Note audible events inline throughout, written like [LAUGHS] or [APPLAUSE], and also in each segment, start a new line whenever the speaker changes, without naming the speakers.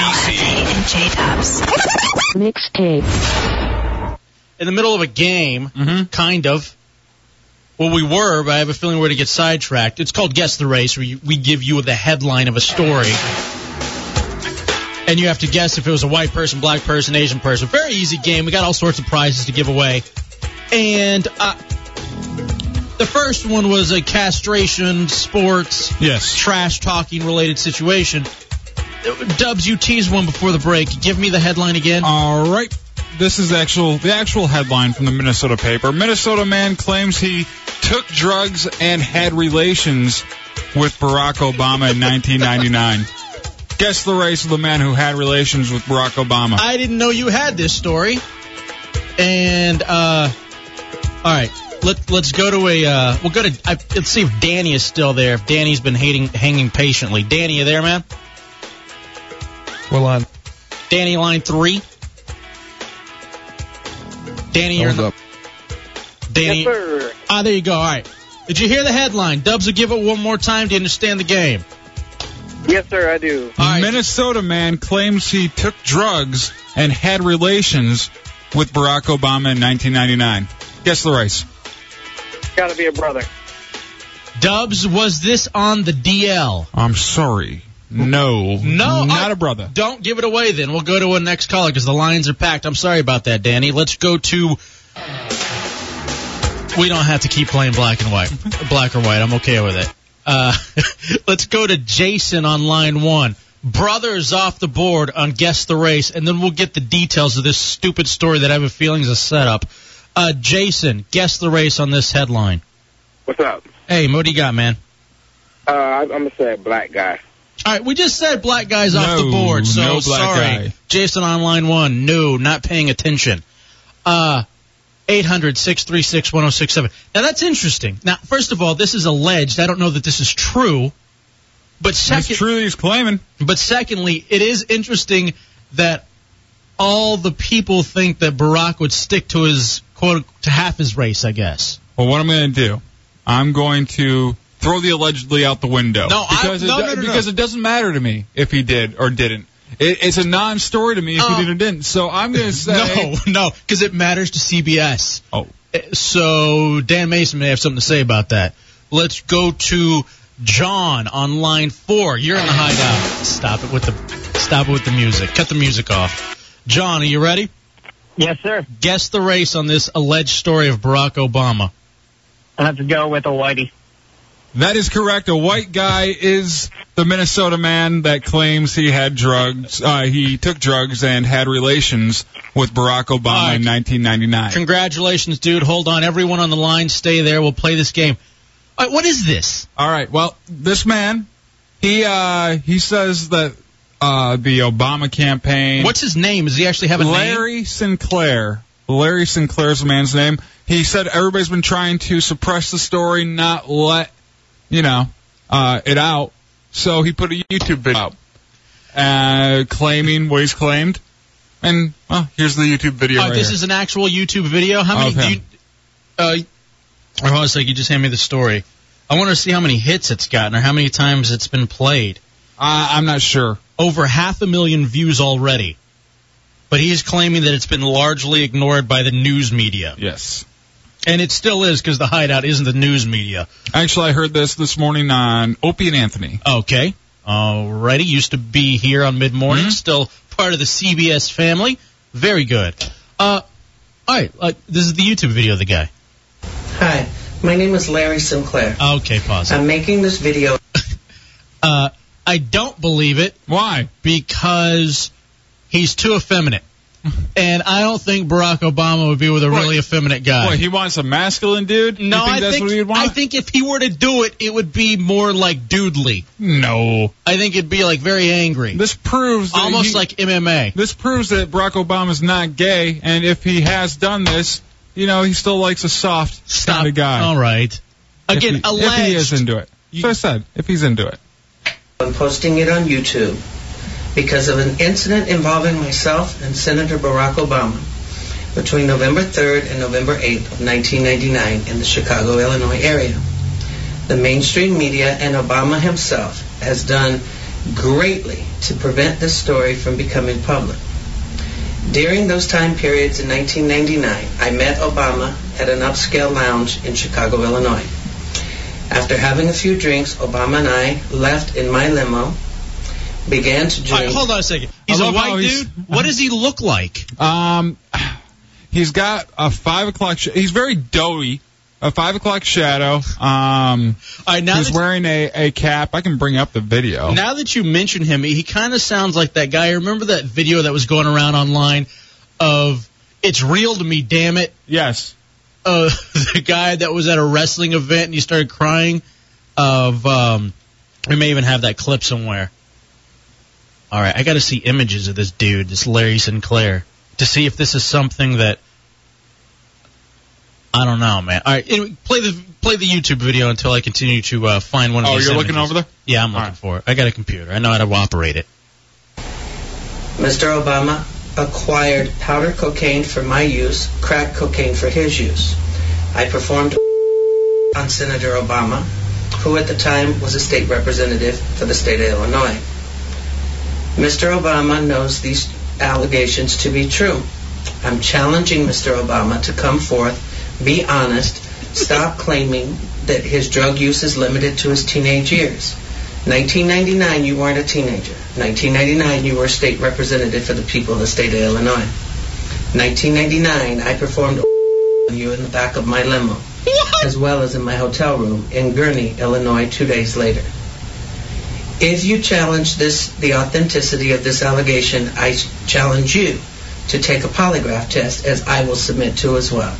DC.
and J Dubs. Mixtape.
in the middle of a game, kind of. Well, we were, but I have a feeling we're going to get sidetracked. It's called Guess the Race, where you, we give you the headline of a story. And you have to guess if it was a white person, black person, Asian person. Very easy game. We got all sorts of prizes to give away. And uh, the first one was a castration, sports,
Yes.
trash talking related situation. Dubs, you teased one before the break. Give me the headline again.
All right. This is the actual the actual headline from the Minnesota paper. Minnesota man claims he took drugs and had relations with Barack Obama in 1999. Guess the race of the man who had relations with Barack Obama.
I didn't know you had this story. And uh, all right, let let's go to a uh, we'll go to I, let's see if Danny is still there. If Danny's been hating, hanging patiently, Danny, you there, man?
We're on.
Danny, line three. Danny, you're
Thumbs up.
Danny. Ah, there you go. All right. Did you hear the headline? Dubs will give it one more time. Do you understand the game?
Yes, sir, I do.
All right.
Minnesota man claims he took drugs and had relations with Barack Obama in 1999. Guess the race.
Got to be a brother.
Dubs, was this on the DL?
I'm sorry. No.
No,
Not
I-
a brother.
Don't give it away then. We'll go to a next caller because the lines are packed. I'm sorry about that, Danny. Let's go to. We don't have to keep playing black
[LAUGHS]
and white. Black or white. I'm okay with it. Uh, [LAUGHS] let's go to Jason on line one. Brothers off the board on Guess the Race, and then we'll get the details of this stupid story that I have a feeling is a setup. Uh, Jason, guess the race on this headline.
What's up?
Hey, what do you got, man?
Uh, I- I'm gonna say a black guy.
All right, we just said black guys off
No,
the board, so
no black
sorry.
guy.
Jason on line one, no, not paying attention. Uh, 800-636-1067. Now that's interesting. Now, first of all, this is alleged. I don't know that this is true. But
That's
second,
true that he's claiming.
but secondly, it is interesting that all the people think that Barack would stick to his quote to half his race, I guess.
Well, what I'm going to do, I'm going to throw the allegedly out the window.
No, I-
because it
no,
do-
no, no, no.
because it doesn't matter to me if he did or didn't. It, it's a non-story to me if
Oh.
he did or didn't. So I'm
[LAUGHS]
going to say
No, no, because it matters to CBS.
Oh.
So Dan Mason may have something to say about that. Let's go to John on line four. You're in the hideout. Stop it with the stop it with the music. Cut the music off. John, are you ready?
Yes, sir.
Guess the race on this alleged story of Barack Obama.
Let's go with a whitey.
that is correct. A white guy is the Minnesota man that claims he had drugs. Uh, he took drugs and had relations with Barack Obama
All right.
in 1999.
Congratulations, dude. Hold on. Everyone on the line, stay there. We'll play this game. All right, what is this?
All right. Well, this man, he uh, he says that uh, the Obama campaign.
What's his name? Does he actually have a name?
Larry Sinclair. Larry Sinclair's the man's name. He said everybody's been trying to suppress the story, not let you know uh, it out. So he put a YouTube video out, uh, claiming what he's claimed. And well, here's the YouTube video.
Oh,
right
this
here.
is an actual YouTube video. How many?
Of him.
Do you, uh, hold on a second. You just hand me the story. I want to see how many hits it's gotten or how many times it's been played.
I, I'm not sure.
Over half a million views already. But he's claiming that it's been largely ignored by the news media,
Yes.
and it still is because the hideout isn't the news media.
Actually, I heard this this morning on Opie and Anthony.
Okay. Alrighty. Used to be here on mid morning.
Mhm.
Still part of the CBS family. Very good. Uh, all right. Uh, this is the YouTube video of the guy.
Hi, my name is Larry Sinclair.
Okay. Pause. it.
I'm making this video.
Uh, I don't believe it
Why?
because he's too
[LAUGHS]
effeminate. And I don't think Barack Obama would be with a
What?
really effeminate guy.
What, he wants a masculine dude?
no,
you think
I
that's
think
what he'd want?
I think if he were to do it, it would be more like doodly.
no.
I think it'd be like very angry,
This proves that
almost
he-
like MMA.
This proves that Barack Obama's not gay, and if he has done this, you know, he still likes a soft
Stop.
kind of guy.
All right.
If
Again,
he-
alleged.
If he is into it. So I said, if he's into it.
I'm posting it on YouTube because of an incident involving myself and Senator Barack Obama between November 3rd and November 8th of 1999 in the Chicago, Illinois area. The mainstream media and Obama himself has done greatly to prevent this story from becoming public. During those time periods in 1999, I met Obama at an upscale lounge in Chicago, Illinois. After having a few drinks, Obama and I left in my limo, began to
All right,
drink.
hold on a second. He's a
love
white
how he's-
dude. What does he look like?
Um, he's got a five o'clock. Sh- he's very doughy. A five o'clock shadow. Um,
All right, now
he's
that,
wearing a, a cap. I can bring up the video.
now that you mention him, he kind of sounds like that guy. Remember that video that was going around online of "It's real to me, damn it."
Yes.
Uh, [LAUGHS] the guy that was at a wrestling event and he started crying. Of um, we may even have that clip somewhere. All right, I got to see images of this dude, this Larry Sinclair, to see if this is something that I don't know, man. All right, anyway, play the play the YouTube video until I continue to uh, find one of
Oh,
these.
you're
images.
looking over there.
Yeah, I'm looking for it. I got a computer. I know how to operate it.
Mr. Obama acquired powder cocaine for my use, crack cocaine for his use. I performed on Senator Obama, who at the time was a state representative for the state of Illinois. Mr. Obama knows these allegations to be true. I'm challenging Mr. Obama to come forth, be honest, stop claiming that his drug use is limited to his teenage years. 1999, you weren't a teenager. 1999, you were a state representative for the people of the state of Illinois. 1999, I performed [LAUGHS] on you in the back of my limo, as well as in my hotel room in Gurney, Illinois, two days later. If you challenge this, the authenticity of this allegation, I s- challenge you to take a polygraph test, as I will submit to as well.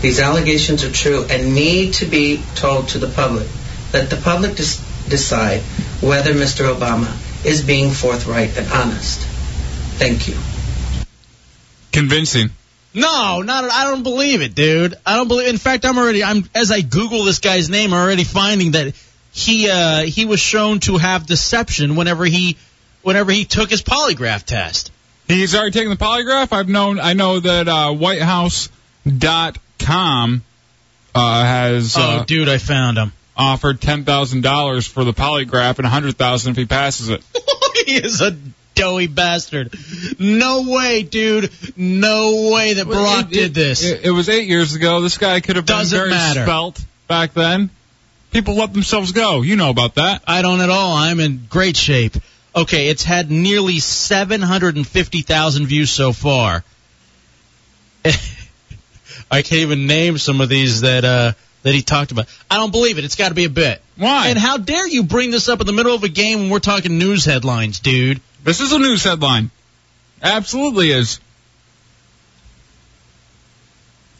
These allegations are true and need to be told to the public. Let the public des- decide whether Mr. Obama is being forthright and honest. Thank you.
Convincing.
No, not. I don't believe it, dude. I don't believe. In fact, I'm already. I'm as I Google this guy's name, I'm already finding that he uh, he was shown to have deception whenever he whenever he took his polygraph test. [LAUGHS]
He's already taken the polygraph. I've known. I know that uh, WhiteHouse.com uh, has
oh,
uh,
dude, I found him.
offered ten thousand dollars for the polygraph and a hundred thousand if he passes it.
he is a doughy bastard. No way, dude. No way that Brock
It- it-
did this.
It, it was eight years ago. This guy could have been
Doesn't
very
matter.
spelt back then. People let themselves go. You know about that.
I don't at all. I'm in great shape. Okay, it's had nearly 750,000 views so far. [LAUGHS] I can't even name some of these that uh, that he talked about. I don't believe it. It's got to be a bit.
Why?
And how dare you bring this up in the middle of a game when we're talking news headlines, dude?
this is a news headline. Absolutely is.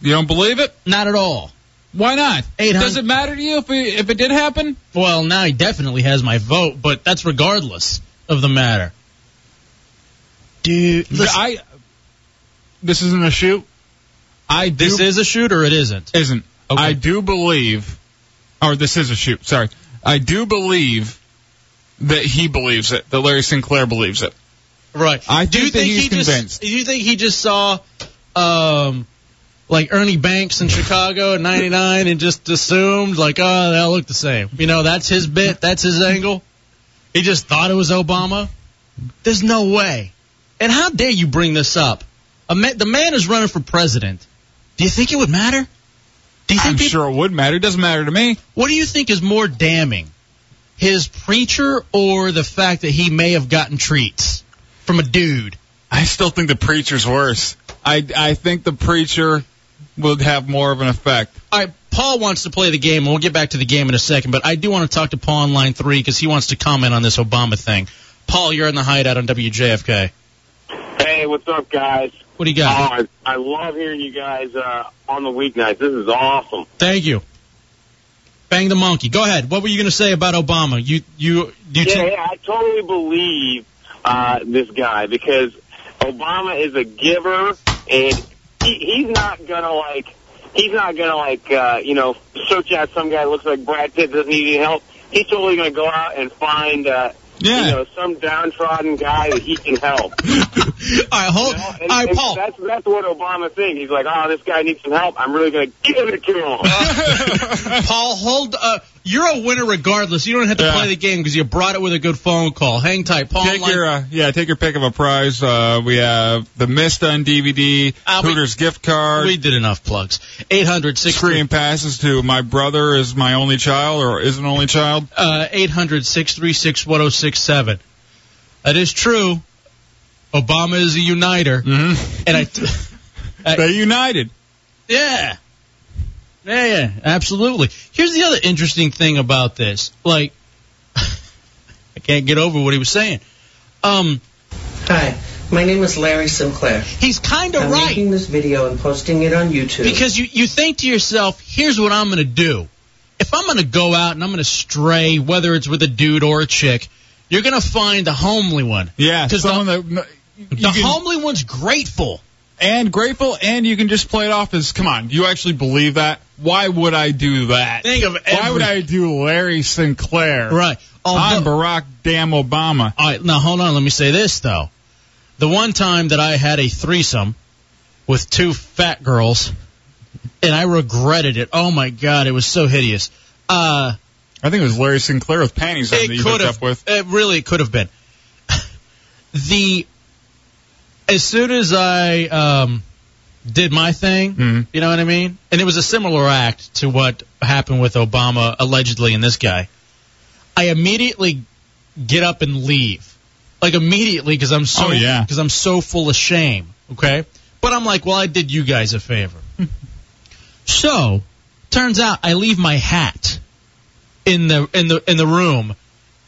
You don't believe it?
Not at all.
Why not?
800
Does it matter to you if it, if it did happen?
Well, now he definitely has my vote, but that's regardless of the matter. Dude, listen,
I. This isn't a shoot. I do
this is a shoot or it isn't.
isn't.
Okay.
I do believe, or this is a shoot. Sorry, I do believe that he believes it. That Larry Sinclair believes it.
Right.
I
do you
think that
think
he's
he just?
convinced.
Do you think he just saw, um, like Ernie Banks in Chicago in '99 and just assumed like, oh, they all look the same. You know, that's his bit. That's his angle. He just thought it was Obama. There's no way. And how dare you bring this up? A ma- the man is running for president. Do you think it would matter? Do you think
I'm
people-
sure it would matter. It doesn't matter to me.
what do you think is more damning, his preacher or the fact that he may have gotten treats from a dude?
I still think the preacher's worse. I I think the preacher would have more of an effect.
All right, Paul wants to play the game, and we'll get back to the game in a second. But I do want to talk to Paul on line three because he wants to comment on this Obama thing. Paul, you're in the hideout on WJFK.
Hey, what's up, guys?
What do you got?
Oh, I, I love hearing you guys uh, on the weeknights. This is awesome.
Thank you. Bang the monkey. Go ahead. What were you going to say about Obama? You you you.
yeah, yeah, I totally believe uh, this guy because Obama is a giver, and he, he's not gonna like. He's not gonna like. Uh, you know, search out some guy that looks like Brad Pitt doesn't need any help. He's totally gonna go out and find. Uh, You
Yeah.
know, some downtrodden guy that he can help. You
[LAUGHS] All right, hold.
know?
All right,
and
Paul.
That's that's what Obama thinks.
[LAUGHS]
He's like, oh, this guy needs some help. I'm really gonna give it to him.
Paul, hold. Uh, You're a winner regardless. You don't have to
Yeah.
play the game because you brought it with a good phone call. Hang tight, Paul.
Take
Line-
your uh, yeah, take your pick of a prize. Uh, we have the Mist on DVD,
Uh, we-
Hooters gift card,
we did enough plugs. Eight hundred six
screen passes to my brother is my only child or is an only child.
uh, 800-636-1067. That is true. Obama is a uniter,
Mm-hmm.
and I,
[LAUGHS]
I-
They united.
yeah, yeah, yeah, absolutely. Here's the other interesting thing about this. Like, [LAUGHS] I can't get over what he was saying. Um,
Hi, my name is Larry Sinclair.
he's kind of
I'm
right.
making this video and posting it on YouTube.
Because you, you think to yourself, here's what I'm going to do. If I'm going to go out and I'm going to stray, whether it's with a dude or a chick, you're going to find the homely one.
Yeah,
'Cause
someone that you
The
can-
homely one's grateful.
and grateful, and you can just play it off as, come on, you actually believe that? Why would I do that?
Think of
Why would
every-
I do Larry Sinclair?
Right.
I'm
Although,
Barack damn Obama.
all right, now hold on. Let me say this though. The one time that I had a threesome with two fat girls, and I regretted it. Oh my god, it was so hideous. Uh,
I think it was Larry Sinclair with panties on that you hooked
could've.
up with.
It really could have been. [LAUGHS] the as soon as I um, did my thing,
Mhm.
you know what I mean, and it was a similar act to what happened with Obama allegedly and this guy. I immediately get up and leave, like immediately, because I'm so
Oh, yeah.
because I'm so full of shame. Okay, but I'm like, well, I did you guys
[LAUGHS]
a favor. so, turns out I leave my hat in the in the in the room,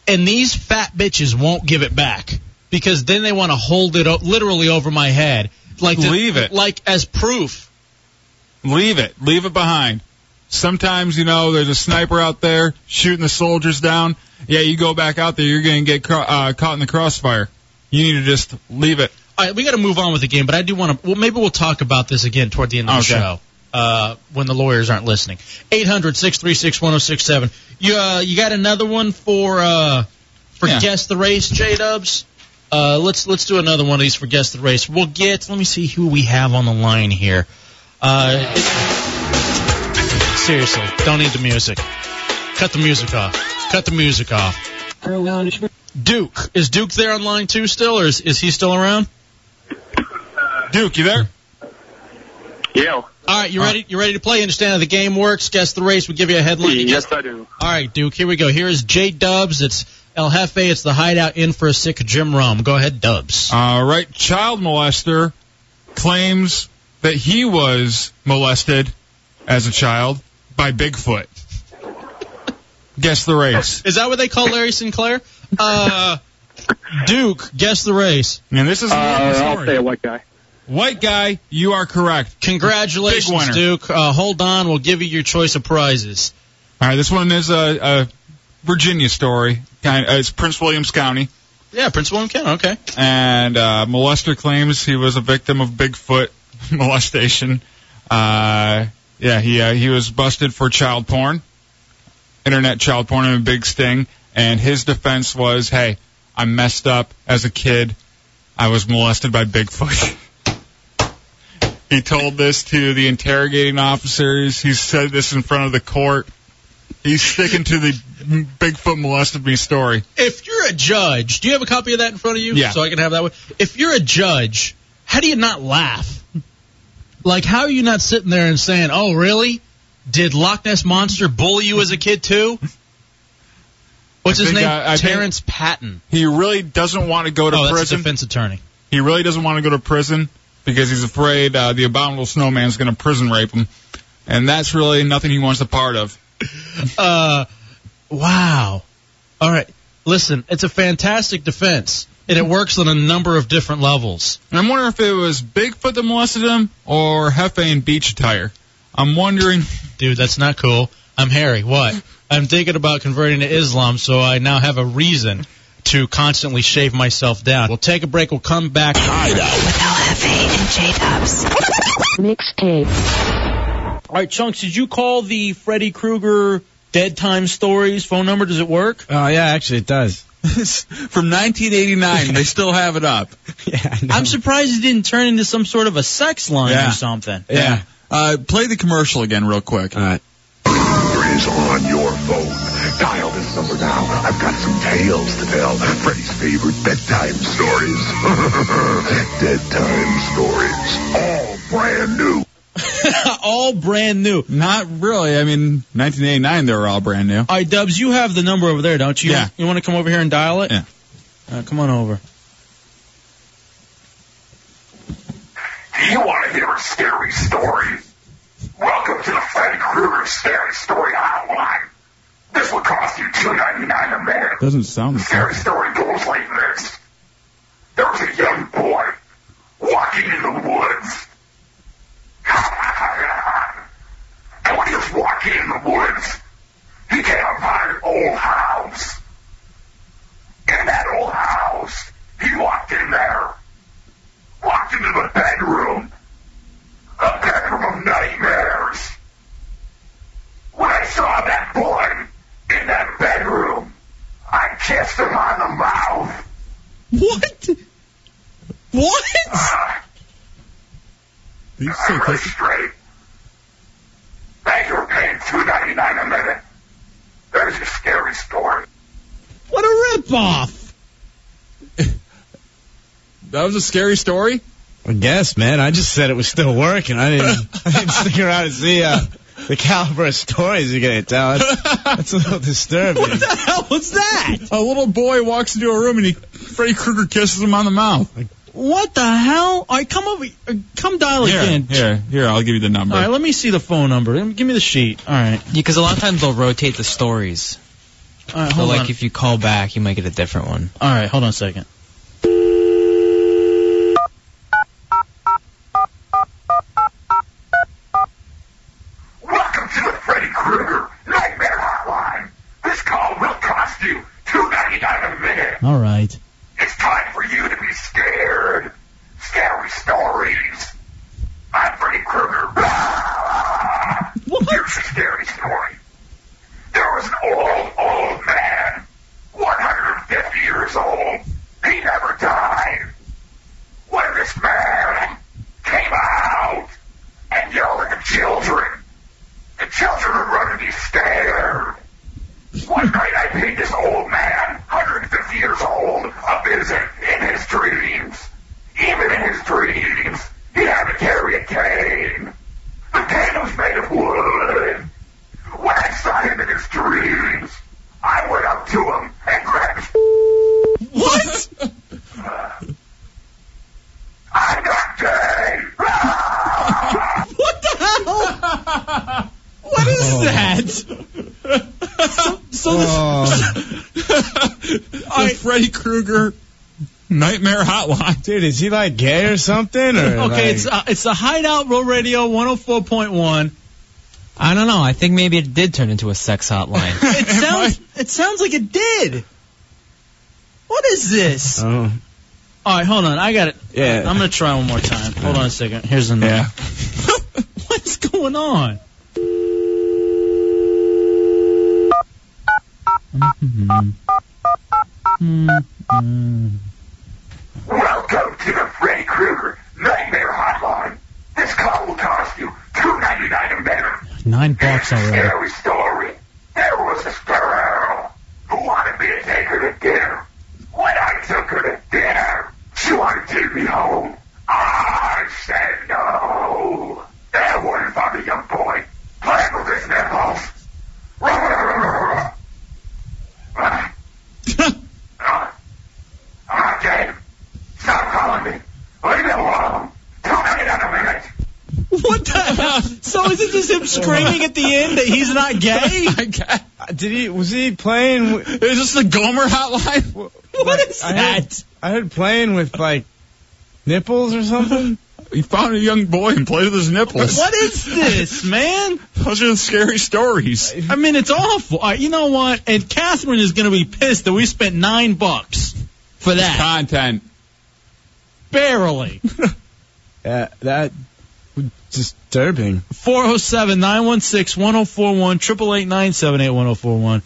and these fat bitches won't give it back because then they want to hold it o- literally over my head, like to-
Leave it.
like as proof.
Leave it. Leave it behind. Sometimes, you know, there's a sniper out there shooting the soldiers down. Yeah, you go back out there, you're going to get cro- uh, caught in the crossfire. You need to just leave it.
All right, we got to move on with the game, but I do want to. Well, maybe we'll talk about this again toward the end of the
Okay.
show uh, when the lawyers aren't listening. 800-636-1067. You uh, you got another one for uh, for
Yeah.
guess the race, J Dubs. Uh, let's let's do another one of these for guess the race. We'll get. Let me see who we have on the line here. Uh, it- seriously, don't need the music. Cut the music off. Cut the music off. Duke is Duke there on line two still, or is, is he still around?
Duke, you there?
Yeah.
All right, you ready? You ready to play? You understand how the game works? Guess the race. We give you a headline. You guess-
I do.
All right, Duke. Here we go. Here is J Dubs. It's El Jefe. It's the hideout in for a sick Jim Rome. Go ahead, Dubs.
All right, child molester claims that he was molested as a child by Bigfoot. Guess the race.
Is that what they call Larry Sinclair? Uh, Duke, guess the race.
And this is an
Uh,
important
I'll say
story.
a white guy.
[LAUGHS] White guy, you are correct. Big
Congratulations,
winner.
Duke. Uh, hold on. We'll give you your choice of prizes.
All right, this one is a, a Virginia story. Kind uh, it's Prince Williams County,
Yeah, Prince William County. Okay.
and uh, molester claims he was a victim of Bigfoot [LAUGHS] molestation. Uh, yeah, he uh, he was busted for child porn, internet child porn, and a big sting. And his defense was, "Hey, I messed up as a kid. I was molested by Bigfoot." [LAUGHS] he told this to the interrogating officers. He said this in front of the court. He's sticking to the Bigfoot molested me story.
If you're a judge, do you have a copy of that in front of you?
Yeah.
So I can have that one. If you're a judge, how do you not laugh? Like, how are you not sitting there and saying, "Oh, really? Did Loch Ness monster bully you as a
[LAUGHS]
kid too?" What's
I
his
think,
name?
uh, I think-
Terrence Patton.
He really doesn't want to go to
Oh, that's a
prison.
defense attorney.
He really doesn't want to go to prison because he's afraid uh, the abominable snowman's going to prison rape him, and that's really nothing he wants a part of.
[LAUGHS] Uh, wow. All right. Listen, it's a fantastic defense, and it works on a number of different levels.
And I'm wondering if it was Bigfoot that molested him or Hefe in beach attire. I'm wondering.
dude, that's not cool. I'm Harry. What? I'm thinking about converting to Islam, so I now have a reason to constantly shave myself down. We'll take a break. We'll come back.
With El Jefe and J Dubs. Mixtape.
All right, Chunks, did you call the Freddy Krueger dead time stories phone number? Does it work?
Uh,
Oh yeah, actually it does.
[LAUGHS] From 1989, they still have it
[LAUGHS]
up.
Yeah, I know.
I'm surprised it didn't turn into some sort of a sex line
Yeah.
or something.
Yeah.
Uh, play the commercial again, real quick.
All right.
is on your phone I've got some tales to tell. Freddy's favorite bedtime stories. [LAUGHS] Deadtime stories. All brand new.
[LAUGHS] all brand new.
Not really. I mean, 1989, they were all brand new.
All right, Dubs, you have the number over there, don't you?
Yeah.
You want to come over here and dial it?
Yeah.
Uh, come on over.
You want to hear a scary story? Welcome to the Freddy Krueger Scary Story Hotline. This will cost you two ninety nine a minute.
Doesn't sound the same.
Scary story goes like this. There was a young boy walking in the woods. and when he was walking in the woods, he came upon an old house. In that old house, he walked in there, walked into the bedroom, a bedroom of nightmares. When I saw that boy in that bedroom, I kissed him on the mouth.
What? What?
These
I
take
really
us-
straight. Thank you for paying two ninety nine a minute. There's your scary story.
What a ripoff!
That was a scary story?
I guess, man. I just said it was still working. I didn't, [LAUGHS] I didn't stick around to see uh, the caliber of stories you're going to
[LAUGHS]
tell. That's, that's a little disturbing.
What the hell was that?
A little boy walks into a room and he Freddy Krueger kisses him on the mouth.
What the hell? All right, come over. uh, Come dial
Here,
again.
here, here, I'll give you the number.
All right, let me see the phone number. Let me- Give me the sheet. All right.
Because a lot of times they'll rotate the stories.
All right,
So
Uh, hold
like
on.
if you call back, you might get a different one.
All right, hold on a second.
Welcome to the Freddy Krueger Nightmare Hotline. This call will cost you two ninety nine a minute.
All right.
It's time for you to be scared. Scary stories. I'm Freddy Krueger. [LAUGHS] Here's a scary story. There was an old, old man, 150 years old. He never died. When this man came out and yelled at the children, the children would run and be scared. One night I paid this old man, 150 years old, a visit in his dreams. Even in his dreams, he had to carry a cane. The cane was made of wood. When I saw him in his dreams, I went up to him and grabbed his...
What?
[LAUGHS] I'm not dead.
[LAUGHS] What the hell? What is that? so this,
Oh,
[LAUGHS]
the Freddy Krueger Nightmare Hotline.
Ah, dude, is he like gay or something?
[LAUGHS]
Or
okay,
like-
it's uh, it's the Hideout Row Radio 104.1.
[LAUGHS]
I don't know. I think maybe it did turn into a sex
[LAUGHS]
hotline.
It sounds it sounds like it did. What is this?
Oh,
All right, hold on. I got it.
yeah.
I'm gonna try one more time. Hold on a second. Here's the number.
Yeah.
[LAUGHS] What's going on? [LAUGHS]
Welcome to the Freddy Krueger Nightmare Hotline. This call will cost you $2.99 a minute.
Nine
It's a scary story. There was this girl who wanted me to take her to dinner. When I took her to dinner, she wanted to take me home. I said no. That wouldn't bother young boy. Playing with his nipples. I'm dead. Stop calling me. Leave me alone. Don't hang out a
[LAUGHS]
minute.
What the hell? So is it just him screaming at the end that he's not gay?
Oh
I got-
Did he? Was he
[LAUGHS]
playing? With,
Is this the Gomer Hotline?
What is
I heard-
that?
I heard playing with like nipples or
[LAUGHS]
something.
He found a young boy and played with his nipples.
What is this, man?
Those are the scary stories.
I mean, it's awful. All right, you know what? And Catherine is going to be pissed that we spent nine bucks for that.
Content.
[LAUGHS]
Barely.
Uh, that was disturbing.
407 916 1041 888 978 1041.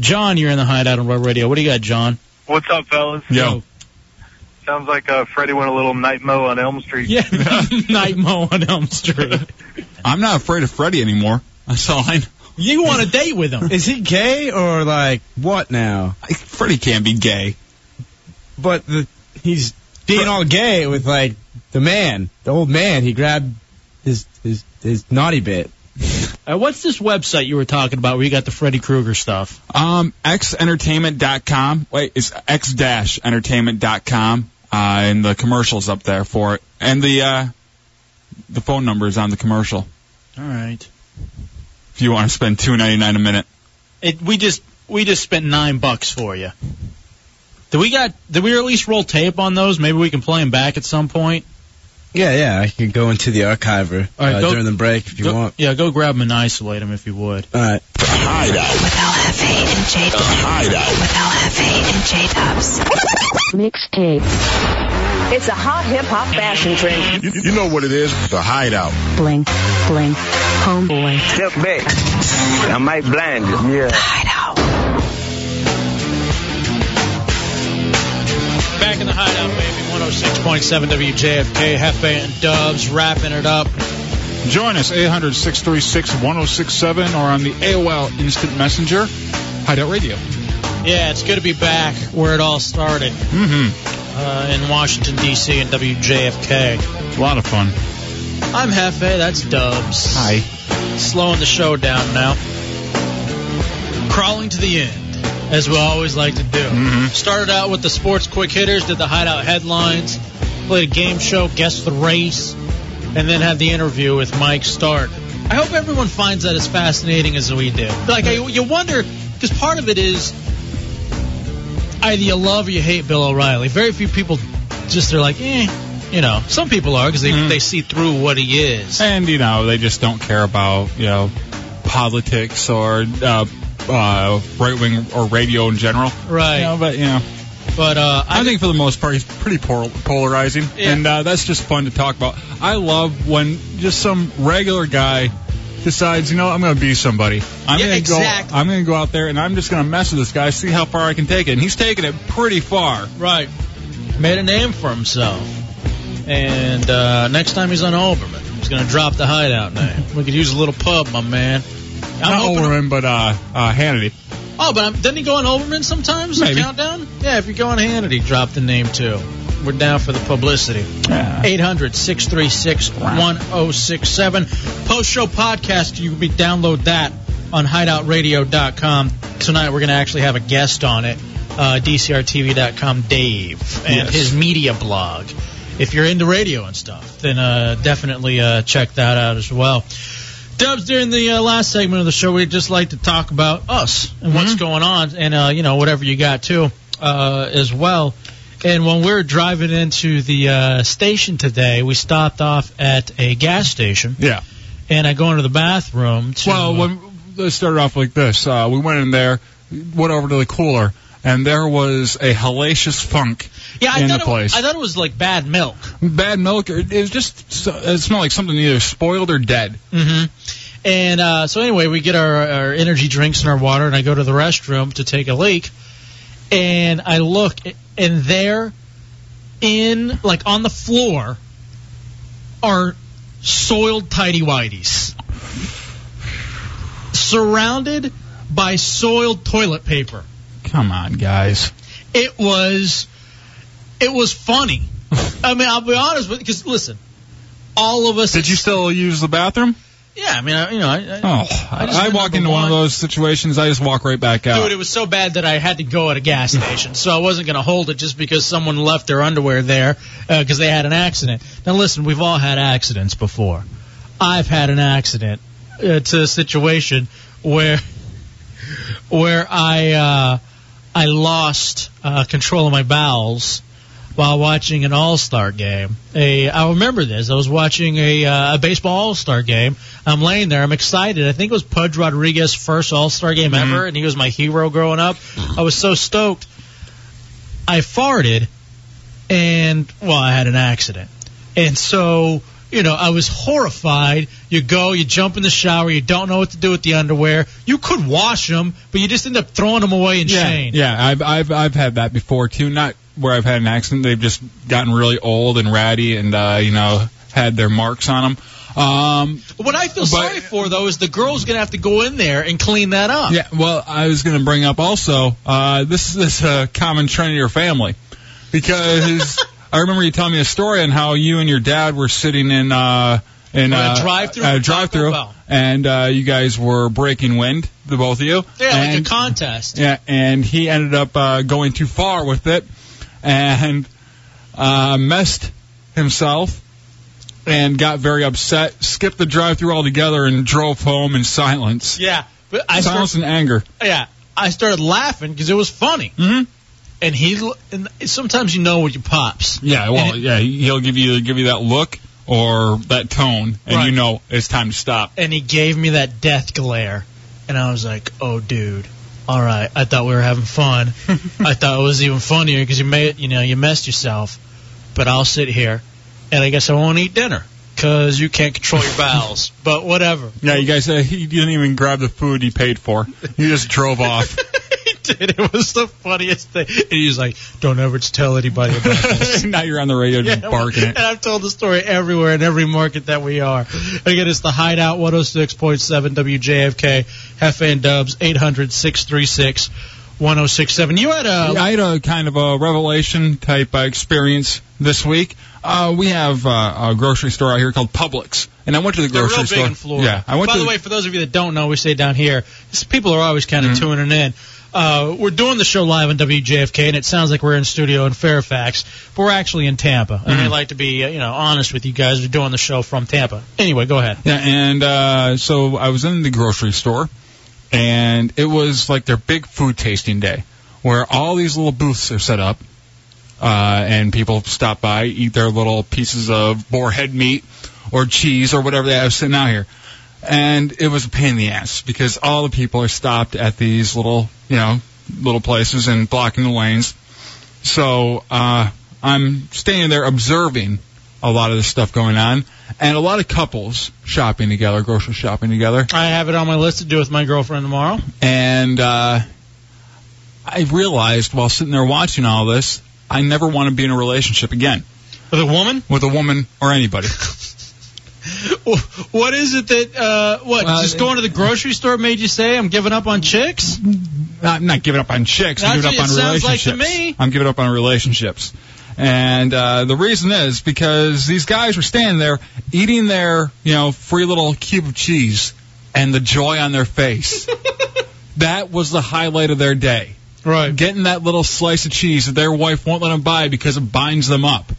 John, you're in the hideout on Red Radio. What do you got, John?
What's up, fellas?
Yo.
Sounds like uh, Freddie went a little night mow on Elm
[LAUGHS]
Street.
Yeah, Night Mo on Elm Street.
I'm not afraid of Freddy anymore. That's all I know.
You want a date with him?
Is he gay or like what now?
Freddie can't be gay.
But the, he's being all gay with like the man, the old man. He grabbed his his his naughty bit.
[LAUGHS] Uh, what's this website you were talking about where you got the Freddy Krueger stuff?
Um, xentertainment.com. Wait, it's x-entertainment.com. Uh, and the commercial's up there for it. And the, uh, the phone number is on the commercial.
All right.
If you want to spend two ninety nine a minute.
It, we just we just spent nine bucks for you. Did we got? Did we at least roll tape on those? Maybe we can play them back at some point.
Yeah, yeah. I can go into the archiver
All right,
uh,
go-
during the break if you
Go-
want.
Yeah, go grab them and isolate them if you would.
All right.
With LFA and J Dubs. With LFA and J Dubs. Mixtape.
It's a hot hip hop fashion trend.
You, you know what it is, the hideout.
Bling, bling, homeboy.
Step back. I might blind you. Yeah.
Back in the hideout, oh baby. 106.7 WJFK, Hefe and Dubs wrapping it up.
Join us 800 636 1067 or on the AOL Instant Messenger Hideout Radio.
Yeah, it's good to be back where it all started
Mm-hmm.
uh, in Washington, D.C. and WJFK.
It's a lot of fun.
I'm Hefe, that's Dubs.
Hi.
Slowing the show down now. Crawling to the end, as we always like to do. Started out with the sports quick hitters, did the hideout headlines, played a game show, guessed the race, and then had the interview with Mike Stark. I hope everyone finds that as fascinating as we did. Like, I, you wonder, because part of it is either you love or you hate Bill O'Reilly. Very few people just, they're like, eh. You know, some people are because they,
Mm-hmm.
they see through what he is.
And, you know, they just don't care about, you know, politics or uh, uh, right wing or radio in general.
Right.
You know, but, you know.
But uh,
I, think for the most part, he's pretty pol- polarizing, and uh, that's just fun to talk about. I love when just some regular guy decides, you know, what, I'm going to be somebody. I'm
Yeah,
going to
exactly.
go. I'm going to go out there and I'm just going to mess with this guy, see how far I can take it, and he's taking it pretty far.
Right. Made a name for himself. And uh, next time he's on Oberman, he's going to drop the hideout name. We could use a little pub, my man. I'm
Not
hoping-
Overman, but uh, uh, Hannity.
Oh, but I'm, doesn't he go on Overman sometimes? The
Maybe.
countdown? Yeah, if you go on Hannity, drop the name too. We're down for the publicity. Eight hundred six three six one zero six seven. Post show podcast, you can download that on hideoutradio.com. Tonight we're going to actually have a guest on it, uh, DCRTV.com, Dave, and
Yes.
his media blog. If you're into radio and stuff, then uh, definitely uh, check that out as well. Dubs, during the uh, last segment of the show, we'd just like to talk about us and
Mm-hmm.
what's going on, and uh, you know whatever you got too, uh, as well. And when we were driving into the uh, station today, we stopped off at a gas station.
Yeah.
And I go into the bathroom. To,
Well, when it started off like this, uh, we went in there, went over to the cooler, and there was a hellacious funk
yeah, I
in
thought
the
it wa-
place.
I thought it was like bad milk.
Bad milk. or It was just so- it smelled like something either spoiled or dead.
hmm And uh, so anyway, we get our, our energy drinks and our water, and I go to the restroom to take a leak, and I look, and there, in like on the floor, are soiled tidy whities, surrounded by soiled toilet paper.
Come on, guys.
It was, it was [LAUGHS] funny. I mean, I'll be honest with you, because listen, all of us.
Did you still use the bathroom?
yeah, I mean, I, you know, I, I,
Oh,
I just
I,
did
walk
number
into one of
one.
those situations. I just walk right back out.
Dude, it was so bad that I had to go at
[LAUGHS]
a gas station, so I wasn't going to hold it just because someone left their underwear there because they had an accident. Now, listen, we've all had accidents before. I've had an accident uh, to a situation where where I uh, I lost uh, control of my bowels while watching an All Star game. A I remember this. I was watching a, uh, a baseball All Star game. I'm laying there. I'm excited. I think it was Pudge Rodriguez's first All Star game ever, and he was my hero growing up. I was so stoked. I farted, and well, I had an accident, and so. You know, I was horrified. You go, you jump in the shower, you don't know what to do with the underwear. You could wash them, but you just end up throwing them away in
yeah,
shame.
yeah. I've I've I've had that before too. Not where I've had an accident. They've just gotten really old and ratty, and uh, you know had their marks on them. Um,
What I feel sorry for though is the girl's gonna have to go in there and clean that up.
Yeah, well, I was going to bring up also uh, this is a common trend in your family because [LAUGHS] I remember you telling me a story on how you and your dad were sitting in uh, in
Or a
uh,
drive-thru
at a
at Taco
drive-thru,
Bell.
and uh, you guys were breaking wind, the both of you.
Yeah,
and,
like a contest.
yeah, and he ended up uh, going too far with it and uh, messed himself and got very upset, skipped the drive-thru altogether, and drove home in silence.
Yeah, but I
silence
start,
and anger.
yeah I started laughing because it was funny.
Mm-hmm.
And he l- and sometimes you know when you pops.
Yeah, well, yeah, he- he'll give you give you that look or that tone, and you know it's time to stop.
and he gave me that death glare, and I was like, "Oh, dude, all right." I thought we were having fun. I thought it was even funnier because you made, you know, you messed yourself. But I'll sit here, and I guess I won't eat dinner because you can't control your bowels. But whatever.
Yeah, you guys, uh, he didn't even grab the food he paid for. He just drove off.
[LAUGHS] Dude, it was the funniest thing. And he's like, "Don't ever tell anybody about
[LAUGHS]
this."
now you're on the radio just barking
And
it.
I've told the story everywhere in every market that we are. Again, it's the Hideout 106.7 WJFK, Hefe and Dubs, 800 636 1067. You had uh, a.
I had a kind of a revelation type uh, experience this week. Uh, we have uh, a grocery store out here called Publix, and I went to the
They're real
grocery
big
store.
in Florida.
Yeah, I went
By
to
the way, for those of you that don't know, we say down here, this- people are always kind of tuning in. Uh, we're doing the show live on WJFK, and it sounds like we're in studio in Fairfax, but we're actually in Tampa. And I like to be, uh, you know, honest with you guys. We're doing the show from Tampa. Anyway, go [LAUGHS] ahead.
Yeah, and uh, so I was in the grocery store, and it was like their big food tasting day, where all these little booths are set up, uh, and people stop by, eat their little pieces of boar head meat or cheese or whatever they have sitting out here. And it was a pain in the ass because all the people are stopped at these little, you know, little places and blocking the lanes. So uh, I'm standing there observing a lot of this stuff going on, and a lot of couples shopping together, grocery shopping together.
I have it on my list to do with my girlfriend tomorrow.
And uh, I realized while sitting there watching all this, I never want to be in a relationship again
with a woman,
with a woman or
[LAUGHS]
anybody.
What is it that, uh, what,
Well,
just going to the grocery store made you say I'm giving up on chicks?
I'm not giving up on chicks. I'm
That's
giving up
what
on
it sounds like
relationships.
to me.
I'm giving up on relationships. And uh, the reason is because these guys were standing there eating their, you know, free little cube of cheese and the joy on their
[LAUGHS]
face. that was the highlight of their day.
Right.
Getting that little slice of cheese that their wife won't let them buy because it binds them up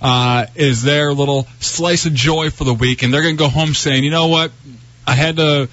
uh, is their little slice of joy for the week. And they're going to go home saying, you know what? I had to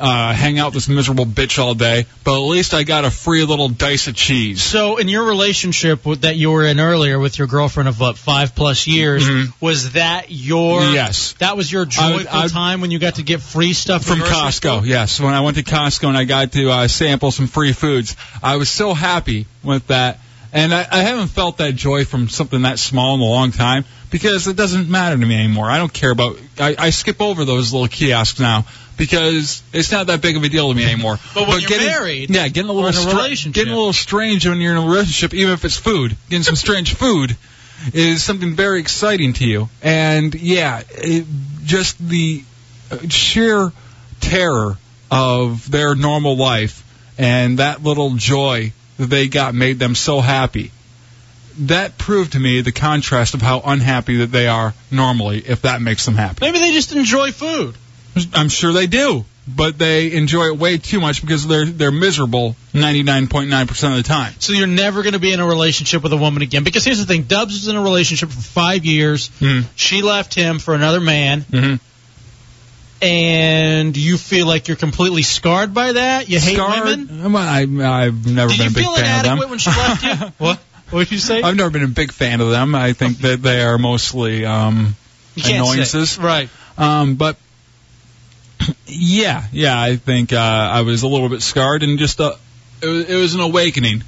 uh, hang out with this miserable bitch all day, but at least I got a free little dice of cheese.
So, in your relationship with, that you were in earlier with your girlfriend of what five plus years,
Mhm.
was that your
Yes.
That Mm-hmm. was your
I
joyful
would- I would-
time when you got to get free stuff
From
in grocery
Costco,
store?
yes. When I went to Costco and I got to uh, sample some free foods, I was so happy with that. And I, I haven't felt that joy from something that small in a long time because it doesn't matter to me anymore. I don't care about. I, I skip over those little kiosks now because it's not that big of a deal to me anymore.
[LAUGHS] But when you're
getting,
married
yeah, getting a
or
little
in a
stra-
relationship.
getting a little strange when you're in a relationship, even if it's food, getting some strange food is something very exciting to you. And yeah, it, just the uh, sheer terror of their normal life and that little joy that they got made them so happy. That proved to me the contrast of how unhappy that they are normally, if that makes them happy.
Maybe they just enjoy food.
I'm sure they do, but they enjoy it way too much because they're they're miserable 99.9% of the time.
So you're never going to be in a relationship with a woman again. Because here's the thing: Dubs was in a relationship for five years.
Mm.
She left him for another man,
Mm-hmm.
and you feel like you're completely scarred by that. You hate
Scarred?
women.
Well, I, have never
Did
been
you
a big
feel
fan of them.
inadequate when she left you? What? What did you say?
I've never been a big fan of them. I think that they are mostly um,
You can't say.
annoyances.
Right.
Um, but yeah, yeah, I think uh, I was a little bit scarred and just uh it, was, it was an awakening.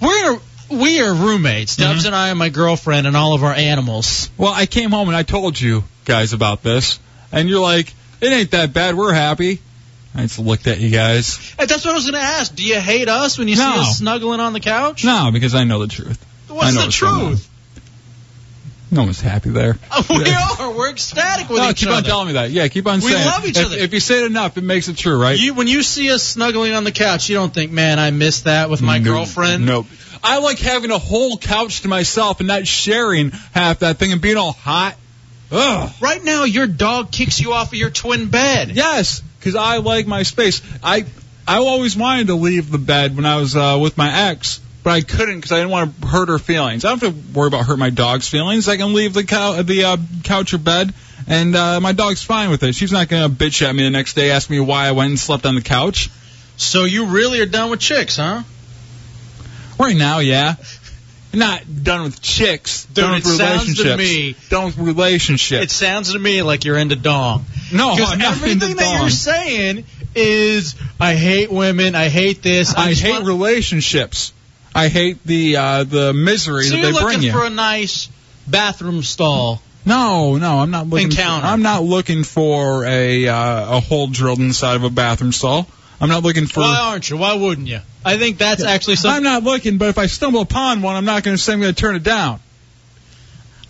We're we are roommates.
Mm-hmm.
Dubs and I and my girlfriend and all of our animals.
Well, I came home and I told you guys about this, and you're like, "It ain't that bad. We're happy." I just looked at you guys.
And that's what I was going to ask. Do you hate us [LAUGHS] when you
No.
see us snuggling on the couch?
No, because I know the truth. I
What's
know
the
what's going on.
truth?
No one's happy there.
[LAUGHS] we are. We're ecstatic with
no,
each
Oh, keep on
other.
telling me that. Yeah, keep on
We
saying. it.
love each
if,
other.
If you say it enough, it makes it true, right?
You, when you see us snuggling on the couch, you don't think, man, I miss that with my
No,
girlfriend.
Nope. I like having a whole couch to myself and not sharing half that thing and being all hot. Ugh.
Right now, your dog kicks you off of your twin bed.
Yes, because I like my space. I I always wanted to leave the bed when I was uh, with my ex, but I couldn't because I didn't want to hurt her feelings. I don't have to worry about hurt my dog's feelings. I can leave the cou- the uh, couch or bed, and uh, my dog's fine with it. She's not gonna bitch at me the next day, ask me why I went and slept on the couch.
So you really are done with chicks, huh?
Right now, yeah. Not done with chicks.
Dude,
done
it
with
sounds
relationships.
to me.
Done with relationships.
It sounds to me like you're into dong.
No,
because
I'm not
everything
into
that you're
dong.
saying is, I hate women. I hate this.
I
just
hate
want-"
relationships. I hate the uh, the misery
So
that
you're
they
looking
bring you.
for a nice bathroom stall.
No, no, I'm not looking.
Encounter.
I'm not looking for a uh, a hole drilled inside of a bathroom stall. I'm not looking for.
Why aren't you? Why wouldn't you? I think that's actually
I'm
something.
not looking, but if I stumble upon one, I'm not going to say I'm going to turn it down.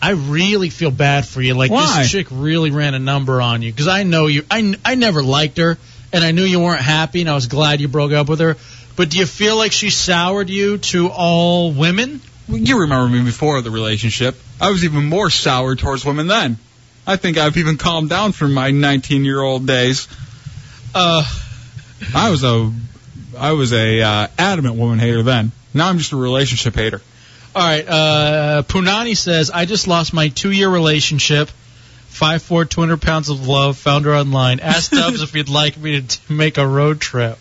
I really feel bad for you. Like
Why?
this chick really ran a number on you because I know you. I kn- I never liked her, and I knew you weren't happy, and I was glad you broke up with her. But do you feel like she soured you to all women?
Well, You remember me before the relationship. I was even more sour towards women then. I think I've even calmed down from my 19 year old days.
Uh,
I was a I was a uh, adamant woman hater then. Now I'm just a relationship hater.
All right. Uh, Punani says, I just lost my two year relationship. Five four, two hundred pounds of love. Found her online.
[LAUGHS]
Asked Dubs if he'd like me to t- make a road trip.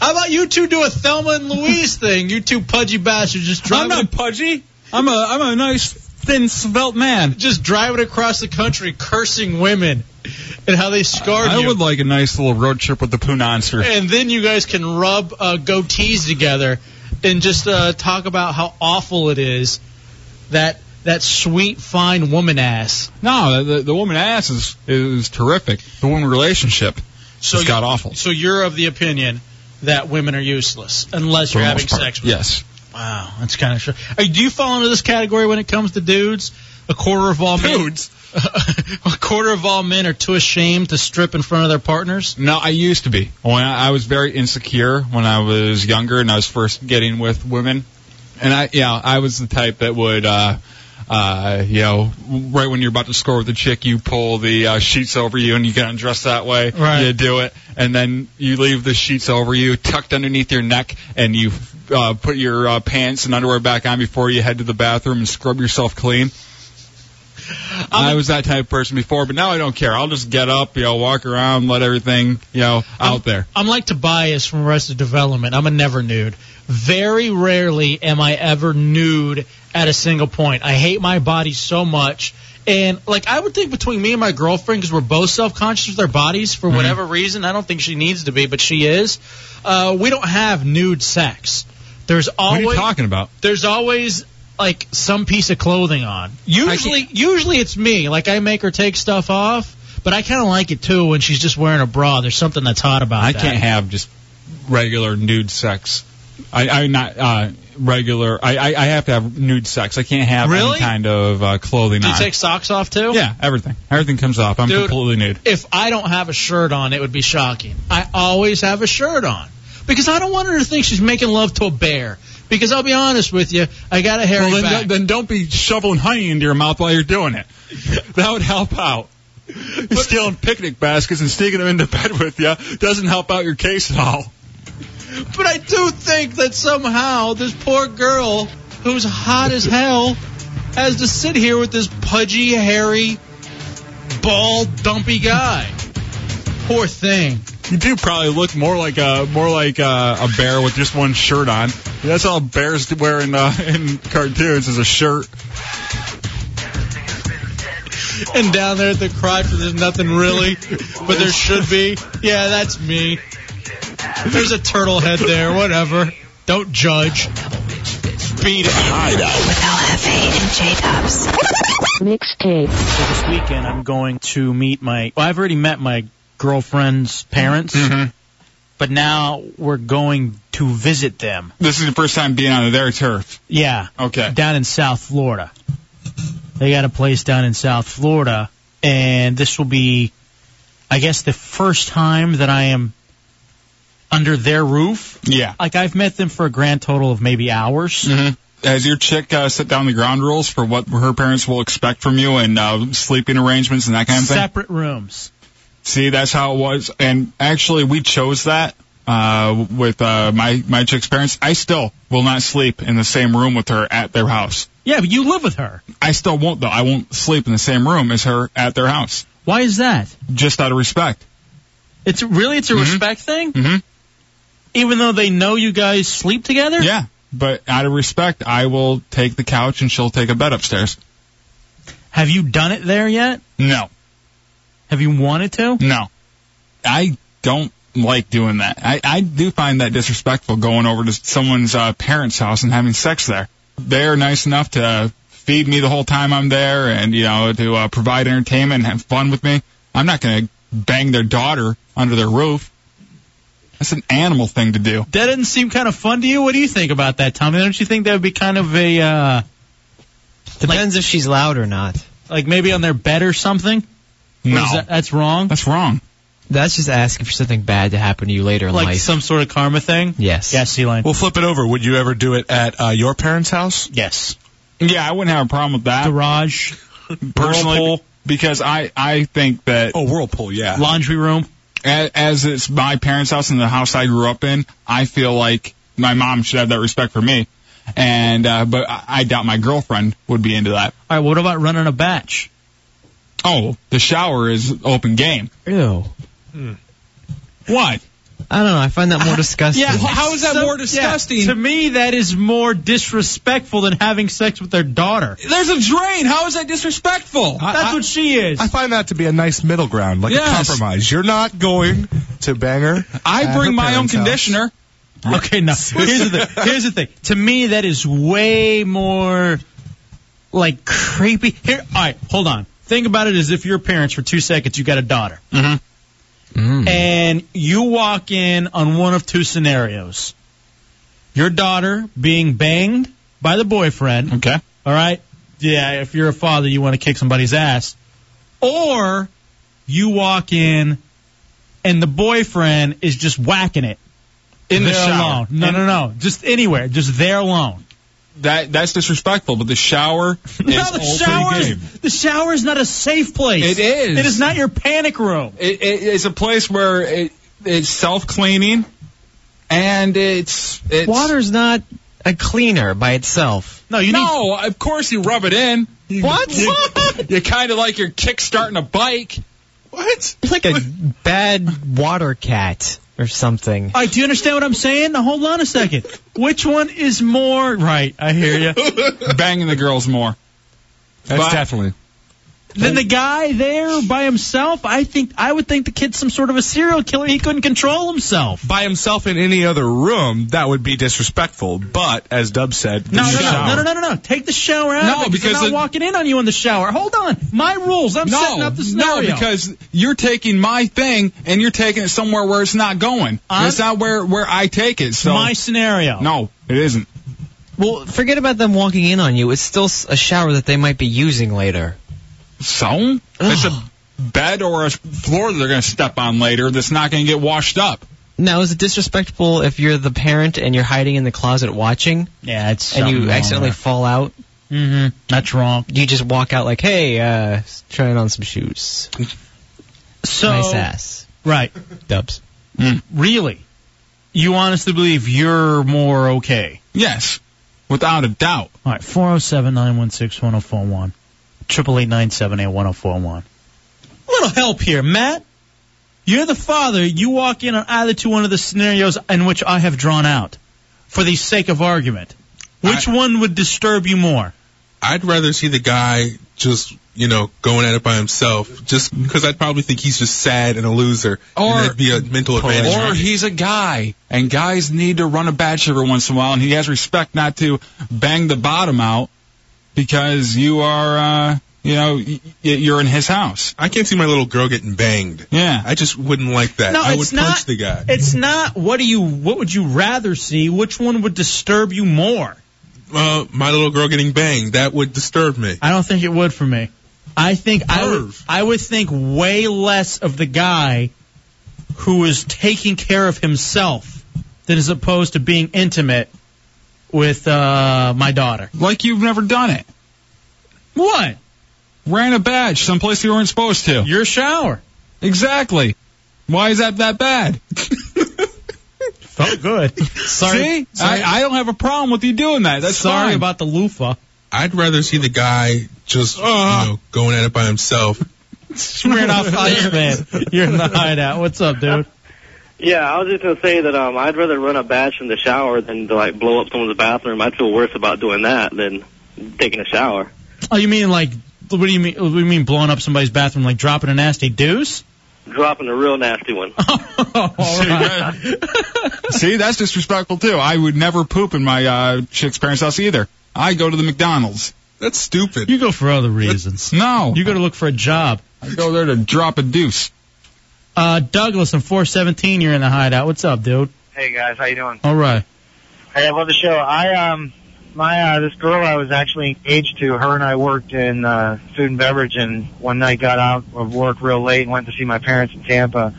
How about you two do a Thelma
[LAUGHS]
and Louise thing? You two pudgy bastards just
I'm
driving,
not pudgy. I'm a I'm a nice thin svelte man.
just driving across the country, cursing women and how they scarred
I
you.
would like a nice little road trip with the Poonancer.
and then you guys can rub uh, goatees together and just uh, talk about how awful it is that that sweet fine woman ass.
No, Uh, the, the woman ass is is terrific. The woman relationship
So
has
you-
got awful.
So you're of the opinion that women are useless unless
for
you're
the
having
most part.
sex with them.
Yes.
Wow, that's kind of sure. Do you fall into this category when it comes to dudes? A quarter of all
Dudes.
men, [LAUGHS] a quarter of all men are too ashamed to strip in front of their partners.
No, I used to be. When I, I was very insecure when I was younger and I was first getting with women, and I yeah I was the type that would uh, uh, you know right when you're about to score with a chick you pull the uh, sheets over you and you get undressed that way.
Right.
You do it and then you leave the sheets over you tucked underneath your neck and you uh, put your uh, pants and underwear back on before you head to the bathroom and scrub yourself clean.
Um,
I was that type of person before, but now I don't care. I'll just get up, you know, walk around, let everything, you know,
um,
out there.
I'm like Tobias from Arrested Development. I'm a never nude. Very rarely am I ever nude at a single point. I hate my body so much. And like I would think between me and my girlfriend, because we're both self-conscious with our bodies for
Mm-hmm.
whatever reason. I don't think she needs to be, but she is. Uh, we don't have nude sex. There's
What are you
always
talking about?
there's always like some piece of clothing on. Usually, usually it's me. Like I make her take stuff off, but I kind of like it too when she's just wearing a bra. There's something that's hot about
I
that.
can't have just regular nude sex. I, I not uh, regular. I, I, I have to have nude sex. I can't have
Really?
any kind of uh, clothing
Do you
on.
take socks off too?
yeah, everything. Everything comes off. I'm
Dude.
completely nude.
If I don't have a shirt on, it would be shocking. I always have a shirt on because I don't want her to think she's making love to a bear. Because I'll be honest with you, I got a hairy
Well, then,
back.
don't- then don't be shoveling honey into your mouth while you're doing
[LAUGHS]
it. That would help out. Stealing picnic baskets and sneaking them into bed with you doesn't help out your case at all.
But I do think that somehow this poor girl, who's hot as hell, has to sit here with this pudgy, hairy, bald, dumpy guy. Poor thing.
You do probably look more like a more like a, a bear with just one shirt on. That's all bears wear in, uh, [LAUGHS] in cartoons is a shirt.
And down there at the crotch, where there's nothing really, but there should be. Yeah, that's me. There's a turtle head there. Whatever. Don't judge. Beat it.
Hideout.
With LFA and J Dubs.
Mixtape.
So this weekend I'm going to meet my. Well, I've already met my girlfriend's parents, but now we're going to visit them.
This is the first time being on their turf.
Yeah,
Okay.
down in South Florida. They got a place down in South Florida, and this will be, I guess, the first time that I am under their roof.
Yeah.
Like I've met them for a grand total of maybe hours.
Mm-hmm. Has your chick uh, set down the ground rules for what her parents will expect from you and uh, sleeping arrangements and that kind of thing?
Separate rooms.
See, that's how it was. And actually, we chose that uh, with uh, my my chick's parents. I still will not sleep in the same room with her at their house.
Yeah, but you live with her.
I still won't though. I won't sleep in the same room as her at their house.
Why is that?
Just out of respect.
It's really it's a respect thing.
Mm-hmm.
Even though they know you guys sleep together.
Yeah, but out of respect, I will take the couch and she'll take a bed upstairs.
Have you done it there yet?
No,
Have you wanted to?
no, I don't like doing that. I I do find that disrespectful going over to someone's uh, parents' house and having sex there. They are nice enough to feed me the whole time I'm there, and you know to uh, provide entertainment and have fun with me. I'm not going to bang their daughter under their roof. That's an animal thing to do.
That doesn't seem kind of fun to you. What do you think about that, Tommy? Don't you think that would be kind of a uh,
Depends if she's loud or not.
like maybe on their bed or something? Or
No.
is that- that's wrong.
That's wrong.
That's just asking for something bad to happen to you later in
Like
life.
some sort of karma thing.
yes.
Yes, C line.
We'll flip it over. Would you ever do it at uh, your parents' house?
Yes.
Yeah, I wouldn't have a problem with that
Garage,
personally
whirlpool,
because I I think that
Oh, whirlpool, yeah.
laundry room.
as, as it's my parents' house and the house I grew up in, I feel like my mom should have that respect for me. And uh, but I, I doubt my girlfriend would be into that.
All right. What about running a batch?
Oh, the shower is open game.
Ew.
What?
I don't know. I find that
[LAUGHS]
more disgusting.
Yeah,
How is that
Some-
more
yeah,
disgusting?
to me, that is more disrespectful than having sex with their daughter.
There's a drain. How is that disrespectful?
That's what she is.
I find that to be a nice middle ground, like a
Yes.
compromise. You're not going to bang her. at
I
her
bring my own
parents' house.
conditioner.
Okay, no. Here's the thing. Here's the thing. To me, that is way more like creepy. Here, all right, hold on. Think about it as if your parents for two seconds. You got a daughter,
Mm-hmm.
Mm.
Hmm.
and you walk in on one of two scenarios: your daughter being banged by the boyfriend.
Okay.
All right. Yeah, if you're a father, you want to kick somebody's ass, or you walk in and the boyfriend is just whacking it
In the
there
shower.
Alone. No, no, no. Just anywhere. Just there alone.
That that's disrespectful. But the shower is
[LAUGHS] No, the
open
shower
game.
is the shower is not a safe place.
It is.
It is not your panic room.
It, it, it's a place where it, it's self cleaning, and it's it's
Water's not a cleaner by itself.
No, you need.
no, of course you rub it in.
What?
You, [LAUGHS] you kind of like you're kickstarting a bike.
What?
It's like a bad water cat or something.
All right, do you understand what I'm saying? Now hold on a second. Which one is more right? I hear you.
[LAUGHS] Banging the girls more.
That's
But-
definitely.
Then the guy there by himself. I think I would think the kid's some sort of a serial killer. He couldn't control himself.
By himself in any other room, that would be disrespectful. But as Dub said,
No,
the
no,
shower-
no, no, no, no, no. Take the shower out.
No,
of it
because
I'm not
the-
walking in on you in the shower. Hold on. My rules. I'm setting
No,
up the scenario.
no, because you're taking my thing and you're taking it somewhere where it's not going.
I'm-
it's not where where I take it. So
my scenario.
no, it isn't.
Well, forget about them walking in on you. It's still s- a shower that they might be using later.
So it's a bed or a floor they're going to step on later that's not going to get washed up.
Now, is it disrespectful if you're the parent and you're hiding in the closet watching
Yeah, it's
and
something
you
wrong
accidentally fall out?
there. Mhm. That's wrong.
Do you just walk out like, hey, uh, s- trying on some shoes?
So
nice ass.
right,
Dubs.
Mm.
really, you honestly believe you're more okay?
Yes, without a doubt.
All right, four zero seven nine one six one zero four one, triple eight nine seven eight one zero four one. Little help here, Matt. You're the father. You walk in on either to one of the scenarios in which I have drawn out, for the sake of argument. Which one would disturb you more?
I'd rather see the guy just, you know, going at it by himself, just because I'd probably think he's just sad and a loser.
Or-
and that'd be a mental advantage.
Or he's a guy, and guys need to run a batch every once in a while, and he has respect not to bang the bottom out because you are, uh, you know, y- y- you're in his house.
I can't see my little girl getting banged.
Yeah.
I just wouldn't like that.
No,
I would
it's not-
punch the guy.
It's not what do you what would you rather see? Which one would disturb you more?
uh, my little girl getting banged. That would disturb me.
I don't think it would for me. I think I would, I would think way less of the guy who is taking care of himself than as opposed to being intimate with uh, my daughter.
Like you've never done
[LAUGHS]
it.
What?
Ran a badge someplace you weren't supposed to.
Your shower.
Exactly. Why is that that bad?
Felt good. Sorry.
[LAUGHS] See? I, I don't have a problem with you doing that. That's
Sorry
fine.
about the loofah.
I'd rather see the guy just
Ah.
you know going at it
[LAUGHS]
by himself.
Smearing off Ice Man. You're in the hideout. What's up, dude?
Yeah, I was just gonna say that um, I'd rather run a batch in the shower than to like blow up someone's bathroom. I'd feel worse about doing that than taking a shower.
Oh, you mean like what do you mean? What do you mean blowing up somebody's bathroom? Like dropping a nasty deuce? [LAUGHS]
Dropping a real nasty one.
Oh,
All
[LAUGHS]
right.
[LAUGHS] See, that's disrespectful too. I would never poop in my uh, chick's parents' house either. I go to the McDonald's.
That's stupid.
You go for other reasons.
No,
You go to look for a job.
I go there to drop a deuce.
Uh, Douglas in 417, you're in the hideout. What's up, dude?
Hey guys, how you doing?
All right.
Hey, I love the show. I um, my uh, this girl I was actually engaged to, her and I worked in uh, food and beverage, and one night got out of work real late and went to see my parents in Tampa,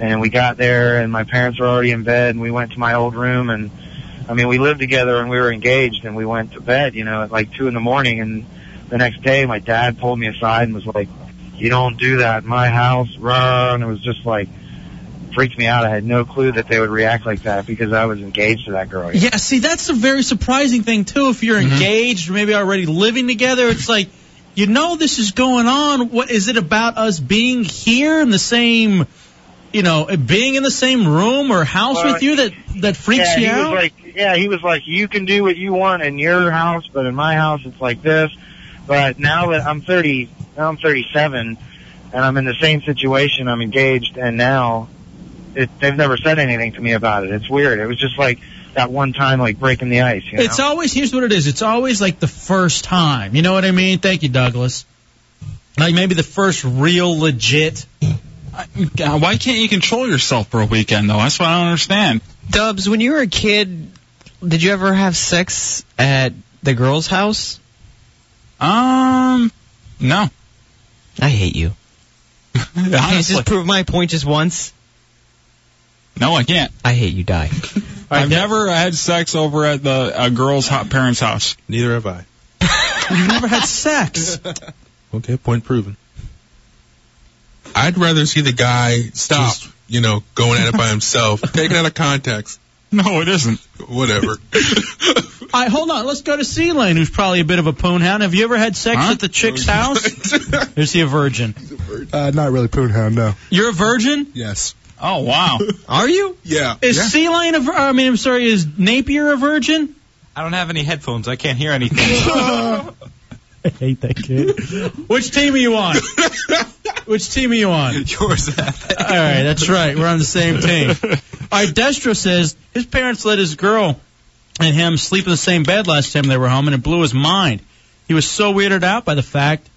and we got there and my parents were already in bed, and we went to my old room, and I mean we lived together and we were engaged, and we went to bed, you know, at like two in the morning, and the next day my dad pulled me aside and was like, "You don't do that in my house," rah, and it was just like. Freaked me out. I had no clue that they would react like that because I was engaged to that girl. you know?
Yeah, see, that's a very surprising thing, too. If you're engaged or maybe already living together, it's like, you know, this is going on. What is it about us being here in the same, you know, being in the same room or house
Well,
with you that, that freaks
yeah,
you
he
out?
Was like, yeah, he was like, you can do what you want in your house, but in my house it's like this. But now that I'm 30, now I'm 37, and I'm in the same situation. I'm engaged, and now it, they've never said anything to me about it. It's weird. It was just like that one time, like breaking the ice. You know?
It's always here's what it is. It's always like the first time. You know what I mean? Thank you, Douglas. Like maybe the first real legit.
God, uh, why can't you control yourself for a weekend though? That's what I don't understand.
Dubs, when you were a kid, did you ever have sex at the girl's house?
Um, no.
I hate
[LAUGHS]
you. Can you
Honestly.
just prove my point just once?
No, I can't.
I hate you. Die.
[LAUGHS] I've never had sex over at the a girl's ho- parents' house.
Neither have I.
You've never had
[LAUGHS]
sex.
Okay, point proven. I'd rather see the guy stop, you know, going at it
[LAUGHS]
by himself. Take it out of context.
No, it isn't.
Whatever.
[LAUGHS]
All right, hold on. Let's go to C Lane, who's probably a bit of a poon hound. Have you ever had sex
Huh?
at the chick's house? Or Is he a virgin?
Uh, not really poon hound, no.
You're a virgin?
Yes.
Oh wow.
Are you?
Yeah.
Is
Yeah.
C Lane a vir- I mean, I'm sorry, is Napier a virgin?
I don't have any headphones. I can't hear anything.
[LAUGHS] I hate that kid. [LAUGHS] Which team are
[LAUGHS]
you on? Which team are you on?
Yours.
[LAUGHS] All right, that's right. We're on the same team. All right, Destro says his parents let his girl and him sleep in the same bed last time they were home, and it blew his mind. He was so weirded out by the fact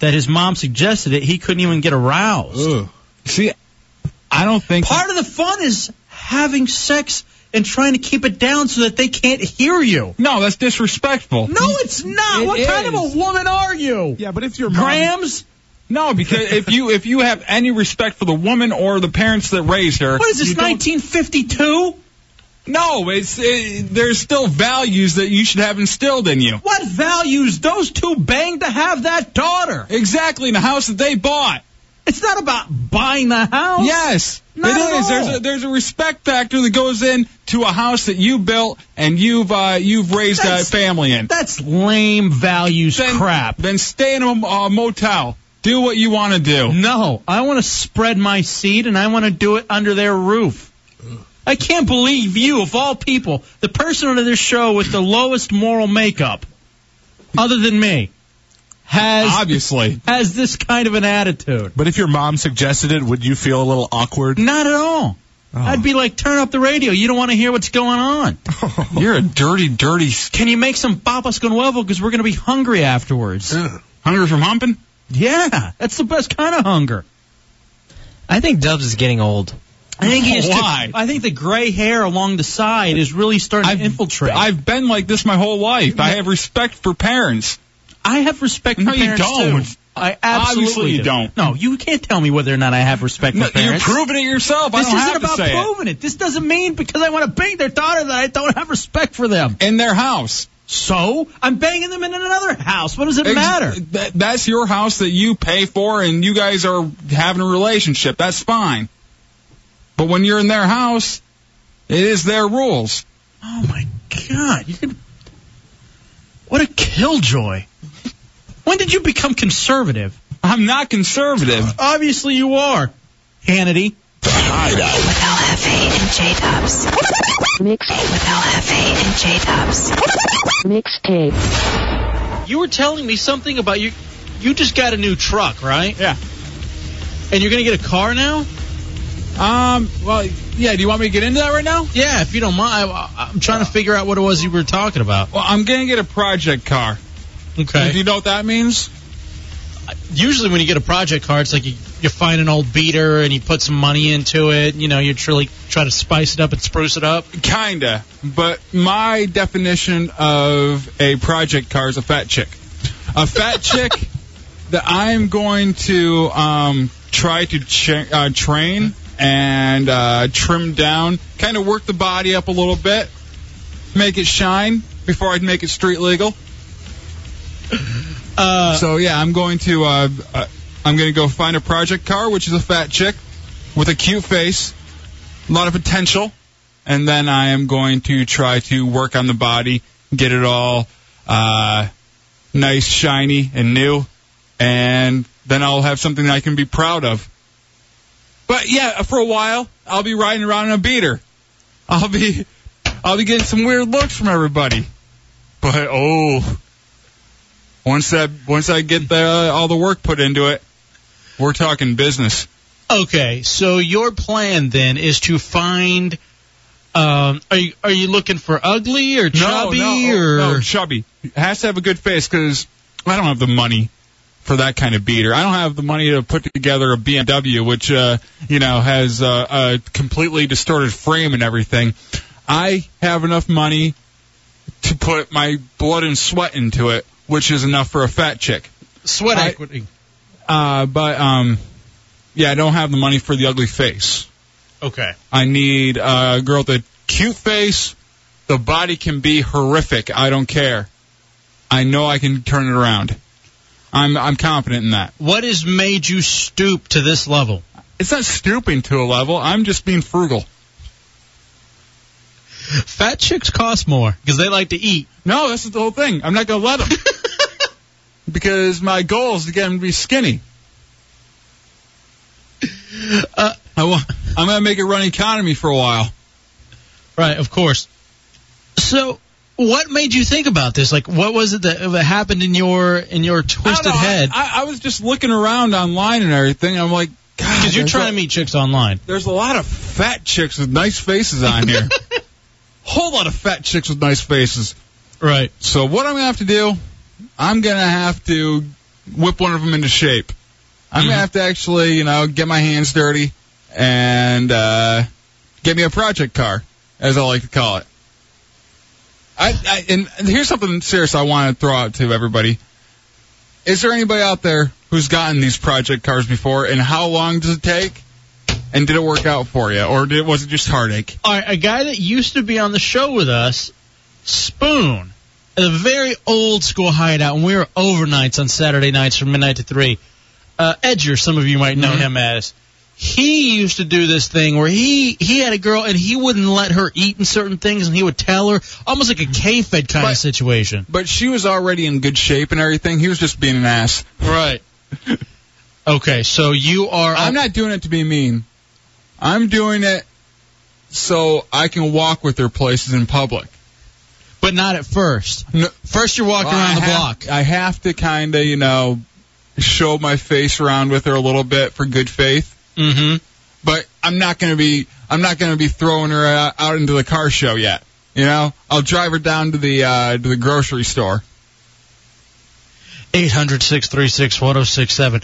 that his mom suggested it, he couldn't even get aroused.
See, I don't think
Part of the fun is having sex and trying to keep it down so that they can't hear you.
No, that's disrespectful.
No, it's not.
It
what kind of
is.
a woman are you?
Yeah, but if your mom,
Grams?
No, because if you if you have any respect for the woman or the parents that raised her,
What is this,
you don't-
1952?
No, it's it, there's still values that you should have instilled in you.
What values? Those two banged to have that daughter.
Exactly, in the house that they bought.
It's not about buying the house.
Yes,
Not
it is.
at all.
There's a, there's a respect factor that goes in to a house that you built and you've uh, you've raised
That's-
a family in.
That's lame values
Then-
crap.
Then stay in a uh, motel. Do what you want to do.
No, I want to spread my seed and I want to do it under their roof. I can't believe you, of all people, the person on this show with the lowest moral makeup, other than me, has
Obviously,
has this kind of an attitude.
but if your mom suggested it, would you feel a little awkward? Oh.
Not at all. I'd be like, turn up the radio. You don't want to hear what's going
[LAUGHS]
on.
you're a dirty, dirty s-
Can you make some papas con huevo? Because we're going to be hungry afterwards.
hungry from humping.
Yeah, that's the best kind of hunger.
I think Dubs is getting old.
I think he just took-
Why?
I think the gray hair along the side is really starting to infiltrate.
I've been like this my whole life. I have respect for parents.
I have respect for
No, you
parents,
don't.
too. I absolutely
Obviously you
do.
don't.
No, you can't tell me whether or not I have respect for
You're
parents.
proving it yourself. I
this
don't
isn't
have
about
to say it.
proving it. This doesn't mean because I want to bang their daughter that I don't have respect for them
in their house.
So I'm banging them in another house. What does it
Ex-
matter?
That, that's your house that you pay for, and you guys are having a relationship. That's fine. But when you're in their house, it is their rules.
Oh my God! You could. What a killjoy! When did you become conservative?
I'm not conservative.
Obviously, you are, Hannity.
With LFA and J Dubs. Mixed with LFA and J Dubs. Mixtape.
You were telling me something about you. You just got a new truck, right?
Yeah.
And you're gonna get a car now?
Um. Well, yeah. Do you want me to get into that right now? Uh,
Yeah, if you don't mind. I, I'm trying to figure out what it was you were talking about.
Well, I'm gonna get a project car.
Okay.
Do you know what that means?
Usually, when you get a project car, it's like you, you find an old beater and you put some money into it. You know, you truly try to spice it up and spruce it up.
Kinda. But my definition of a project car is a fat chick. A fat chick that I'm going to um, try to ch- uh, train and uh, trim down, kind of work the body up a little bit, make it shine before I'd make it street legal.
Uh,
so yeah, I'm going to uh, uh, I'm going to go find a project car, which is a fat chick with a cute face, a lot of potential, and then I am going to try to work on the body, get it all uh, nice, shiny, and new, and then I'll have something that I can be proud of. But yeah, for a while, I'll be riding around in a beater. I'll be I'll be getting some weird looks from everybody. But oh, once that once I get the, all the work put into it, we're talking business.
Okay, so your plan then is to find. Um, are you are you looking for ugly or chubby
no,
or?
no, Oh, chubby It has to have a good face because I don't have the money for that kind of beater. I don't have the money to put together a BMW, which uh, you know has uh, a completely distorted frame and everything. I have enough money to put my blood and sweat into it, which is enough for a fat chick.
Sweat
I-
equity.
Uh, but um, yeah, I don't have the money for the ugly face.
Okay.
I need a girl with a cute face. The body can be horrific. I don't care. I know I can turn it around. I'm I'm confident in that.
What has made you stoop to this level?
It's not stooping to a level. I'm just being frugal.
Fat chicks cost more because they like to eat.
No, that's the whole thing. I'm not gonna
[LAUGHS]
let them because my goal is to get them to be skinny.
Uh,
I wa- I'm gonna make it run economy for a while.
Right, of course. So, what made you think about this? Like, what was it that, that happened in your in your
I
twisted
don't know, I-
head?
I, I was just looking around online and everything. I'm like, God,
Because you're
there's
trying
a-
to meet chicks online.
There's a lot of fat chicks with nice faces on
[LAUGHS]
here. Whole lot of fat chicks with nice faces.
Right.
So what I'm gonna have to do, I'm gonna have to whip one of them into shape. I'm
Mhm.
gonna have to actually, you know, get my hands dirty and uh, get me a project car, as I like to call it. I, I and and here's something serious I want to throw out to everybody. Is there anybody out there who's gotten these project cars before, and how long does it take? And did it work out for you, or did, was it just heartache?
All right, a guy that used to be on the show with us, Spoon, a very old school hideout, and we were overnights on Saturday nights from midnight to three. Uh, Edger, some of you might know him as. He used to do this thing where he he had a girl and he wouldn't let her eat in certain things, and he would tell her almost like a K-fed kind of
But-
situation.
But she was already in good shape and everything. He was just being an ass.
Right. okay, so you are.
I'm not doing it to be mean. I'm doing it so I can walk with her places in public.
but not at first.
No-
First, you're walking
Well, I
around the
have-
block.
I have to kind of, you know, show my face around with her a little bit for good faith.
Mm-hmm.
But I'm not gonna be, I'm not gonna be throwing her out, out into the car show yet. You know, I'll drive her down to the uh, to the grocery store.
800 636 1067.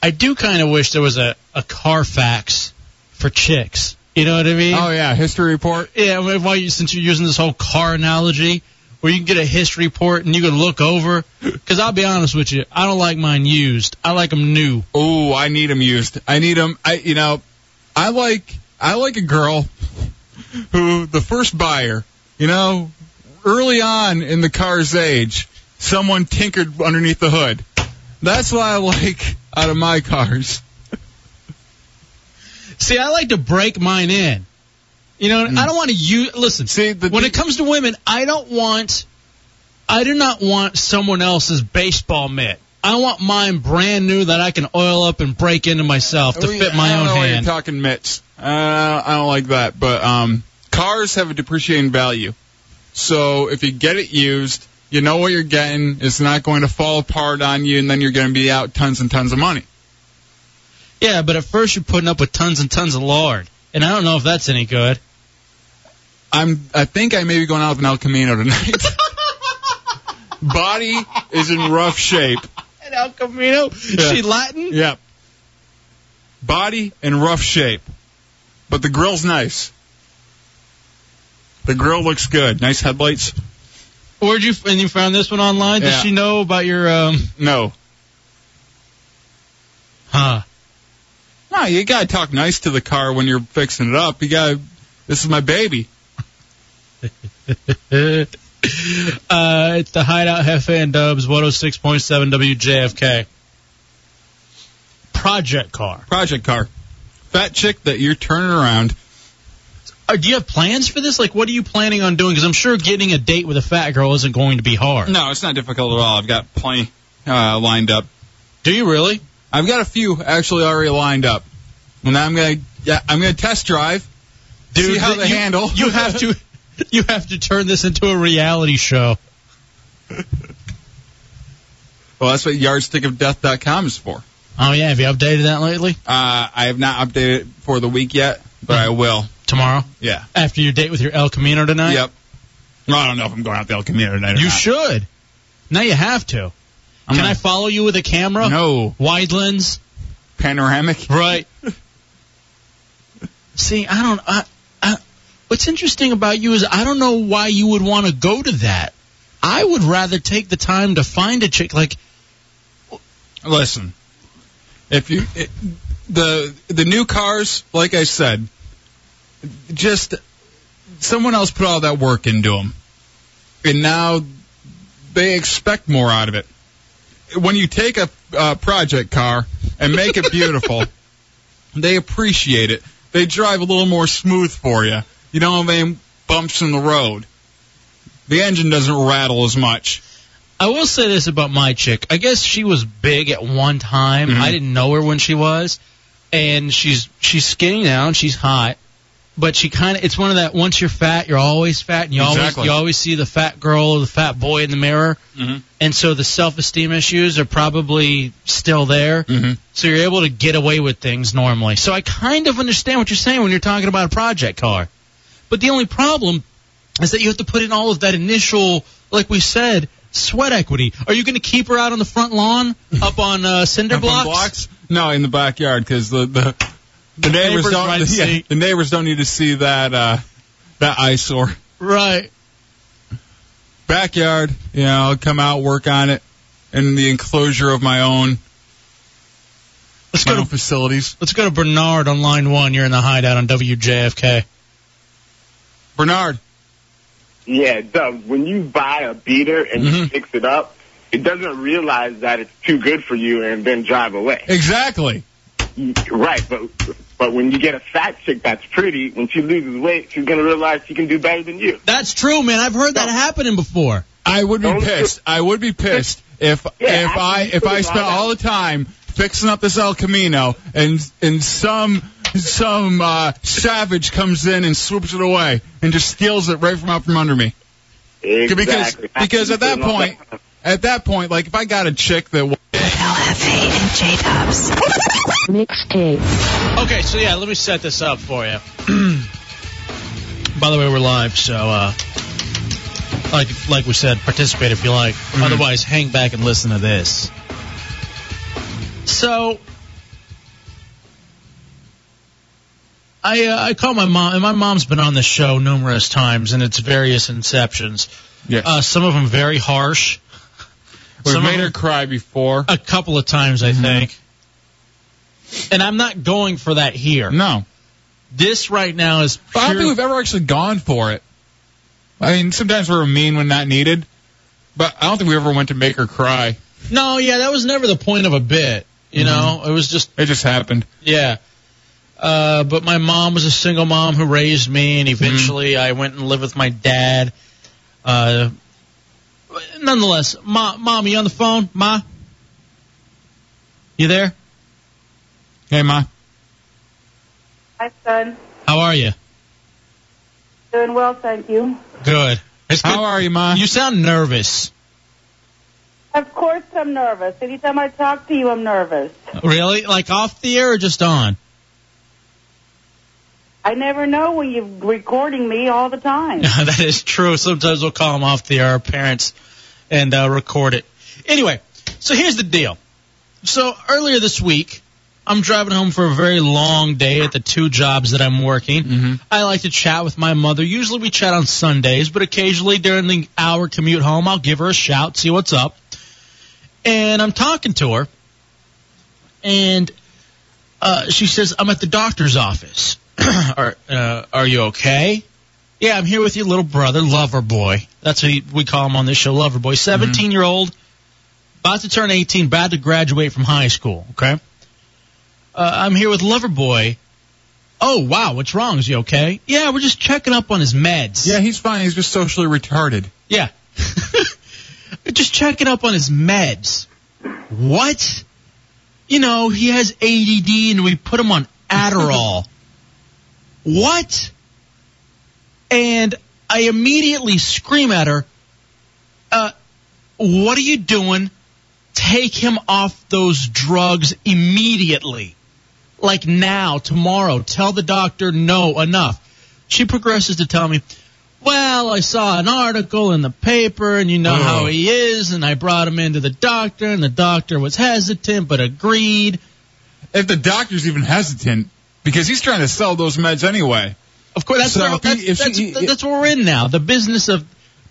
I do kind of wish there was a, a Carfax for chicks. You know what I mean?
Oh yeah, history report.
Yeah, well, why you, since you're using this whole car analogy, where you can get a history report and you can look over. Because I'll be honest with you, I don't like mine used. I like them new.
Oh, I need them used. I need them. I you know, I like I like a girl [LAUGHS] who the first buyer, you know, early on in the car's age, someone tinkered underneath the hood. That's what I like out of my cars.
See, I like to break mine in. You know, I don't want to use. Listen,
Mm. See, the,
when it comes to women, I don't want. I do not want someone else's baseball mitt. I want mine brand new that I can oil up and break into myself to
Oh, yeah,
fit my
I don't
own
know why
hand.
You're talking mitts. Uh, I don't like that, but um, cars have a depreciating value. So if you get it used, you know what you're getting. It's not going to fall apart on you, and then you're going to be out tons and tons of money.
Yeah, but at first you're putting up with tons and tons of lard, and I don't know if that's any good.
I'm. I think I may be going out with an El Camino
[LAUGHS]
tonight. Body is in rough shape.
And El Camino,
Yeah.
she Latin.
Yep. Body in rough shape, but the grill's nice. The grill looks good. Nice headlights.
Where'd you and you found this one online? Did
Yeah.
she know about your um?
No.
Huh.
No, you gotta talk nice to the car when you're fixing it up. You gotta. This is my baby.
uh, it's Uh, the Hideout Hefe and Dubs 106.7 WJFK. Project car.
Project car. Fat chick that you're turning around.
Uh, do you have plans for this? Like, what are you planning on doing? Because I'm sure getting a date with a fat girl isn't going to be hard.
No, it's not difficult at all. I've got plenty uh, lined up.
Do you really?
I've got a few actually already lined up, and I'm gonna yeah I'm gonna test drive. see how
th-
they
you,
handle.
You have to, you have to turn this into a reality show.
[LAUGHS] Well, that's what yardstickofdeath.com is for.
Oh yeah, have you updated that lately?
Uh, I have not updated it for the week yet, but
[LAUGHS]
I will.
Tomorrow
Yeah.
after your date with your El Camino tonight.
Yep. Well, I don't know if I'm going out to El Camino tonight. or
You
not.
should. Now you have to.
I'm
Can
gonna-
I follow you with a camera?
No.
Wide lens.
Panoramic. [LAUGHS]
Right. See, I don't. I, I, what's interesting about you is I don't know why you would want to go to that. I would rather take the time to find a chick. Like,
Listen, if you it, the the new cars, like I said, just someone else put all that work into them, and now they expect more out of it. When you take a uh, project car and make it
[LAUGHS]
beautiful, they appreciate it. They drive a little more smooth for you. You don't have any bumps in the road. The engine doesn't rattle as much.
I will say this about my chick. I guess she was big at one time. I didn't know her when she was, and she's she's skinny now and she's hot. But she kind of it's one of that once you're fat you're always fat and you
Exactly.
always you always see the fat girl or the fat boy in the mirror.
Mm-hmm.
and so the self-esteem issues are probably still there.
Mhm.
So you're able to get away with things normally. So I kind of understand what you're saying when you're talking about a project car. But the only problem is that you have to put in all of that initial, like we said, sweat equity. Are you going to keep her out on the
[LAUGHS]
front lawn, up on uh, cinder
Up on
blocks?
blocks? No, in the backyard because the the, the neighbors,
neighbors
don't [LAUGHS]
might
yeah,
see.
the neighbors don't need to see that uh, that eyesore
Right.
backyard. You know, I'll come out work on it in the enclosure of my own
Let's
my
go
own
to
facilities.
let's go to Bernard on line one. You're in the hideout on WJFK.
Bernard,
Yeah, Doug, when you buy a beater and you
Mm-hmm.
fix it up, it doesn't realize that it's too good for you and then drive away.
exactly.
Right, but but when you get a fat chick that's pretty, when she loses weight, she's gonna realize she can do better than you.
That's true, man. I've heard that happening before.
I would be
Don't-
pissed. I would be pissed if
Yeah,
if I if I spent all the time fixing up this El Camino and and some some uh, savage comes in and swoops it away and just steals it right from out from under me.
Exactly.
Because because at that point at that point like if I got a chick that wa-
LFA and J Dubs. Mixtape.
Okay, so yeah, let me set this up for you. [CLEARS THROAT] By the way, we're live, so uh, like like we said, participate if you like.
Mm-hmm.
Otherwise, hang back and listen to this. So, I uh, I call my mom, and my mom's been on this show numerous times, and its various inceptions.
Yeah.
Uh, some of them very harsh.
We've
Some of
made her
them-
cry before. Mm-hmm.
A couple of times, I think. And I'm not going for that here.
No.
This right now is.
But I don't think we've ever actually gone for it. I mean, sometimes we were mean when not needed, but I don't think we ever went to make her cry.
No, yeah, that was never the point of a bit. You know, it was just
Mm-hmm. It just happened.
yeah. Uh, but my mom was a single mom who raised me, and
Mm-hmm.
eventually I went and lived with my dad. Uh, nonetheless, Ma, mom, you on the phone? Ma, you there?
Hey, ma,
Hi, son.
how are you?
Doing well, thank you.
Good. How
are you, ma?
You sound nervous.
Of course, I'm nervous. Anytime I talk to you, I'm nervous.
Really? Like off the air or just on?
I never know when you're recording me all the
[LAUGHS]
time.
that is true. Sometimes we'll call them off the air, our parents, and uh, record it. Anyway, so here's the deal. So earlier this week, I'm driving home for a very long day at the two jobs that I'm working. I like to chat with my mother. Usually we chat on Sundays, but occasionally during the hour commute home, I'll give her a shout, see what's up. And I'm talking to her, and uh, she says, I'm at the doctor's office. [CLEARS THROAT] are, uh, are you okay? Yeah, I'm here with your little brother, Lover Boy. That's what he, we call him on this show, Lover Boy. 17 year old, about to turn 18, about to graduate from high school. Okay. Uh, I'm here with Lover Boy. Oh wow, what's wrong? Is he okay? Yeah, we're just checking up on his meds.
Yeah, he's fine. He's just socially retarded.
Yeah. [LAUGHS] just checking up on his meds. What? You know, he has ADD and we put him on
[LAUGHS]
Adderall. what? And I immediately scream at her, uh, what are you doing? Take him off those drugs immediately. Like now, tomorrow. Tell the doctor no, enough. She progresses to tell me, well, I saw an article in the paper and you know how he is and I brought him into the doctor and the doctor was hesitant but agreed.
If the doctor's even hesitant, because he's trying to sell those meds anyway.
Of course, that's,
So
where,
if he-
that's,
if
that's,
she-
that's where we're in now. The business of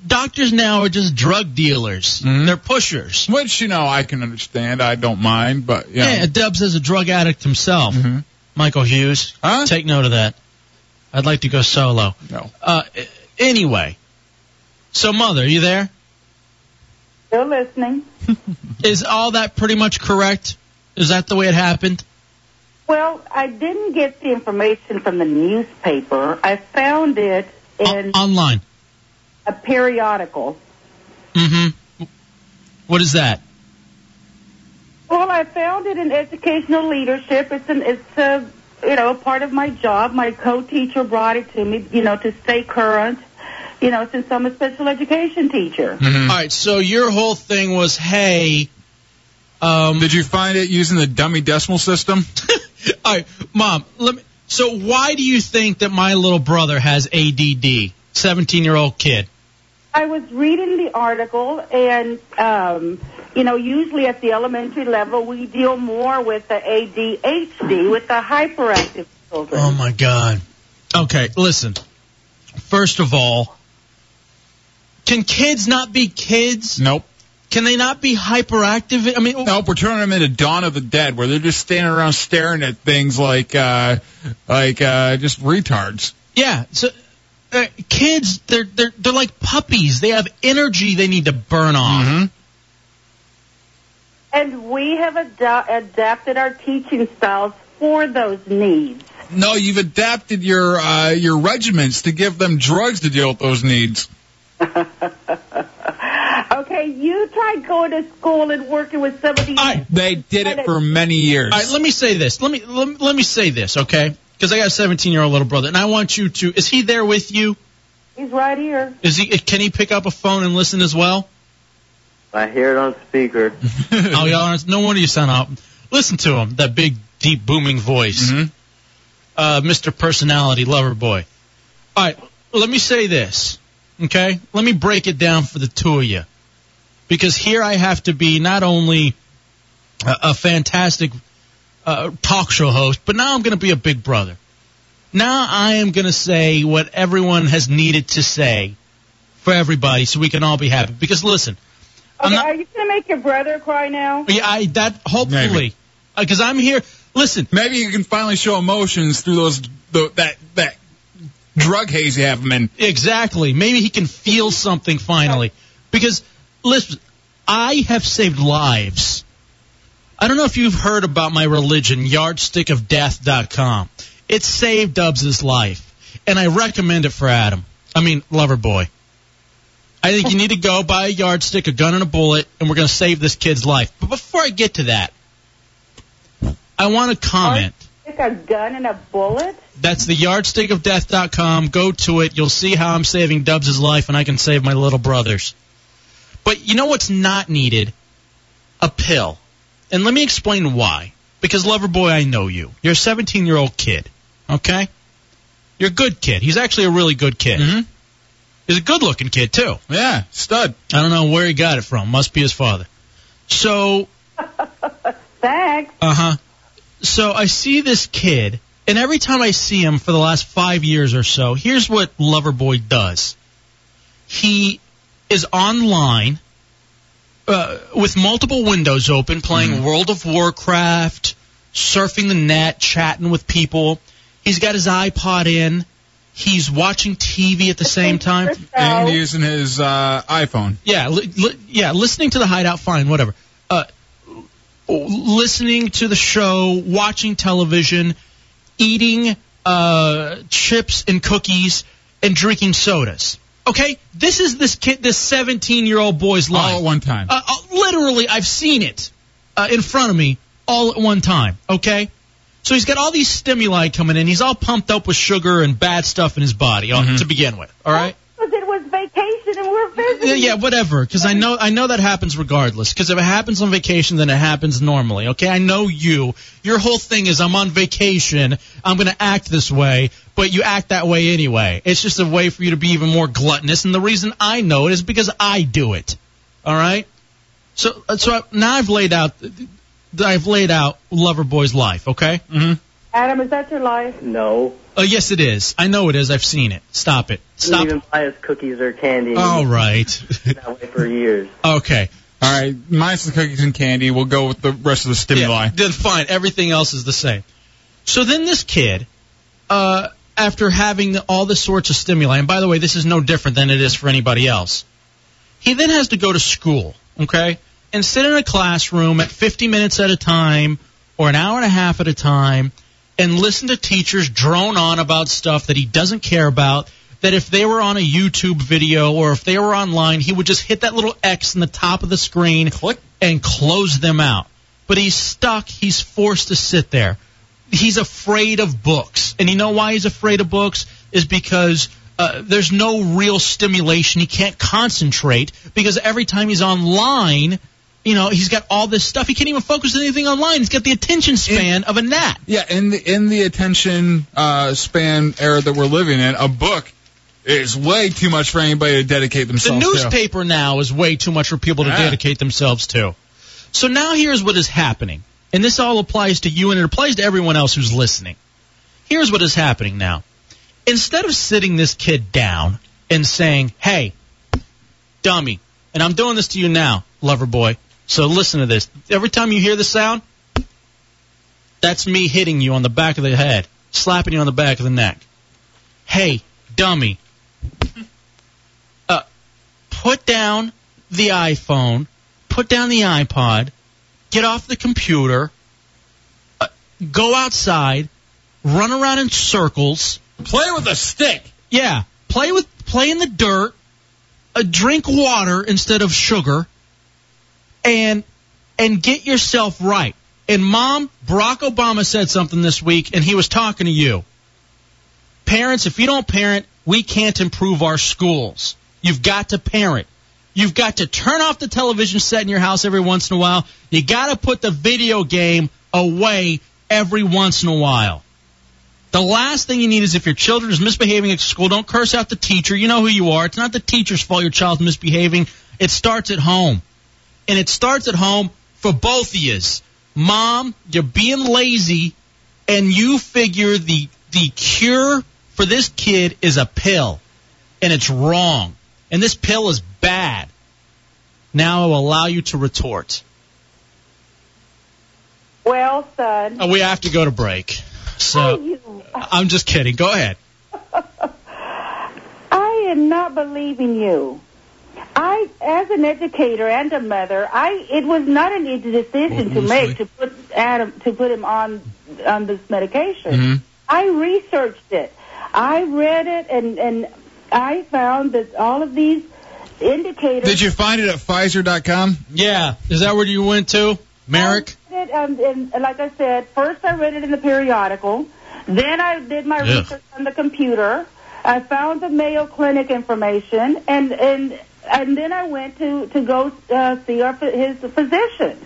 doctors now are just drug dealers. They're pushers.
Mm-hmm. Which, you know, I can understand. I don't mind, but, you know.
Yeah, Dubs is a drug addict himself.
Mm-hmm.
Michael Hughes. Take note of that. I'd like to go solo.
No.
Uh, anyway, so mother, you there?
Still listening.
Mm-hmm.
Is all that pretty much correct? Is that the way it happened?
Well, I didn't get the information from the newspaper. I found it in
online.
a periodical.
Mm-hmm. What is that?
Well, I found it in educational leadership. It's an it's a you know part of my job. My co-teacher brought it to me, you know, to stay current. You know, since I'm a special education teacher.
Mm-hmm.
All right, so your whole thing was, hey. Um,
Did you find it using the dummy decimal system?
[LAUGHS] all right, mom. Let me. So why do you think that my little brother has ADD? Seventeen-year-old kid.
I was reading the article, and um, you know, usually at the elementary level, we deal more with the ADHD, with the hyperactive children.
Oh my god. Okay, listen. First of all, can kids not be kids?
Nope.
Can they not be hyperactive? I mean,
nope. We're turning them into Dawn of the Dead, where they're just standing around staring at things like, uh, like uh, just retards.
Yeah. So uh, kids, they're they're they're like puppies. They have energy they need to burn off.
Mm-hmm.
And we have ada- adapted our teaching styles for those needs.
No, you've adapted your uh, your regiments to give them drugs to deal with those needs.
Okay, you tried going to school and working with some of these.
They did it for many years.
All right. Let me say this. Let me let me, let me say this, okay? Because I got a 17 year old little brother, and I want you to. Is he there with you?
He's right here.
Is he? Can he pick up a phone and listen as well?
I hear it on speaker.
[LAUGHS] oh, y'all aren't, no wonder you sound out. Listen to him, that big, deep, booming voice. Uh, Mr. Personality, lover boy. All right, let me say this, okay? Let me break it down for the two of you. Because here I have to be not only a, a fantastic uh, talk show host, but now I'm going to be a big brother. Now I am going to say what everyone has needed to say for everybody so we can all be happy. Because listen,
Okay, are you gonna make your brother cry now?
yeah, I, that hopefully, because I'm here. Listen,
maybe you can finally show emotions through those the, that that drug haze you have him in.
Exactly. Maybe he can feel something finally. Because listen, I have saved lives. I don't know if you've heard about my religion, yardstickofdeath.com. It saved Dubs' life, and I recommend it for Adam. I mean, lover boy. I think you need to go buy a yardstick, a gun, and a bullet, and we're going to save this kid's life. But before I get to that, I want to comment.
Like a gun and a bullet?
That's the yardstickofdeath.com. Go to it. You'll see how I'm saving Dubs' life and I can save my little brothers. But you know what's not needed? A pill. And let me explain why. Because, lover boy, I know you. You're a 17 year old kid. Okay? You're a good kid. He's actually a really good kid. Mm-hmm. He's a good looking kid, too.
Yeah, stud.
I don't know where he got it from. Must be his father. So.
Thanks.
Uh huh. So I see this kid, and every time I see him for the last five years or so, here's what Loverboy does. He is online uh, with multiple windows open, playing
Mm-hmm.
World of Warcraft, surfing the net, chatting with people. He's got his iPod in. He's watching TV at the same time.
And using his uh, iPhone.
Yeah, li- li- yeah, listening to the hideout, fine, whatever. Uh, listening to the show, watching television, eating uh, chips and cookies, and drinking sodas. Okay, this is this kid, this 17-year-old boy's life. All at
one time.
Uh, uh, literally, I've seen it uh, in front of me all at one time. Okay, so he's got all these stimuli coming in. He's all pumped up with sugar and bad stuff in his body uh, to begin with. All right.
Because it was vacation and we're visiting.
Yeah, yeah, whatever. Because I know I know that happens regardless. Because if it happens on vacation, then it happens normally. Okay, I know you. Your whole thing is I'm on vacation. I'm going to act this way, but you act that way anyway. It's just a way for you to be even more gluttonous. And the reason I know it is because I do it. All right. So uh, so I, now I've laid out I've laid out Loverboy's life. Okay. Mm-hmm.
Adam, is that your life?
No.
Uh, yes, it is. I know it is. I've seen it. Stop it.
Stop. Didn't even buy us cookies or candy.
All right.
That way for years.
Okay.
All right, minus the cookies and candy, we'll go with the rest of the stimuli.
Yeah, then fine. Everything else is the same. So then this kid, uh, after having all the sorts of stimuli, and by the way, this is no different than it is for anybody else, he then has to go to school, okay, and sit in a classroom at 50 minutes at a time or an hour and a half at a time and listen to teachers drone on about stuff that he doesn't care about. That if they were on a YouTube video or if they were online, he would just hit that little X in the top of the screen and close them out. But he's stuck. He's forced to sit there. He's afraid of books. And you know why he's afraid of books? Is because uh, there's no real stimulation. He can't concentrate because every time he's online, you know, he's got all this stuff. He can't even focus on anything online. He's got the attention span of a gnat.
Yeah, in the in the attention uh, span era that we're living in, a book is way too much for anybody to dedicate
The
themselves to.
newspaper now is way too much for people to
Yeah.
dedicate themselves to. So now here's what is happening. And this all applies to you and it applies to everyone else who's listening. Here's what is happening now. Instead of sitting this kid down and saying, hey, dummy, and I'm doing this to you now, lover boy, so listen to this. Every time you hear the sound, that's me hitting you on the back of the head, slapping you on the back of the neck. Hey, dummy, uh, put down the iPhone, put down the iPod, get off the computer, uh, go outside, run around in circles,
play with a stick.
Yeah, play with play in the dirt, uh, drink water instead of sugar, and and get yourself right. And mom, Barack Obama said something this week, and he was talking to you. Parents, if you don't parent, we can't improve our schools. You've got to parent. You've got to turn off the television set in your house every once in a while. You got to put the video game away every once in a while. The last thing you need is if your children is misbehaving at school, don't curse out the teacher. You know who you are. It's not the teacher's fault your child's misbehaving. It starts at home. And it starts at home for both of yous. Mom, you're being lazy and you figure the the cure for this kid is a pill, and it's wrong, and this pill is bad. Now I will allow you to retort.
Well, son.
Uh, we have to go to break, so I'm just kidding. Go ahead.
I am not believing you. I, as an educator and a mother, I it was not an easy decision to make to put Adam to put him on on this medication.
Mm-hmm.
Mm-hmm.
I researched it. I read it, and and I found that all of these indicators.
Did you find it at Pfizer.com?
Yeah. Is that where you went to, Merrick?
read it, um, and like I said, first I read it in the periodical. Then I did my
Yeah.
research on the computer. I found the Mayo Clinic information, and and and then I went to to go uh, see our, ph- his physician.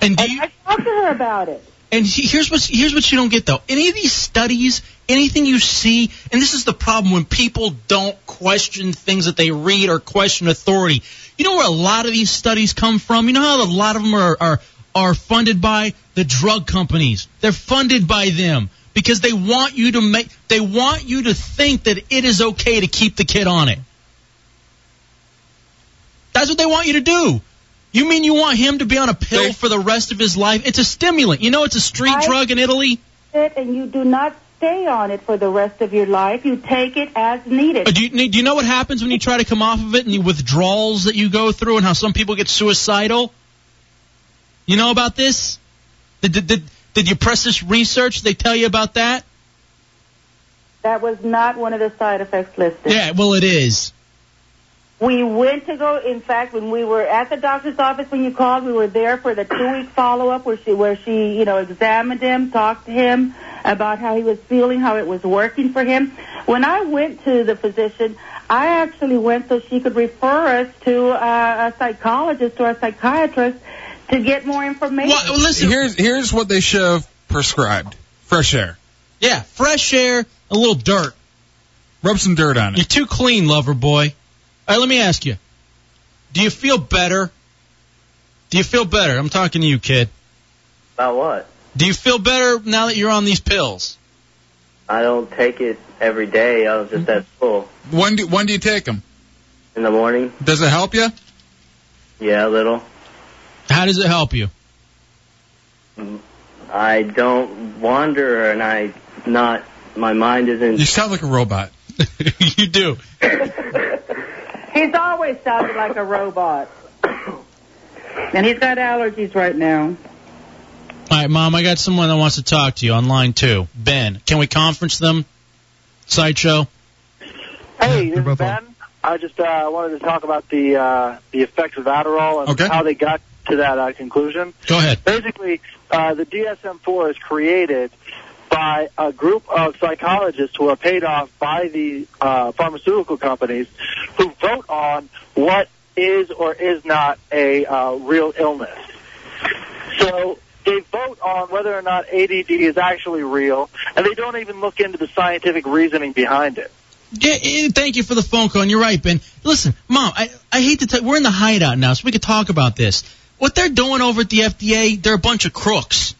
And do you,
I talked to her about it.
And he- here's what here's what you don't get though. Any of these studies, anything you see, and this is the problem when people don't question things that they read or question authority. You know where a lot of these studies come from. You know how a lot of them are are, are funded by the drug companies. They're funded by them because they want you to make they want you to think that it is okay to keep the kid on it. That's what they want you to do. You mean you want him to be on a pill for the rest of his life? It's a stimulant. You know, it's a street
I-
drug in Italy.
It and you do not stay on it for the rest of your life. You take it as needed.
Uh, Do you, do you know what happens when you try to come off of it and the withdrawals that you go through and how some people get suicidal? You know about this? Did, did, did, did you press this research? They tell you about that?
That was not one of the side effects listed.
Yeah, well, it is.
We went to go. In fact, when we were at the doctor's office when you called, we were there for the two-week follow-up where she, where she, you know, examined him, talked to him about how he was feeling, how it was working for him. When I went to the physician, I actually went so she could refer us to uh, a psychologist or a psychiatrist to get more information.
Here's here's what they should have prescribed: fresh air.
Yeah, fresh air, a little dirt.
Rub some dirt on it.
You're too clean, lover boy. All right, let me ask you. Do you feel better? Do you feel better? I'm talking to you, kid.
About what?
Do you feel better now that you're on these pills?
I don't take it every day. I was just at
Mm-hmm.
school
When do when do you take them?
in the morning.
Does it help you?
Yeah, a little.
How does it help you?
I don't wander, and I not. My mind isn't.
You sound like a robot.
[LAUGHS] you do.
He's always sounded like a robot. And he's got allergies right now.
All right, Mom, I got someone that wants to talk to you on line two. Ben, can we conference them? Sideshow?
Hey, this is Ben. I just uh, wanted to talk about the uh, the effects of Adderall and
Okay.
how they got to that uh, conclusion.
Go ahead.
Basically, uh, the DSM-4 is created by a group of psychologists who are paid off by the uh, pharmaceutical companies who vote on what is or is not a uh, real illness. So they vote on whether or not ADD is actually real, and they don't even look into the scientific reasoning behind it.
Yeah, eh, thank you for the phone call. And you're right, Ben. Listen, Mom, I, I hate to tell we're in the hideout now, so we could talk about this. What they're doing over at the FDA, they're a bunch of crooks.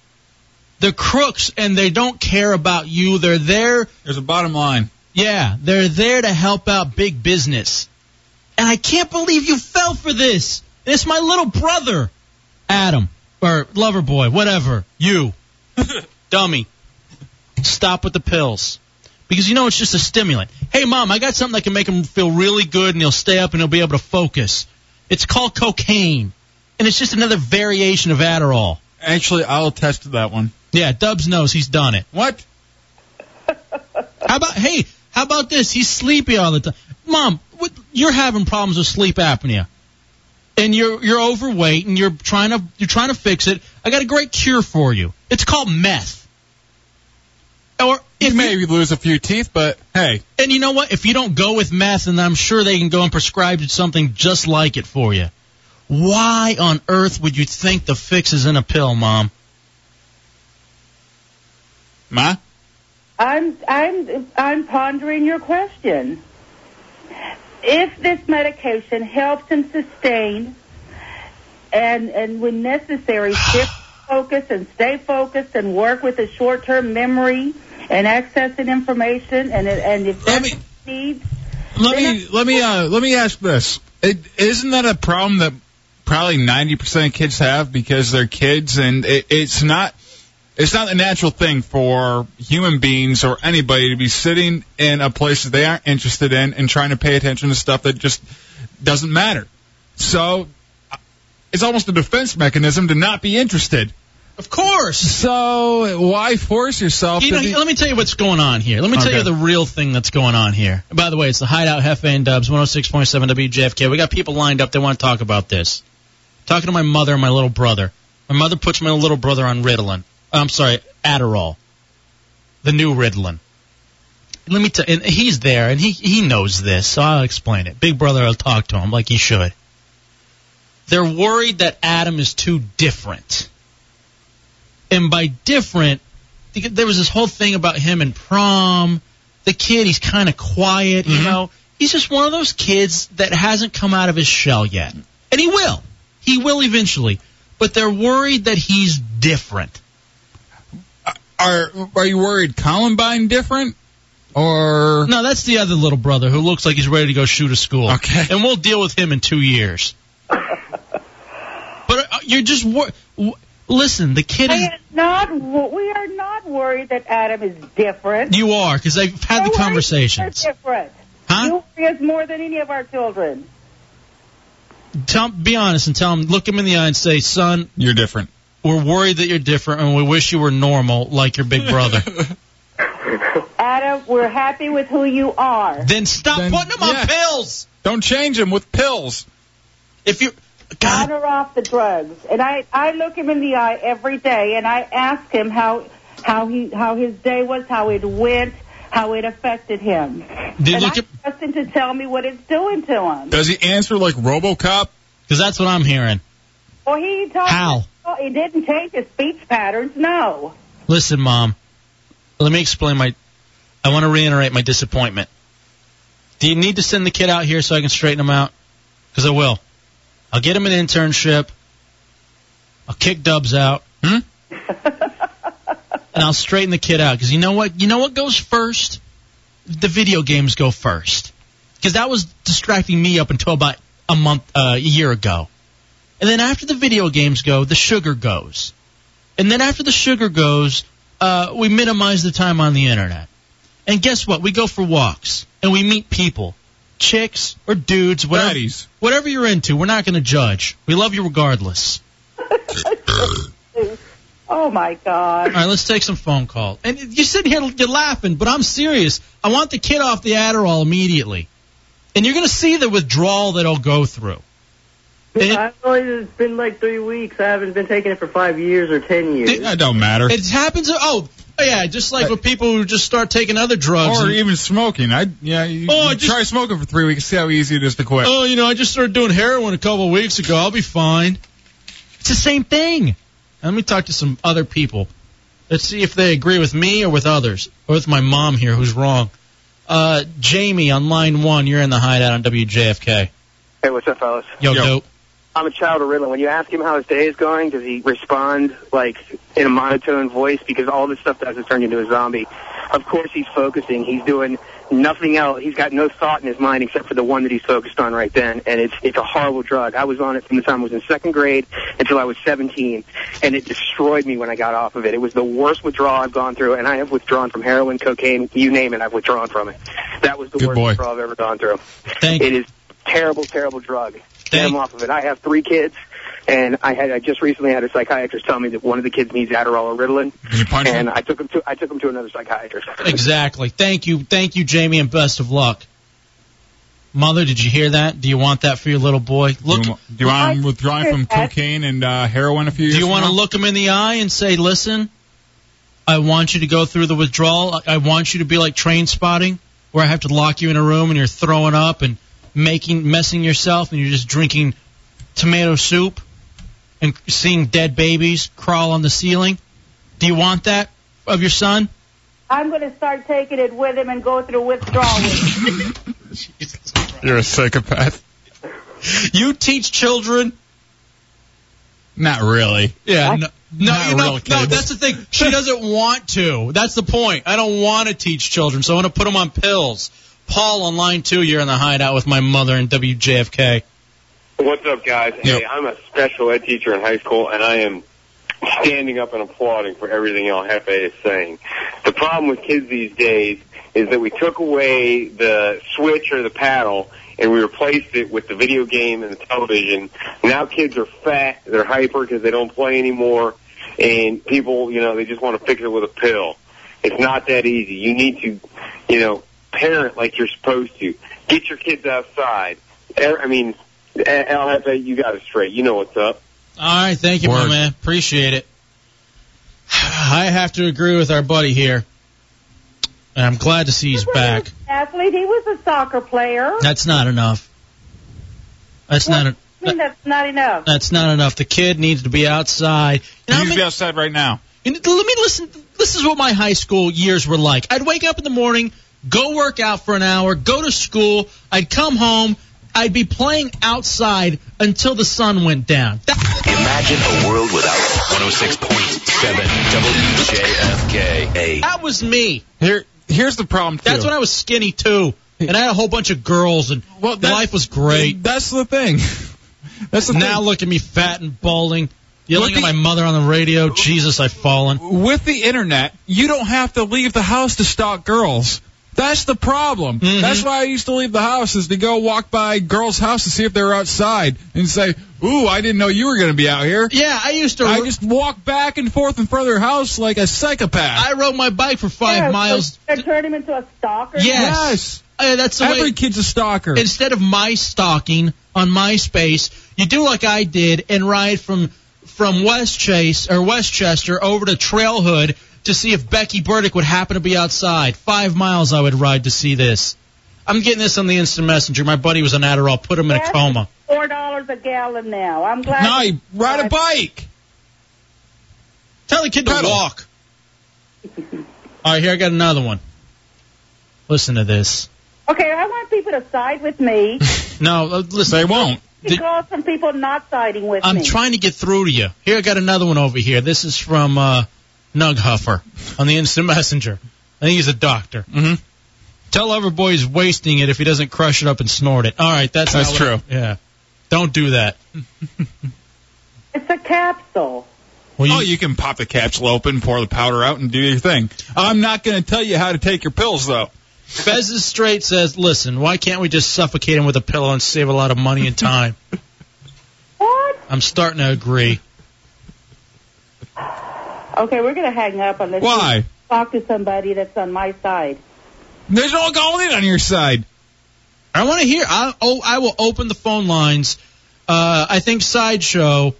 They're crooks, and they don't care about you. They're there.
There's a bottom line.
Yeah, they're there to help out big business. And I can't believe you fell for this. It's my little brother, Adam, or lover boy, whatever.
[LAUGHS]
You, dummy. Stop with the pills. Because you know it's just a stimulant. Hey, mom, I got something that can make him feel really good and he'll stay up and he'll be able to focus. It's called cocaine. And it's just another variation of Adderall.
Actually, I'll attest to that one.
Yeah, Dubs knows he's done it.
What?
How about hey? How about this? He's sleepy all the time. Mom, what, you're having problems with sleep apnea, and you're you're overweight, and you're trying to you're trying to fix it. I got a great cure for you. It's called meth. Or if
You maybe lose a few teeth, but hey,
and you know what? If you don't go with meth, then I'm sure they can go and prescribe you something just like it for you. Why on earth would you think the fix is in a pill, Mom?
Ma.
I'm I'm I'm pondering your question. If this medication helps him sustain and and
[SIGHS]
when necessary shift focus and stay focused and work with his short term memory and accessing information, and it- and if that's needs,
Let me let me uh, let me ask this: it, Isn't that a problem that probably ninety percent of kids have because they're kids, and it, it's not it's not a natural thing for human beings or anybody to be sitting in a place that they aren't interested in and trying to pay attention to stuff that just doesn't matter. So uh, it's almost a defense mechanism to not be interested.
Of course.
So why force yourself?
You
to
know,
be-
let me tell you what's going on here. Let me tell
Okay.
you the real thing that's going on here. By the way, it's the Hideout Hefe and Dubs 106.7 WJFK. We got people lined up. They want to talk about this. Talking to my mother and my little brother. My mother puts my little brother on Ritalin. I'm sorry, Adderall. The new Ritalin. Let me tell. And he's there, and he he knows this, so I'll explain it. Big brother will talk to him like he should. They're worried that Adam is too different. And by different, because there was this whole thing about him in prom. The kid, he's kind of quiet,
Mm-hmm.
you know. He's just one of those kids that hasn't come out of his shell yet. And he will. He will eventually. But they're worried that he's different.
Uh, Are are you worried Columbine different? Or
No, that's the other little brother who looks like he's ready to go shoot a school. Okay. And we'll deal with him in
[LAUGHS]
2 years. but uh, you're just wor- w- listen, the kid is
I am not. wo- We are not worried that Adam is different.
you are because I've had the
We're
conversations.
different. Huh? You worry us more than any of our children.
Tell, be honest and tell him, look him in the eye and say, son,
you're different.
We're worried that you're different and we wish you were normal like your big brother.
Adam, we're happy with who you are.
then stop putting him on pills.
Don't change him with pills.
If you
on or off the drugs. And I, I look him in the eye every day and I ask him how how he how his day was, how it went, how it affected him.
Did you
and
look
I trust him to tell me what it's doing to him.
Does he answer [LAUGHS] like
[LAUGHS]
RoboCop?
Because that's what I'm hearing.
Well, he told
How?
Oh, he didn't change his speech patterns. No.
Listen, Mom. Let me explain my. I want to reiterate my disappointment. Do you need to send the kid out here so I can straighten him out? Because I will. I'll get him an internship. I'll kick Dubs out. Hmm? and I'll straighten the kid out. Because you know what? You know what goes first? The video games go first. Because that was distracting me up until about a month, uh, a year ago. And then after the video games go, the sugar goes. And then after the sugar goes, uh, we minimize the time on the internet. And guess what? We go for walks and we meet people, chicks or dudes, whatever, whatever you're into. We're not going to judge. We love you regardless.
[LAUGHS] Oh my
All
God.
right, let's take some phone calls. And you're sitting here, you're laughing, but I'm serious. I want the kid off the Adderall immediately. And you're going to see the withdrawal that I'll go through.
I've only, it's been like three weeks. I haven't been taking it for five years or ten years.
That don't matter.
It happens. Oh, yeah, just like with people who just start taking other drugs.
Or
and-
even smoking. I yeah. You,
Oh, I
you
just-
try smoking for three weeks. See how easy it is to quit.
Oh, you know, I just started doing heroin a couple of weeks ago. I'll be fine. It's the same thing. Let me talk to some other people. Let's see if they agree with me or with others, or with my mom here, who's wrong. Uh, Jamie on line one, you're in the hideout on WJFK.
Hey, what's up, fellas?
Yo, dope.
I'm a child of Ritalin. When you ask him how his day is going, does he respond like in a monotone voice? Because all this stuff does is turn you into a zombie. Of course, he's focusing. He's doing nothing else. He's got no thought in his mind except for the one that he's focused on right then. And it's it's a horrible drug. I was on it from the time I was in second grade until I was 17, and it destroyed me when I got off of it. It was the worst withdrawal I've gone through, and I have withdrawn from heroin, cocaine, you name it. I've withdrawn from it. That was the worst withdrawal I've ever gone through.
Thank
it is terrible, terrible drug. Get them off of it. I have three kids, and I had I just recently had a psychiatrist tell me that one of the kids needs Adderall or Ritalin, and I took him to I took him to another psychiatrist.
Exactly. Thank you. Thank you, Jamie, and best of luck. Mother, did you hear that? Do you want that for your little boy? Look, do
you want him withdrawing from cocaine and uh, heroin a few
Do
years?
you want to look him in the eye and say, "Listen, I want you to go through the withdrawal. I- I want you to be like train spotting, where I have to lock you in a room and you're throwing up and making messing yourself, and you're just drinking tomato soup and seeing dead babies crawl on the ceiling. Do you want that of your son?
I'm going to start taking it with him and go through withdrawal. with him.
[LAUGHS]
You're a psychopath. [LAUGHS]
You teach children?
Not really.
Yeah. no- No, Not you know, real no, cable. that's the thing. She doesn't want to. That's the point. I don't want to teach children, so I'm going to put them on pills. Paul on line two, you're in the hideout with my mother and WJFK.
What's up, guys? Hey, I'm a special ed teacher in high school, and I am standing up and applauding for everything El Jefe is saying. The problem with kids these days is that we took away the switch or the paddle, and we replaced it with the video game and the television. Now kids are fat, they're hyper because they don't play anymore, and people, you know, they just want to fix it with a pill. It's not that easy. You need to, you know, parent like you're supposed to. Get your kids outside. Er- I mean, Al Jefe, you got it straight. You know what's up.
All right, thank you, my man. Appreciate it. [SIGHS] I have to agree with our buddy here. And I'm glad to see he's back.
Athlete, he was a soccer player.
That's not enough. That's not.
I mean, that's not enough.
That's not enough. The kid needs to be outside. You know,
He's outside right now.
And let me listen. This is what my high school years were like. I'd wake up in the morning, go work out for an hour, go to school. I'd come home. I'd be playing outside until the sun went down. That-
Imagine a world without 106.7 WJFK.
That was me.
Here, here's the problem.
That's when I was skinny too, and I had a whole bunch of girls, and life was great.
That's the thing. [LAUGHS] That's the
now look at me, fat and balding, yelling at my mother on the radio. Jesus, I've fallen.
With the internet, you don't have to leave the house to stalk girls. That's the problem.
Mm-hmm.
That's why I used to leave the house is to go walk by girls' house to see if they were outside and say, "Ooh, I didn't know you were going to be out here."
Yeah, I used to.
I just walk back and forth in front of their house like a psychopath.
I rode my bike for five
Yeah,
miles
so They turned him into a stalker.
Yes. Uh, that's the
Every
way,
kid's a stalker.
Instead of my stalking on MySpace, you do like I did and ride from from West Chase or Westchester over to Trailhood to see if Becky Burdick would happen to be outside. Five miles I would ride to see this. I'm getting this on the instant messenger. My buddy was on Adderall, put him in a coma.
Four dollars a gallon now. I'm glad.
No, you
ride a bike.
Tell the kid to walk. All right, here I got another one. Listen to this.
Okay, I want people to side
[LAUGHS]
with me.
No, uh, listen. They won't.
because some people not siding with
I'm
me.
trying to get through to you. Here, I got another one over here. This is from uh, Nug Huffer on the Instant [LAUGHS] Messenger. I think he's a doctor. Mm-hmm. Tell Overboy he's wasting it if he doesn't crush it up and snort it. All right, that's not
That's
what-
true.
yeah, don't do that.
It's a capsule.
oh, you can pop the capsule open, pour the powder out, and do your thing. I'm not going to tell you how to take your pills, though.
Fez is straight says, "Listen, why can't we just suffocate him with a pillow and save a lot of money and time?"
what?
I'm starting to agree.
Okay, we're gonna hang up unless
Why?
you talk to somebody that's on my side.
There's no going in on your side.
I want to hear. I oh, I will open the phone lines. Uh, I think sideshow.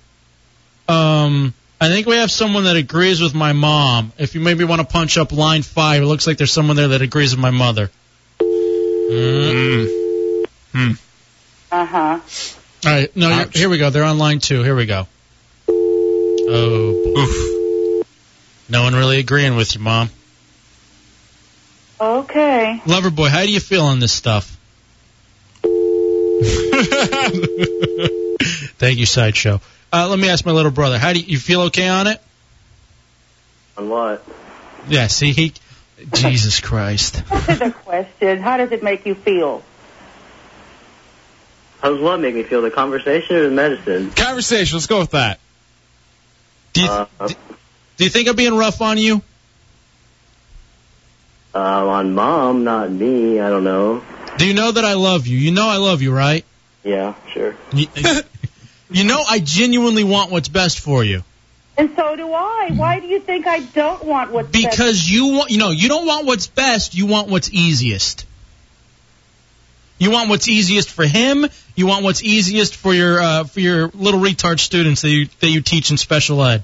Um, I think we have someone that agrees with my mom. If you maybe want to punch up line five, it looks like there's someone there that agrees with my mother. Mm.
Uh huh.
All right, no, you're- here we go. They're on line two. Here we go. Oh, boy. No one really agreeing with you, mom. [LAUGHS]
Okay.
Lover boy, how do you feel on this stuff? [LAUGHS] Thank you, sideshow. Uh, let me ask my little brother. How do you, you feel? Okay on it?
On what?
Yeah. See, he. Jesus Christ.
That's the question. How does it make you feel?
How does what make me feel? The conversation or the medicine?
Conversation. Let's go with that.
Do you, do you think I'm being rough on you?
Uh, on mom, not me. I don't know.
Do you know that I love you? You know I love you, right?
Yeah, sure.
You, [LAUGHS] you know I genuinely want what's best for you
And so do I. Why do you think I don't want what's best?
because you want. You know you don't want what's best. You want what's easiest. You want what's easiest for him. You want what's easiest for your uh, for your little retard students that you that you teach in special ed.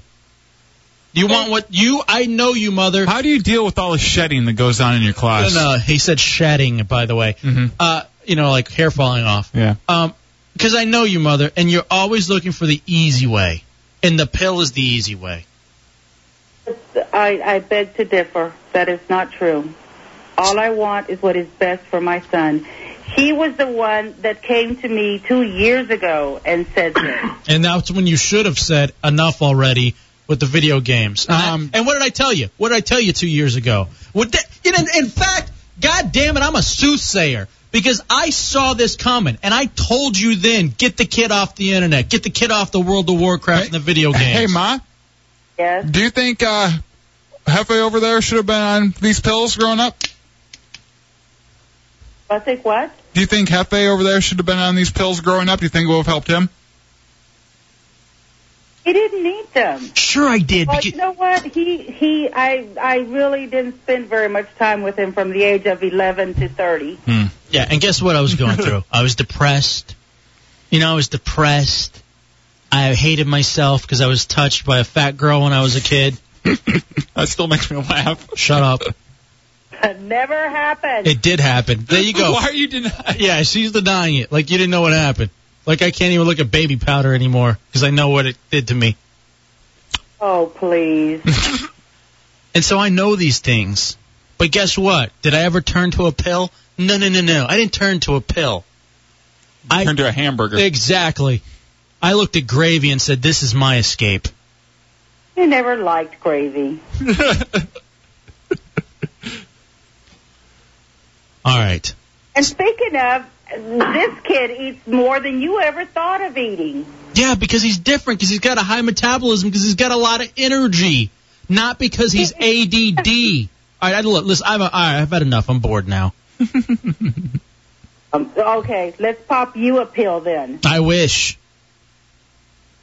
You want what you? I know you, mother.
How do you deal with all the shedding that goes on in your class?
No, no, uh, he said shedding, by the way. Uh, you know, like hair falling off.
Yeah.
Um, because I know you, mother, and you're always looking for the easy way, and the pill is the easy way.
I, I beg to differ. That is not true. All I want is what is best for my son. He was the one that came to me two years ago and said this.
And that's when you should have said enough already. with the video games.
Uh-huh.
Um, and what did I tell you? What did I tell you two years ago? What the, in, in fact, God damn it, I'm a soothsayer because I saw this coming and I told you then get the kid off the internet, get the kid off the World of Warcraft and the video games.
Hey, Ma.
Yes.
Do you think uh, Hefe over there should have been on these pills growing up?
I think what?
Do you think Hefe over there should have been on these pills growing up? Do you think it would have helped him?
He didn't need them.
Sure, I did.
Well, you know what? He he. I I really didn't spend very much time with him from the age of 11 to 30.
Hmm.
Yeah, and guess what I was
[LAUGHS]
going through? I was depressed. You know, I was depressed. I hated myself because I was touched by a fat girl when I was a kid.
[COUGHS] that still makes me laugh.
Shut up.
Never happened.
It did happen. There you
[LAUGHS]
go.
Why are you denying?
Yeah, she's denying it. Like you didn't know what happened. Like I can't even look at baby powder anymore because I know what it did to me.
Oh please.
And so I know these things. But guess what? Did I ever turn to a pill? No, no, no, no. I didn't turn to a pill. I
turned to a hamburger.
Exactly. I looked at gravy and said, "This is my escape."
You never liked gravy.
All right.
And speaking of, this kid eats more than you ever thought of eating.
Yeah, because he's different. Because he's got a high metabolism. Because he's got a lot of energy. Not because he's ADD. All right, I, look, listen. I'm a, all right, I've had enough. I'm bored now.
Um, [LAUGHS] okay, let's pop you a pill then.
I wish.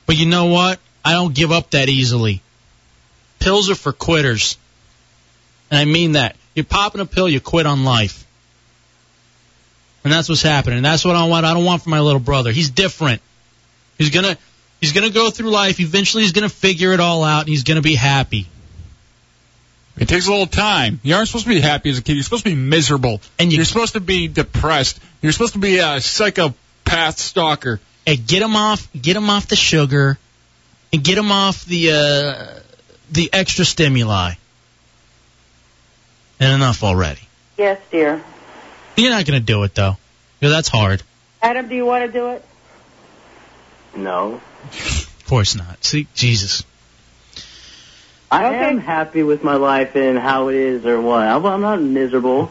But you know what? I don't give up that easily. Pills are for quitters. And I mean that. You're popping a pill, you quit on life. And that's what's happening. And that's what I want. I don't want for my little brother. He's different. He's gonna he's gonna go through life. Eventually he's gonna figure it all out and he's gonna be happy.
It takes a little time. You aren't supposed to be happy as a kid. You're supposed to be miserable.
And you,
are supposed to be depressed. You're supposed to be a psychopath stalker.
And get him off get him off the sugar and get him off the uh the extra stimuli. And enough already.
Yes, dear.
You're not gonna do it though. Yeah, that's hard.
Adam, do you want to do it?
No.
Of course not. See, Jesus.
I am happy with my life and how it is or what. I'm I'm not miserable.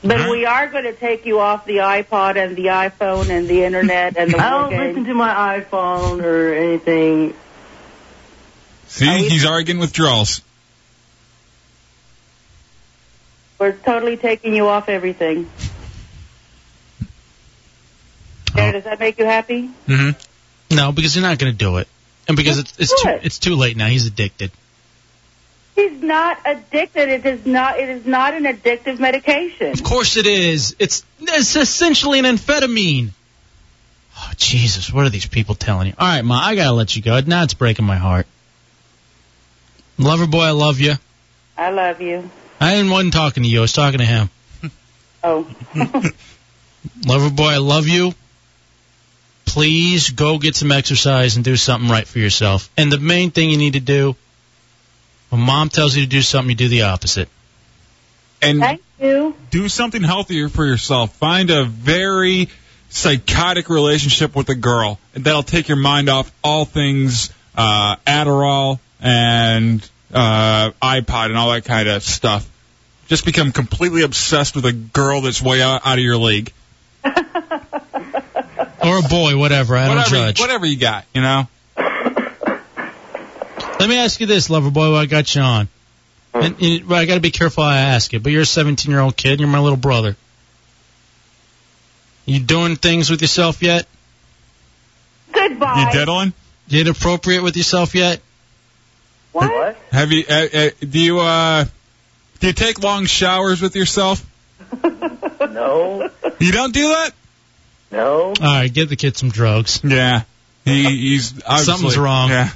But we are going to take you off the iPod and the iPhone and the internet and
[LAUGHS]
the
I
war
don't
game.
listen to my iPhone or anything.
See, he's already getting withdrawals.
We're totally taking you off everything.
Oh.
Yeah, does that make you happy?
Mm-hmm. No, because you're not gonna do it, and because it's it's too it's too late now. He's addicted.
He's not addicted. It is not. It is not an addictive medication.
Of course it is. It's it's essentially an amphetamine. Oh Jesus, what are these people telling you? All right, ma, I gotta let you go. Now it's breaking my heart. Lover boy, I love you.
I love you.
I didn't wasn't talking to you. I was talking to him.
Oh.
Lover boy, I love you. Please go get some exercise and do something right for yourself. And the main thing you need to do, when mom tells you to do something, you do the opposite.
And
Thank you.
do something healthier for yourself. Find a very psychotic relationship with a girl, and that'll take your mind off all things uh, Adderall and uh, iPod and all that kind of stuff. Just become completely obsessed with a girl that's way out, out of your league.
Or a boy, whatever. I
whatever,
don't judge.
whatever you got, you know.
Let me ask you this, lover boy, while I got you on.
Hmm.
And, and- well, I got to be careful how I ask it, but you're a 17 year old kid. and You're my little brother. You doing things with yourself yet?
Goodbye.
You diddling?
You inappropriate with yourself yet?
What?
Have you? Uh, uh, do you? Uh, do you take long showers with yourself?
[LAUGHS] No.
You don't do that?
No.
All right, give the kid some drugs.
Yeah. He, he's obviously,
Something's wrong.
Yeah.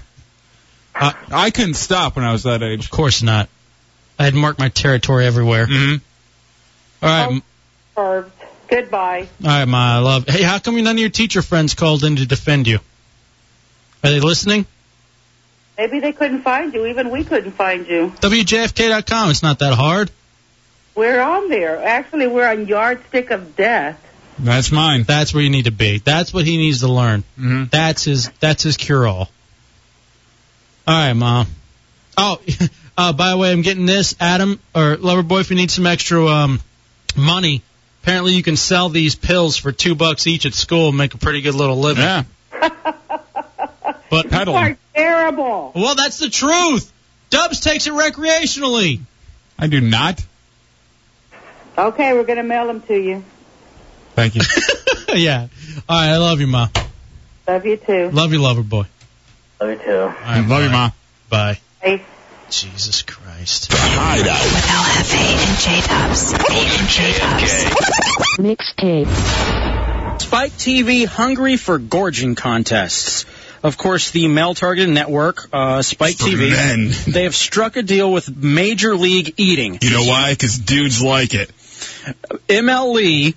I, I couldn't stop when I was that age.
Of course not. I had marked my territory everywhere.
Mm-hmm.
All right, m-
Or goodbye.
all right, my love. Hey, how come none of your teacher friends called in to defend you? Are they listening?
Maybe they couldn't find you. Even we couldn't find you.
WJFK.com. It's not that hard.
We're on there. Actually, we're on yardstick of death.
That's mine.
That's where you need to be. That's what he needs to learn.
Mm-hmm.
That's his. That's his cure all.
All right, mom. Oh, [LAUGHS] uh, by the way, I'm getting this, Adam or Loverboy. If you need some extra um, money, apparently you can sell these pills for two bucks each at school and make a pretty good little living. Yeah. [LAUGHS] but
You are terrible.
Well, that's the truth. Dubs takes it recreationally.
I do not.
Okay, we're gonna mail them to you.
Thank you.
[LAUGHS] yeah. All right, I love you, ma.
Love you too.
Love you, lover boy.
Love you too.
All right, love you, ma. Bye.
Bye.
Jesus Christ.
With LFA and J Dubs. And J Dubs.
Mixtape.
Spike TV hungry for gorging contests. Of course, the male targeted network, uh, Spike
For
TV,
men.
they have struck a deal with Major League Eating.
You know why? Because dudes like it.
MLE.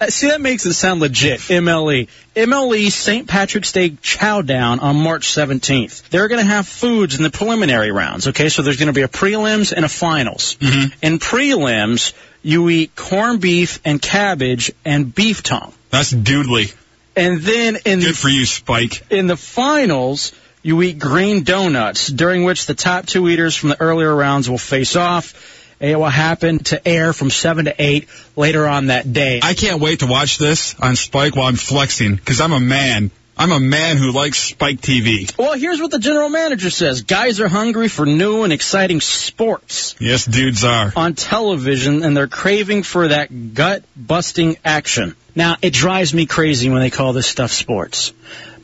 uh, See, that makes it sound legit. E. MLE. MLE St. Patrick's Day Chowdown on March 17th. They're going to have foods in the preliminary rounds, okay? So there's going to be a prelims and a finals.
Mm-hmm.
In prelims, you eat corned beef and cabbage and beef tongue.
That's doodly.
And then in
Good for you, Spike.
in the finals, you eat green donuts, during which the top two eaters from the earlier rounds will face off. And It will happen to air from 7 to 8 later on that day.
I can't wait to watch this on Spike while I'm flexing because I'm a man. I'm a man who likes Spike TV.
Well, here's what the general manager says Guys are hungry for new and exciting sports
Yes, dudes are.
on television, and they're craving for that gut busting action. Now, it drives me crazy when they call this stuff sports.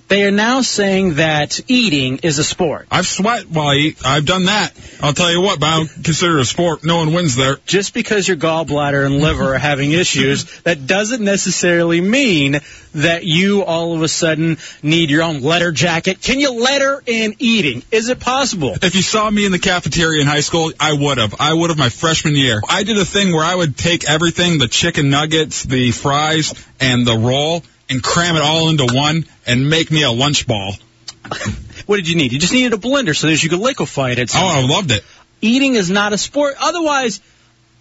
They are now saying that eating is a sport.
I've sweat while I eat. I've done that. I'll tell you what, but I don't consider it a sport. No one wins there.
just because your gallbladder and liver are having issues, that doesn't necessarily mean that you all of a sudden need your own letter jacket. Can you letter in eating? Is it possible?
If you saw me in the cafeteria in high school, I would have. I would have my freshman year. I did a thing where I would take everything, the chicken nuggets, the fries, and the roll, and cram it all into one and make me a lunch ball.
[LAUGHS] What did you need? You just needed a blender so that you could liquefy it. At some
Oh, I
point.
loved it.
Eating is not a sport. Otherwise,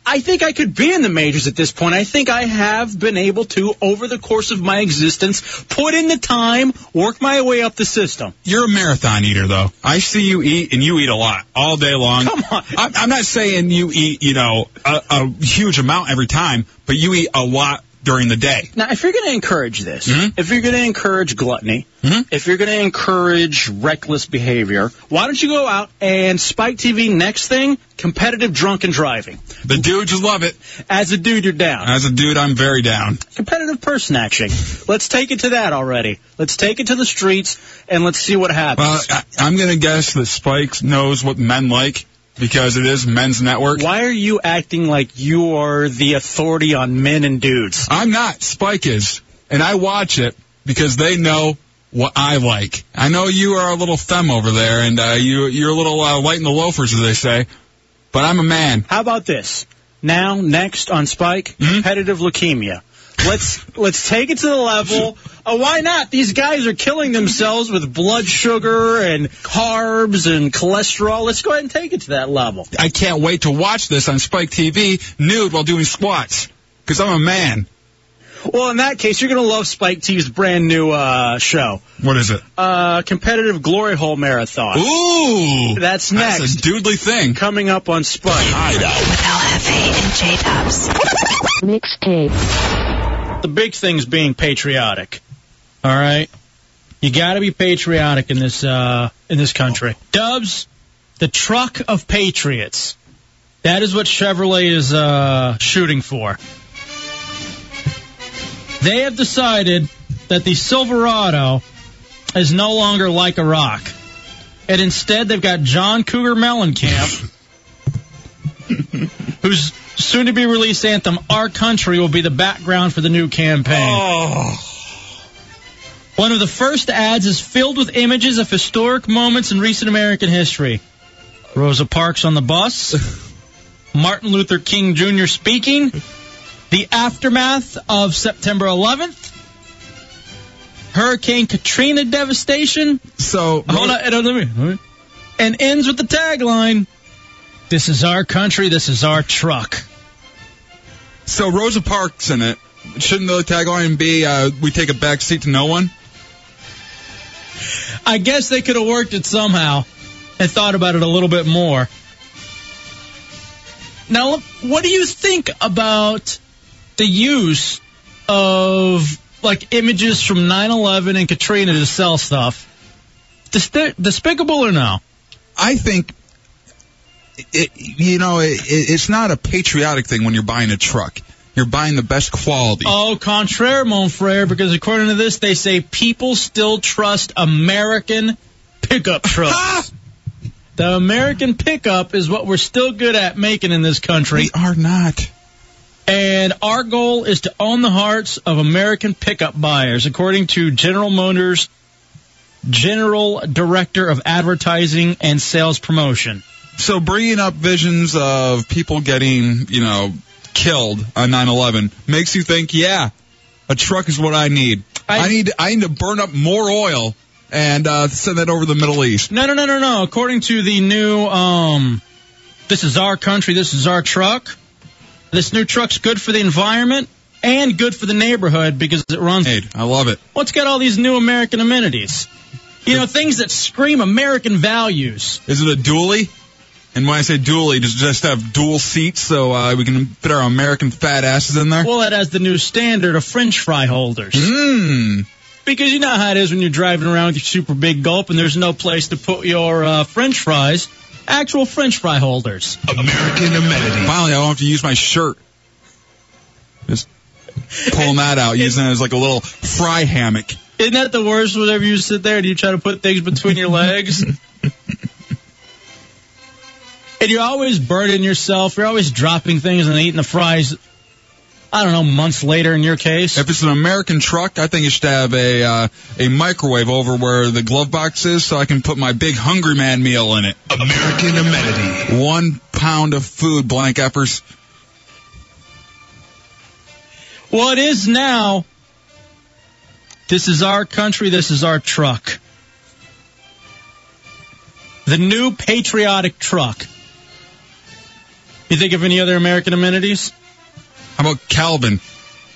I think I could be in the majors at this point. I think I have been able to, over the course of my existence, put in the time, work my way up the system.
You're a marathon eater, though. I see you eat, and you eat a lot all day long.
Come on.
I'm, I'm not saying you eat, you know, a, a huge amount every time, but you eat a lot during the day. Mm-hmm.
Now, if you're going to encourage this, if you're going to encourage gluttony, if you're going to encourage reckless behavior, why don't you go out and Spike TV next thing competitive drunken driving?
The dudes love it.
As a dude, you're down.
As a dude, I'm very down.
Competitive person action. Let's take it to that already. Let's take it to the streets and let's see what happens.
Well, Uh, I, I'm gonna guess that Spike knows what men like because it is men's network.
why are you acting like you are the authority on men and dudes?
I'm not. Spike is, and I watch it because they know what I like. I know you are a little femme over there, and uh, you you're a little uh, light in the loafers, as they say. But I'm a man.
How about this? Now, next on Spike,
Hmm?
competitive leukemia. Let's let's take it to the level. Oh, why not? These guys are killing themselves with blood sugar and carbs and cholesterol. Let's go ahead and take it to that level.
I can't wait to watch this on Spike TV nude while doing squats because I'm a man.
Well, in that case, you're gonna love Spike TV's brand new uh, show,
What is it?
uh, competitive glory hole marathon.
Ooh,
That's
that's
next.
a doodly thing.
Coming up on Spike.
With LFA and J Dubs.
Mixtape.
The big thing's being patriotic. All right. You got to be patriotic in this uh, in this country. Dubs, the truck of patriots. That is what Chevrolet is uh, shooting for. They have decided that the Silverado is no longer like a rock, and instead they've got John Cougar Mellencamp, whose soon-to-be released anthem "Our Country" will be the background for the new campaign. One of the first ads is filled with images of historic moments in recent American history. Rosa Parks on the bus, Martin Luther King Jr. speaking, the aftermath of September 11th, Hurricane Katrina devastation.
So
hold on, hold on, let me- and ends with the tagline: "This is our country. This is our truck."
So Rosa Parks in it. Shouldn't the tagline be uh, "We take a back seat to no one"?
I guess they could have worked it somehow.
and thought about it a little bit more. Now, look, what do you think about the use of like images from 9/11 and Katrina to sell stuff? Despi- despicable or no?
I think it, you know, it, it, it's not a patriotic thing when you're buying a truck. You're buying the best quality.
Oh, contraire, mon frere, because according to this, they say people still trust American
[LAUGHS]
pickup trucks. the American pickup is what we're still good at making in this country. We
are not.
And our goal is to own the hearts of American pickup buyers, according to General Motors General Director of Advertising and Sales Promotion.
so bringing up visions of people getting, you know, killed on 9/11 makes you think, yeah, a truck is what I need. I, need I need to burn up more oil and uh, send that over to the Middle East.
No, no, no, no, no. According to the new, um, this is our country, this is our truck. This new truck's good for the environment and good for the neighborhood because it runs.
I love it.
Well, it's got all these new American amenities. You know, things that scream American values.
Is it a dually? And when I say dually, just just have dual seats so uh, we can fit our American fat asses in there.
Well, that has the new standard of French fry holders.
Mmm.
Because you know how it is when you're driving around with your super big gulp and there's no place to put your uh, French fries. Actual French fry holders.
American amenities. Finally, I don't have to use my shirt. Just pulling that out, using it as like a little fry hammock.
Isn't that the worst? Whenever you sit there and you try to put things between
[LAUGHS]
your legs, and you're always burdening yourself. You're always dropping things and eating the fries. I don't know, months later in your case.
If it's an American truck, I think it should have a uh, a microwave over where the glove box is, so I can put my big Hungry Man meal in it. American amenity. One pound of food, blank effers.
Well, it is now. This is our country. This is our truck. The new patriotic truck. You think of any other American amenities?
How about Calvin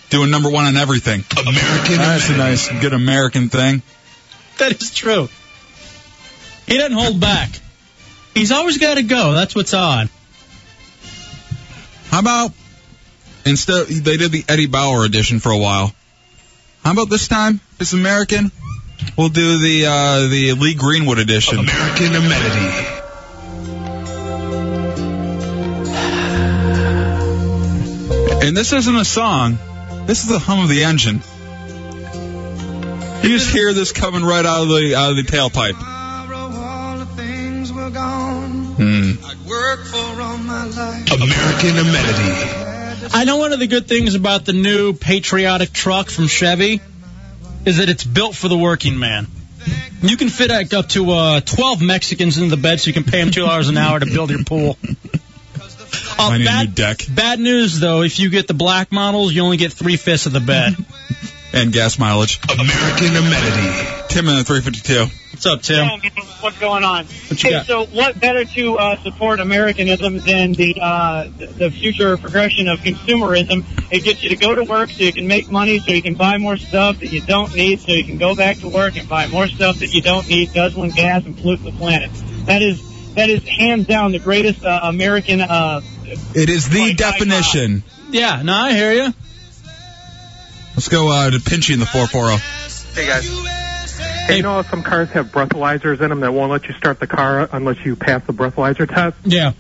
doing number one on everything? American. That's a nice, good American thing.
[LAUGHS] That is true. He doesn't hold back. He's always got to go. That's what's odd.
How about instead they did the Eddie Bauer edition for a while? How about this time it's American? We'll do the uh, the Lee Greenwood edition. American amenity. And this isn't a song. This is the hum of the engine. You just hear this coming right out of the out of the tailpipe. Hmm. American amenity.
I know one of the good things about the new patriotic truck from Chevy is that it's built for the working man. You can fit like, up to uh, 12 Mexicans into the bed, so you can pay them two dollars an hour to build your pool. Uh,
I need a
bad,
new deck
bad news though, if you get the black models, you only get three fifths of the bed.
[LAUGHS] and gas mileage. American amenity. Tim in the 352.
What's up, Tim?
what's going on?
you
hey,
got?
so what better to uh, support Americanism than the uh, the- the future progression of consumerism? It gets you to go to work so you can make money, so you can buy more stuff that you don't need, so you can go back to work and buy more stuff that you don't need, guzzling gas and polluting the planet. That is that is hands down the greatest uh, American. Uh,
It is the definition.
Yeah, no, I hear you.
Let's go uh, to Pinchy in the oh. [LAUGHS] 440.
Hey guys. Hey, you know how some cars have breathalyzers in them that won't let you start the car unless you pass the breathalyzer test?
Yeah.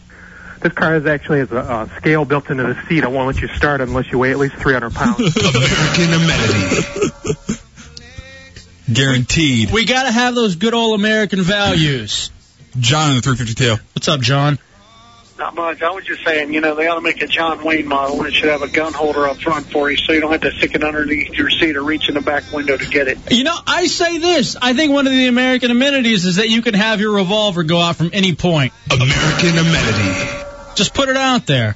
This car is actually has a, uh scale built into the seat. It won't let you start unless you weigh at least 300 pounds.
American amenity. Guaranteed.
We gotta have those good old American values.
John in the 352.
What's up, John?
Not much. I was just saying, you know, they ought to make a John Wayne model and it should have a gun holder up front for you so you don't have to stick it underneath your seat or reach in the back window to get it.
You know, I say this. I think one of the American amenities is that you can have your revolver go out from any point.
American amenity.
Just put it out there.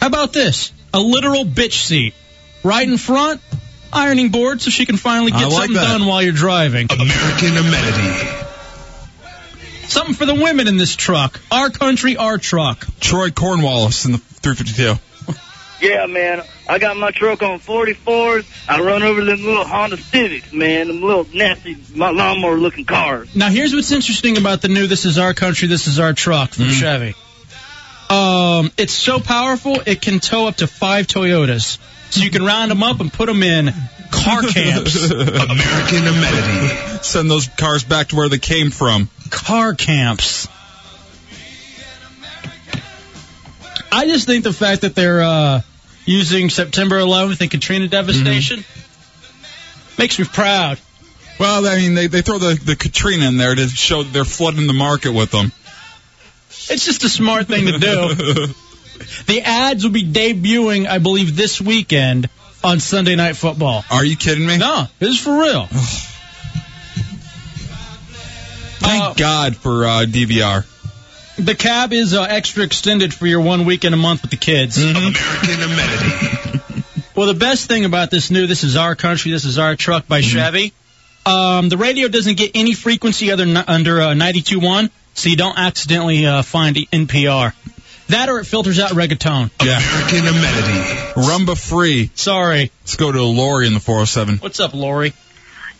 How about this? A literal bitch seat. Right in front, ironing board so she can finally
I
get
like
something
that.
done while you're driving.
American amenity.
Something for the women in this truck. Our country, our truck.
Troy Cornwallis in the 352.
Yeah, man. I got my truck on 44s. I run over them little Honda Civics, man. Them little nasty, my lawnmower looking cars.
Now, here's what's interesting about the new "This Is Our Country, This Is Our Truck" from Chevy. Um, it's so powerful it can tow up to five Toyotas, so you can round them up and put them in car camps.
American amenity. Send those cars back to where they came from.
Car camps. I just think the fact that they're uh, using September 11th and Katrina devastation makes me proud.
Well, I mean, they, they throw the, the Katrina in there to show that they're flooding the market with them.
It's just a smart thing
[LAUGHS]
to do. the ads will be debuting, I believe, this weekend on Sunday Night Football.
Are you kidding me?
No, this is for real.
Thank God for uh, DVR.
The cab is uh, extra extended for your one weekend a month with the kids.
Mm-hmm. American amenity.
Well, the best thing about this new "This Is Our Country, This Is Our Truck" by
Mm-hmm.
Chevy, um, the radio doesn't get any frequency other n- under uh, 92.1, so you don't accidentally uh, find NPR. That or it filters out reggaeton.
American amenity. Rumba free.
Sorry.
Let's go to Lori in the 407.
What's up, Lori?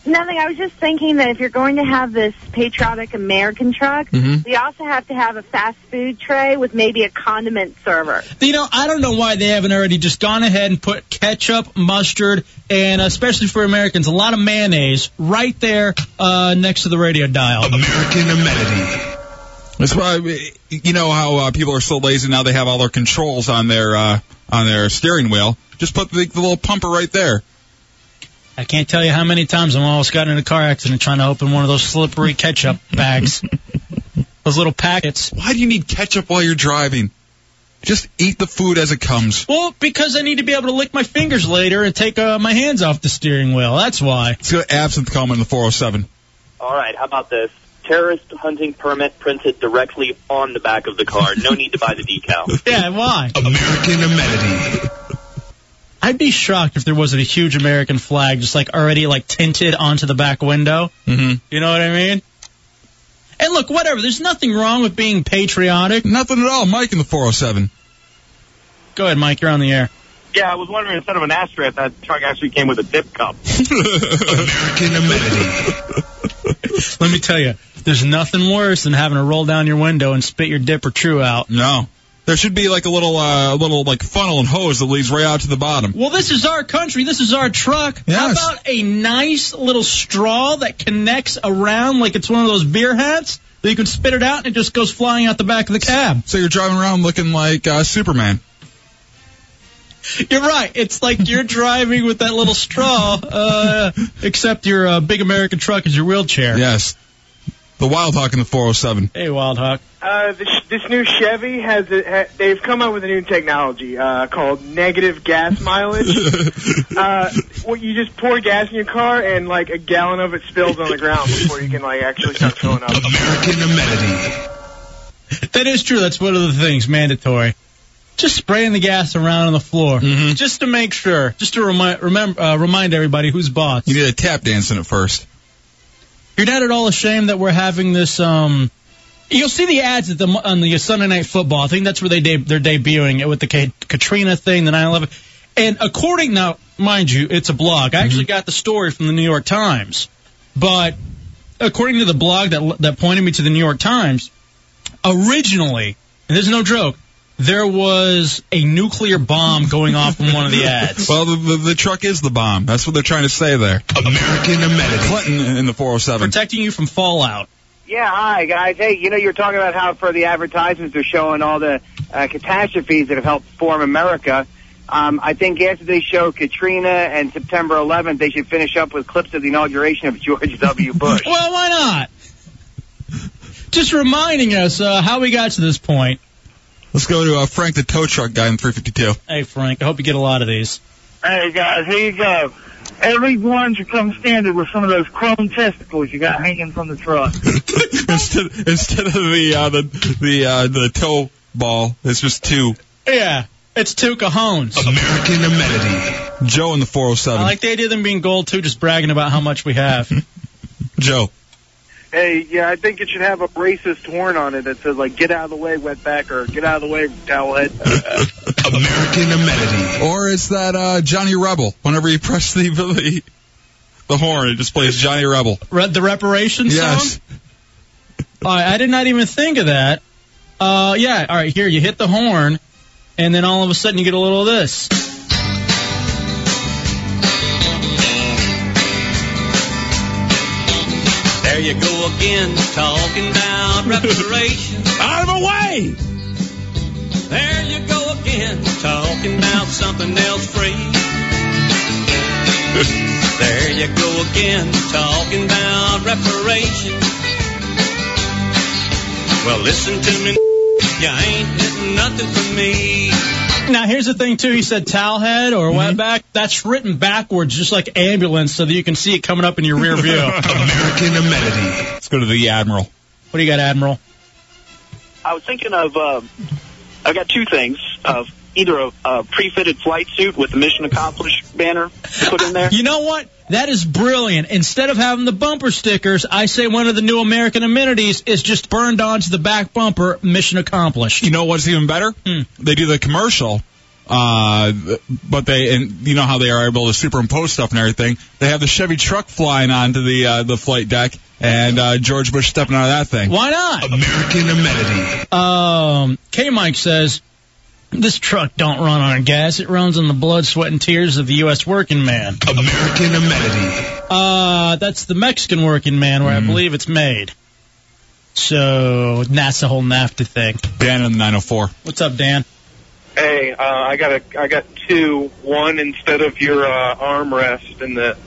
Nothing. I was just thinking that if you're going to have this patriotic American truck,
Mhm.
we also have to have a fast food tray with maybe a condiment server.
You know, I don't know why they haven't already just gone ahead and put ketchup, mustard, and uh, especially for Americans, a lot of mayonnaise right there uh, next to the radio dial.
American amenity. That's why uh, you know how uh, people are so lazy now. They have all their controls on their uh, on their steering wheel. Just put the, the little pumper right there.
I can't tell you how many times I'm almost got in a car accident trying to open one of those slippery ketchup bags. Those little packets.
Why do you need ketchup while you're driving? Just eat the food as it comes.
Well, because I need to be able to lick my fingers later and take uh, my hands off the steering wheel. That's why.
Let's go to absinthe comment in the 407.
All right, how about this? Terrorist hunting permit printed directly on the back of the car. No need to buy the decal.
Yeah, why?
American amenity.
I'd be shocked if there wasn't a huge American flag just like already like tinted onto the back window.
Mm-hmm.
You know what I mean? And look, whatever. There's nothing wrong with being patriotic.
Nothing at all. Mike in the 407.
Go ahead, Mike. You're on
[LAUGHS]
the air.
Yeah, I was wondering instead of an asterisk, that truck actually came with a dip cup.
American [LAUGHS] amenity.
Let me tell you, there's nothing worse than having to roll down your window and spit your dip or true out.
No. There should be like a little uh, little like funnel and hose that leads right out to the bottom.
Well, this is our country. This is our truck. How
Yes.
about a nice little straw that connects around like it's one of those beer hats that you can spit it out and it just goes flying out the back of the cab?
So you're driving around looking like uh, Superman.
You're right. It's like
[LAUGHS]
you're driving with that little straw, uh, except your uh, big American truck is your wheelchair.
Yes. The Wild Hawk in the 407.
Hey, Wild Hawk.
Uh, this, this new Chevy has a, ha, they've come up with a new technology uh, called negative gas [LAUGHS] mileage. uh, what you just pour gas in your car and like a gallon of it spills on the ground before you can like actually start filling up.
American amenity.
That is true. That's one of the things mandatory. Just spraying the gas around on the floor,
Mm-hmm.
just to make sure, just to remind remember uh, remind everybody who's boss.
You did a tap dance in it first.
You're not at all ashamed that we're having this. um You'll see the ads at the on the Sunday Night Football. I think that's where they de- they're debuting it with the Ka- Katrina thing, the 9/11. And according now, mind you, it's a blog. I actually got the story from the New York Times, but according to the blog that that pointed me to the New York Times, originally, and this is no joke, there was a nuclear bomb going off in
[LAUGHS]
one of the ads.
Well, the, the, the truck is the bomb. That's what they're trying to say there. American amenity. Clinton in the 407.
Protecting you from fallout.
Yeah, hi guys. Hey, you know you're talking about how for the advertisements they're showing all the uh, catastrophes that have helped form America. Um, I think after they show Katrina and September 11th, they should finish up with clips of the inauguration of George W. Bush.
Well, why not? Just reminding us uh, how we got to this point.
Let's go to uh, Frank the tow truck guy in 352.
Hey, Frank, I hope you get a lot of these.
Hey guys, here you go. Every one should come standard with some of those chrome testicles you got hanging from the truck.
[LAUGHS] instead, instead of the uh, the the uh, the tow ball, it's just two.
Yeah, it's two cajones.
American amenity. Joe in the 407.
I like the idea of them being gold, too, just bragging about how much we have.
[LAUGHS] Joe.
[LAUGHS] Hey, yeah, I think it should have a racist horn on it that says like "Get out of the way, wetback," or "Get out of the way, towelhead."
American amenity. Or is that uh, Johnny Rebel? Whenever you press the the, the horn, it just plays Johnny Rebel.
Read the reparations
Yes.
song? All right, I did not even think of that. Uh, yeah, all right, here, you hit the horn, and then all of a sudden you get a little of this.
There you go again, talking [LAUGHS] about reparations. Out of the way! There you go again, talking about something else [LAUGHS] free. there you go again, talking about reparations. Well, listen to me, [LAUGHS] you ain't getting nothing from me.
Now, here's the thing, too. He said towelhead or
Mm-hmm.
wetback. That's written backwards, just like ambulance, so that you can see it coming up in your rear
[LAUGHS]
view.
American amenity. Let's go to the Admiral.
What do you got, Admiral?
I was thinking of um, I've got two things of either a, a pre-fitted flight suit with the mission accomplished banner to put in there.
[LAUGHS] You know what? That is brilliant. Instead of having the bumper stickers, I say one of the new American amenities is just burned onto the back bumper, mission accomplished.
You know what's even better?
Hmm.
They do the commercial, uh, but they and you know how they are able to superimpose stuff and everything. They have the Chevy truck flying onto the uh, the flight deck, and uh, George Bush stepping out of that thing.
Why not?
American amenity.
Um, K Mike says, this truck don't run on gas. It runs on the blood, sweat, and tears of the U.S. working man.
American amenity. Mm-hmm.
Uh, that's the Mexican working man where I believe it's made. So that's the whole NAFTA thing.
Dan in oh the 904.
What's up, Dan?
Hey, uh, I got a, I got two. One instead of your uh, armrest in the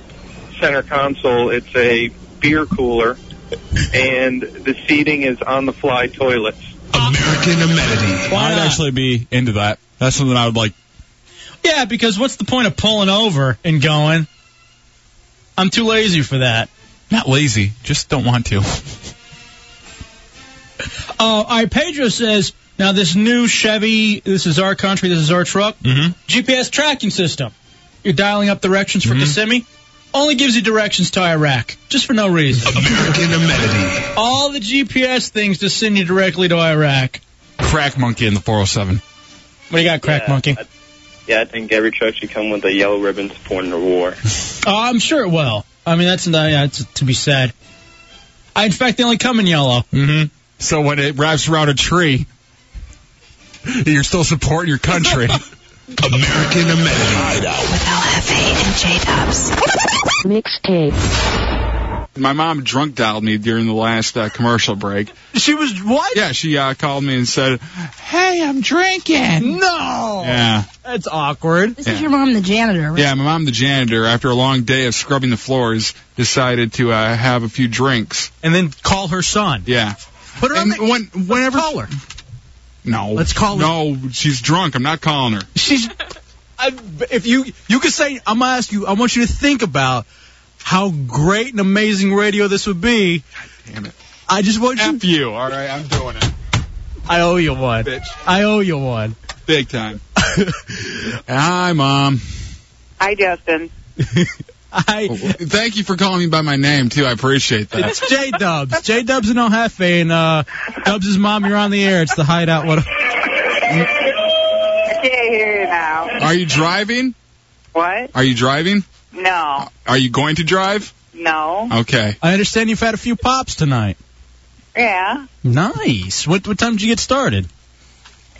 center console, it's a beer cooler, and the seating is on the fly toilets.
American amenity. I'd actually be into that. That's something I would like.
Yeah, because what's the point of pulling over and going? I'm too lazy for that.
Not lazy, just don't want to.
Uh, all right, Pedro says, now this new Chevy, this is our country, this is our truck,
mm-hmm.
GPS tracking system. You're dialing up directions for Kissimmee. Only gives you directions to Iraq, just for no reason.
American amenity.
All the GPS things just send you directly to Iraq.
Crack monkey in the 407.
What do you got, Crack Monkey?
Yeah, I think every truck should come with a yellow ribbon supporting the war. [LAUGHS]
Oh, I'm sure it will. I mean, that's not, yeah, it's to be said. I, in fact, they only come in yellow.
Mm-hmm. So when it wraps around a tree, you're still supporting your
[LAUGHS]
country. American amenity.
With LFA and J Dubs.
Mixtape.
My mom drunk dialed me during the last uh, commercial break.
She was what?
Yeah, she uh, called me and said, "Hey, I'm drinking."
No.
Yeah.
That's awkward.
This
Yeah.
is your mom, the janitor. Right?
Yeah, my mom, the janitor, after a long day of scrubbing the floors, decided to uh, have a few drinks.
And then call her son.
Yeah.
Put her
on the. When, whenever. Call her. No. Let's call her. No, she's drunk. I'm not calling her.
She's. I, if you you could say, I'm gonna ask you. I want you to think about how great and amazing radio this would be.
damn it.
I just want you.
F you. All right, I'm doing it.
I owe you one. I owe you one.
Big
[LAUGHS]
time. Hi, mom.
[LAUGHS]
Oh,
Hi, Justin.
I.
Thank you for calling me by my name too. I appreciate that.
It's J Dubs. J Dubs and Ojefe and uh, Dubs' mom. You're on the air. It's the Hideout. What?
I can't hear you now.
[LAUGHS] Are you driving?
What?
Are you driving?
No.
Are you going to drive?
No.
Okay.
I understand you've had a few pops tonight.
Yeah.
Nice. What what time did you get started?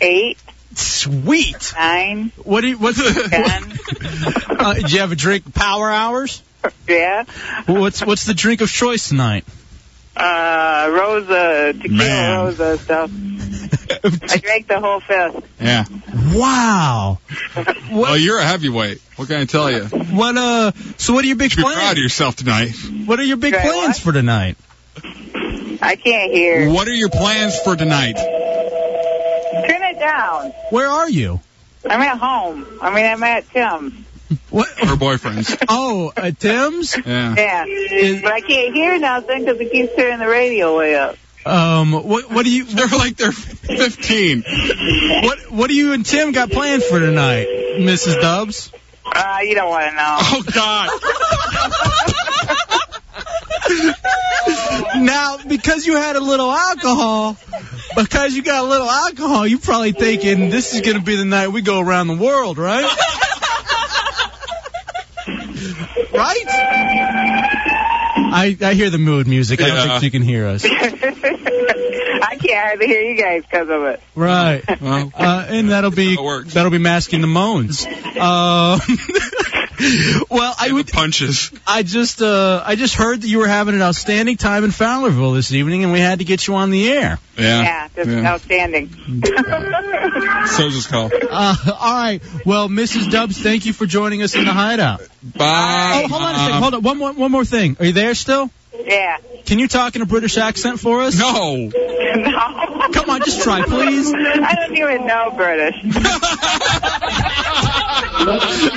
Eight,
Sweet.
nine,
What do you, what's
ten.
[LAUGHS] uh, did you have a drink? Power hours?
yeah.
What's what's the drink of choice tonight?
Uh, Rosa, tequila
Man. [LAUGHS]
Rosa stuff. I drank the whole fifth.
Yeah.
Wow.
Well, you're a heavyweight. What can I tell you? Be
What uh? So what are your big
proud of
plans?
yourself tonight.
What are your big
Try
plans for tonight?
I can't hear.
What are your plans for tonight?
Turn it down.
Where are you?
I'm at home. I mean, I'm at Tim's.
What?
Her boyfriends.
Oh, uh, Tim's.
Yeah.
Yeah. But I can't hear nothing because it keeps turning the radio way up.
Um. What what do you
They're like they're 15.
what what do you and Tim got planned for tonight, Mrs. Dubs?
Uh, you don't want
[LAUGHS]
to know.
Oh God.
Now because you had a little alcohol,
because you got a little alcohol, you're probably thinking this is going to be the night we go around the world, right? right? I, I hear the mood music. I don't
Yeah.
think you can hear us.
I can't hardly hear you guys because of it.
[LAUGHS]
Right. uh, and that'll be that'll be masking the moans. Uh, [LAUGHS] well, I would
punches.
I just uh, I just heard that you were having an outstanding time in Fowlerville this evening, and we had to get you on the air.
Yeah, just outstanding.
[LAUGHS]
So just call.
Uh, all right. Well, Mrs. Dubs, thank you for joining us in the hideout.
Bye. Uh-huh.
Oh, hold on a second. Hold on. One more, one more thing. Are you there still? [LAUGHS]
yeah.
Can you talk in a British accent for us?
No.
No.
Come on, just try, please.
I don't even know
[LAUGHS]
British.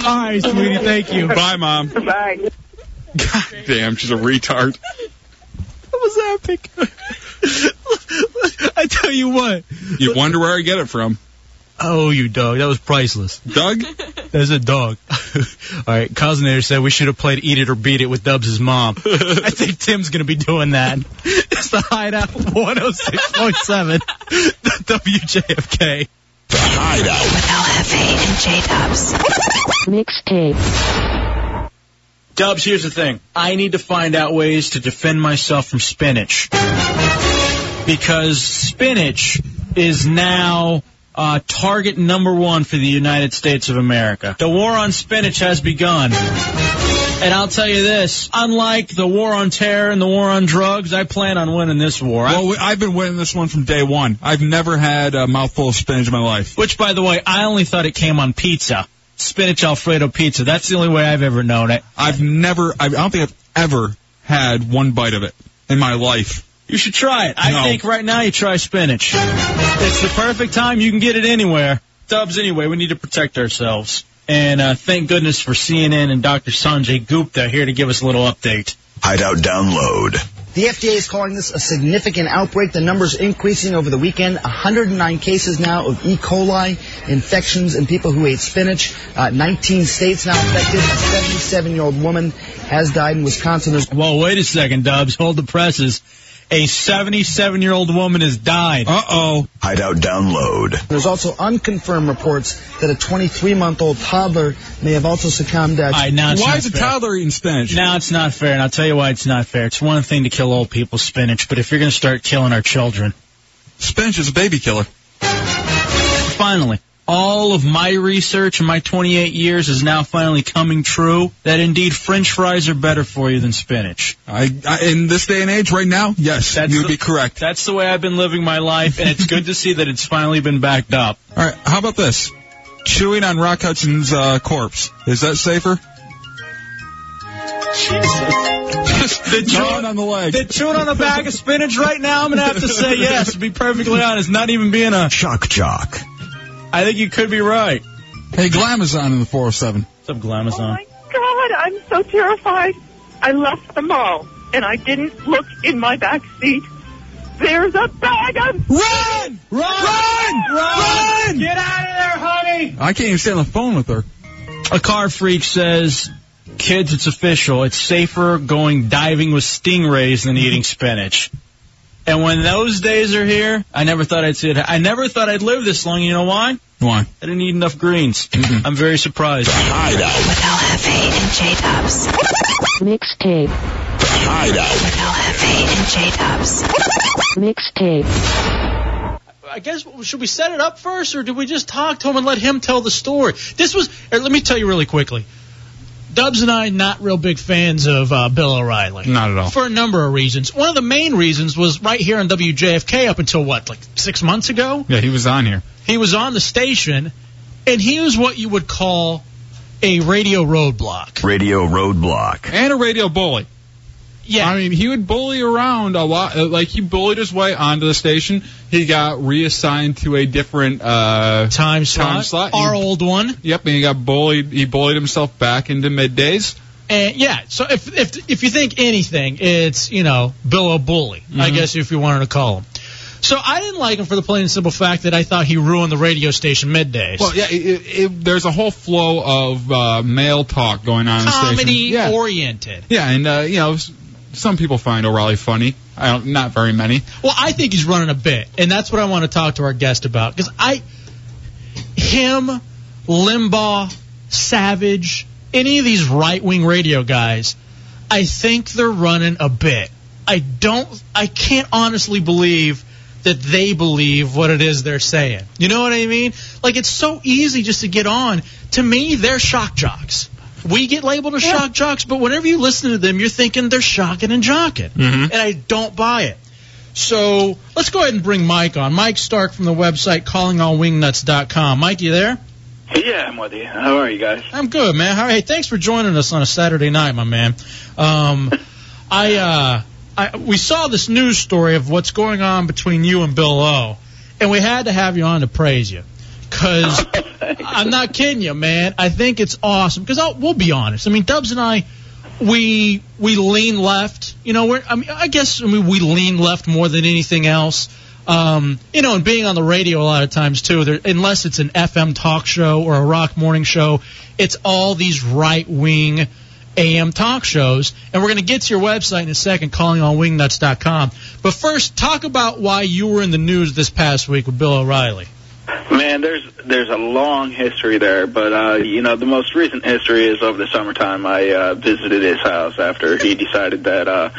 All right, sweetie. Thank you.
Bye, mom.
Bye.
Damn, she's a retard.
That was
[LAUGHS]
epic. I tell you what.
You wonder where I get it from.
Oh, you dog. That was priceless.
Doug?
[LAUGHS] That's a dog. [LAUGHS] All right. Cosinator said we should have played Eat It or Beat It with Dubs' mom. I think Tim's going to be doing that. It's the Hideout [LAUGHS] 106.7 WJFK.
With LFA and J Dubs. Mixtape.
Dubs, here's the thing. I need to find out ways to defend myself from spinach. Because spinach is now uh, target number one for the United States of America. The war on spinach has begun. And I'll tell you this, unlike the war on terror and the war on drugs, I plan on winning this war.
Well, we- I've been winning this one from day one. I've never had a mouthful of spinach in my life.
Which, by the way, I only thought it came on pizza. Spinach Alfredo pizza. That's the only way I've ever known it.
I've never, I don't think I've ever had one bite of it in my life.
You should try it. I think right now you try spinach. It's the perfect time. You can get it anywhere. Dubs, anyway, we need to protect ourselves. And uh, thank goodness for CNN and Dr. Sanjay Gupta here to give us a little update.
Hideout download. The FDA is calling this a significant outbreak. The numbers increasing over the weekend. 109 cases now of E. coli infections in people who ate spinach. Uh, 19 states now affected. A 77-year-old woman has died in Wisconsin. There's
Well, wait a second, Dubs. Hold the presses. A 77 year old woman has died.
Uh oh.
Hideout download. There's also unconfirmed reports that a 23-month-old toddler may have also succumbed. To
I now it's not fair.
eating spinach?
Now it's not fair, and I'll tell you why it's not fair. It's one thing to kill old people spinach, but if you're going to start killing our children,
spinach is a baby killer.
Finally, all of my research in my 28 years is now finally coming true. That indeed, French fries are better for you than spinach.
I, I in this day and age, right now, yes,
That's
you'd
the-
be correct.
That's the way I've been living my life, and it's good to see that it's finally been backed up.
All right, how about this? Chewing on Rock Hudson's uh, corpse is that safer?
The chewing
on the leg.
The chewing on a bag of spinach right now, I'm going to have to say yes, to be perfectly honest, not even being a.
Shock jock.
I think you could be right.
Hey, Glamazon in the 407.
What's up, Glamazon?
God, I'm so terrified. I left the mall and I didn't look in my back seat. There's a bag of
run,
run, run, run! Get out of there, honey!
I can't even stay on the phone with her.
A car freak says, kids, it's official. It's safer going diving with stingrays than eating spinach. And when those days are here, I never thought I'd see it. I never thought I'd live this long. You know why?
Why? Mm-hmm.
I didn't eat enough greens. I'm very surprised.
With LFA and J Dubs. Mixtape. With LFA and J Dubs. Mixtape.
I guess should we set it up first, or do we just talk to him and let him tell the story? This was. er, Let me tell you really quickly. Dubs and I not real big fans of uh, Bill O'Reilly.
Not at all.
For a number of reasons. One of the main reasons was right here on WJFK up until what, like six months ago?
Yeah, he was on here.
He was on the station, and he was what you would call a radio roadblock.
Radio roadblock.
And a radio bully.
Yeah.
I mean, he would bully around a lot. uh, Like, he bullied his way onto the station. He got reassigned to a different uh,
time
slot.
Our old one.
Yep, and he got bullied. He bullied himself back into middays.
And yeah, so if if if you think anything, it's you know Bill O'Bully, I
Mm-hmm.
guess if you wanted to call him. So I didn't like him for the plain and simple fact that I thought he ruined the radio station middays.
Well, yeah, it, it, it- there's a whole flow of uh, male talk going on in the station.
comedy
Yeah.
oriented.
Yeah, and uh, you know, s- some people find O'Reilly funny. I don't, not very many.
Well, I think he's running a bit, and that's what I want to talk to our guest about. Because I, him, Limbaugh, Savage, any of these right wing radio guys, I think they're running a bit. I don't, I can't honestly believe that they believe what it is they're saying. You know what I mean? Like it's so easy just to get on. To me, they're shock jocks. We get labeled as shock jocks, but whenever you listen to them, you're thinking they're shocking and jocking.
Mm-hmm.
Mm-hmm.
And I don't buy it. So let's go ahead and bring Mike on. Mike Stark from the website callingallwingnuts.com. Mike, you there?
Yeah, I'm with you. How are you guys?
I'm good, man. All right, thanks for joining us on a Saturday night, my man. Um, I, uh, I we saw this news story of what's going on between you and Bill O, and we had to have you on to praise you. Cause I'm not kidding you, man. I think it's awesome. Cause I'll, we'll be honest. I mean, Dubs and I, we we lean left. You know, we're I mean, I guess I mean we lean left more than anything else. Um, you know, and being on the radio a lot of times too. There, unless it's an FM talk show or a rock morning show, it's all these right wing AM talk shows. And we're going to get to your website in a second, callingonwingnuts.com. But first, talk about why you were in the news this past week with Bill O'Reilly.
Man, there's there's a long history there, but uh, you know the most recent history is over the summertime. I uh, visited his house after he decided that uh,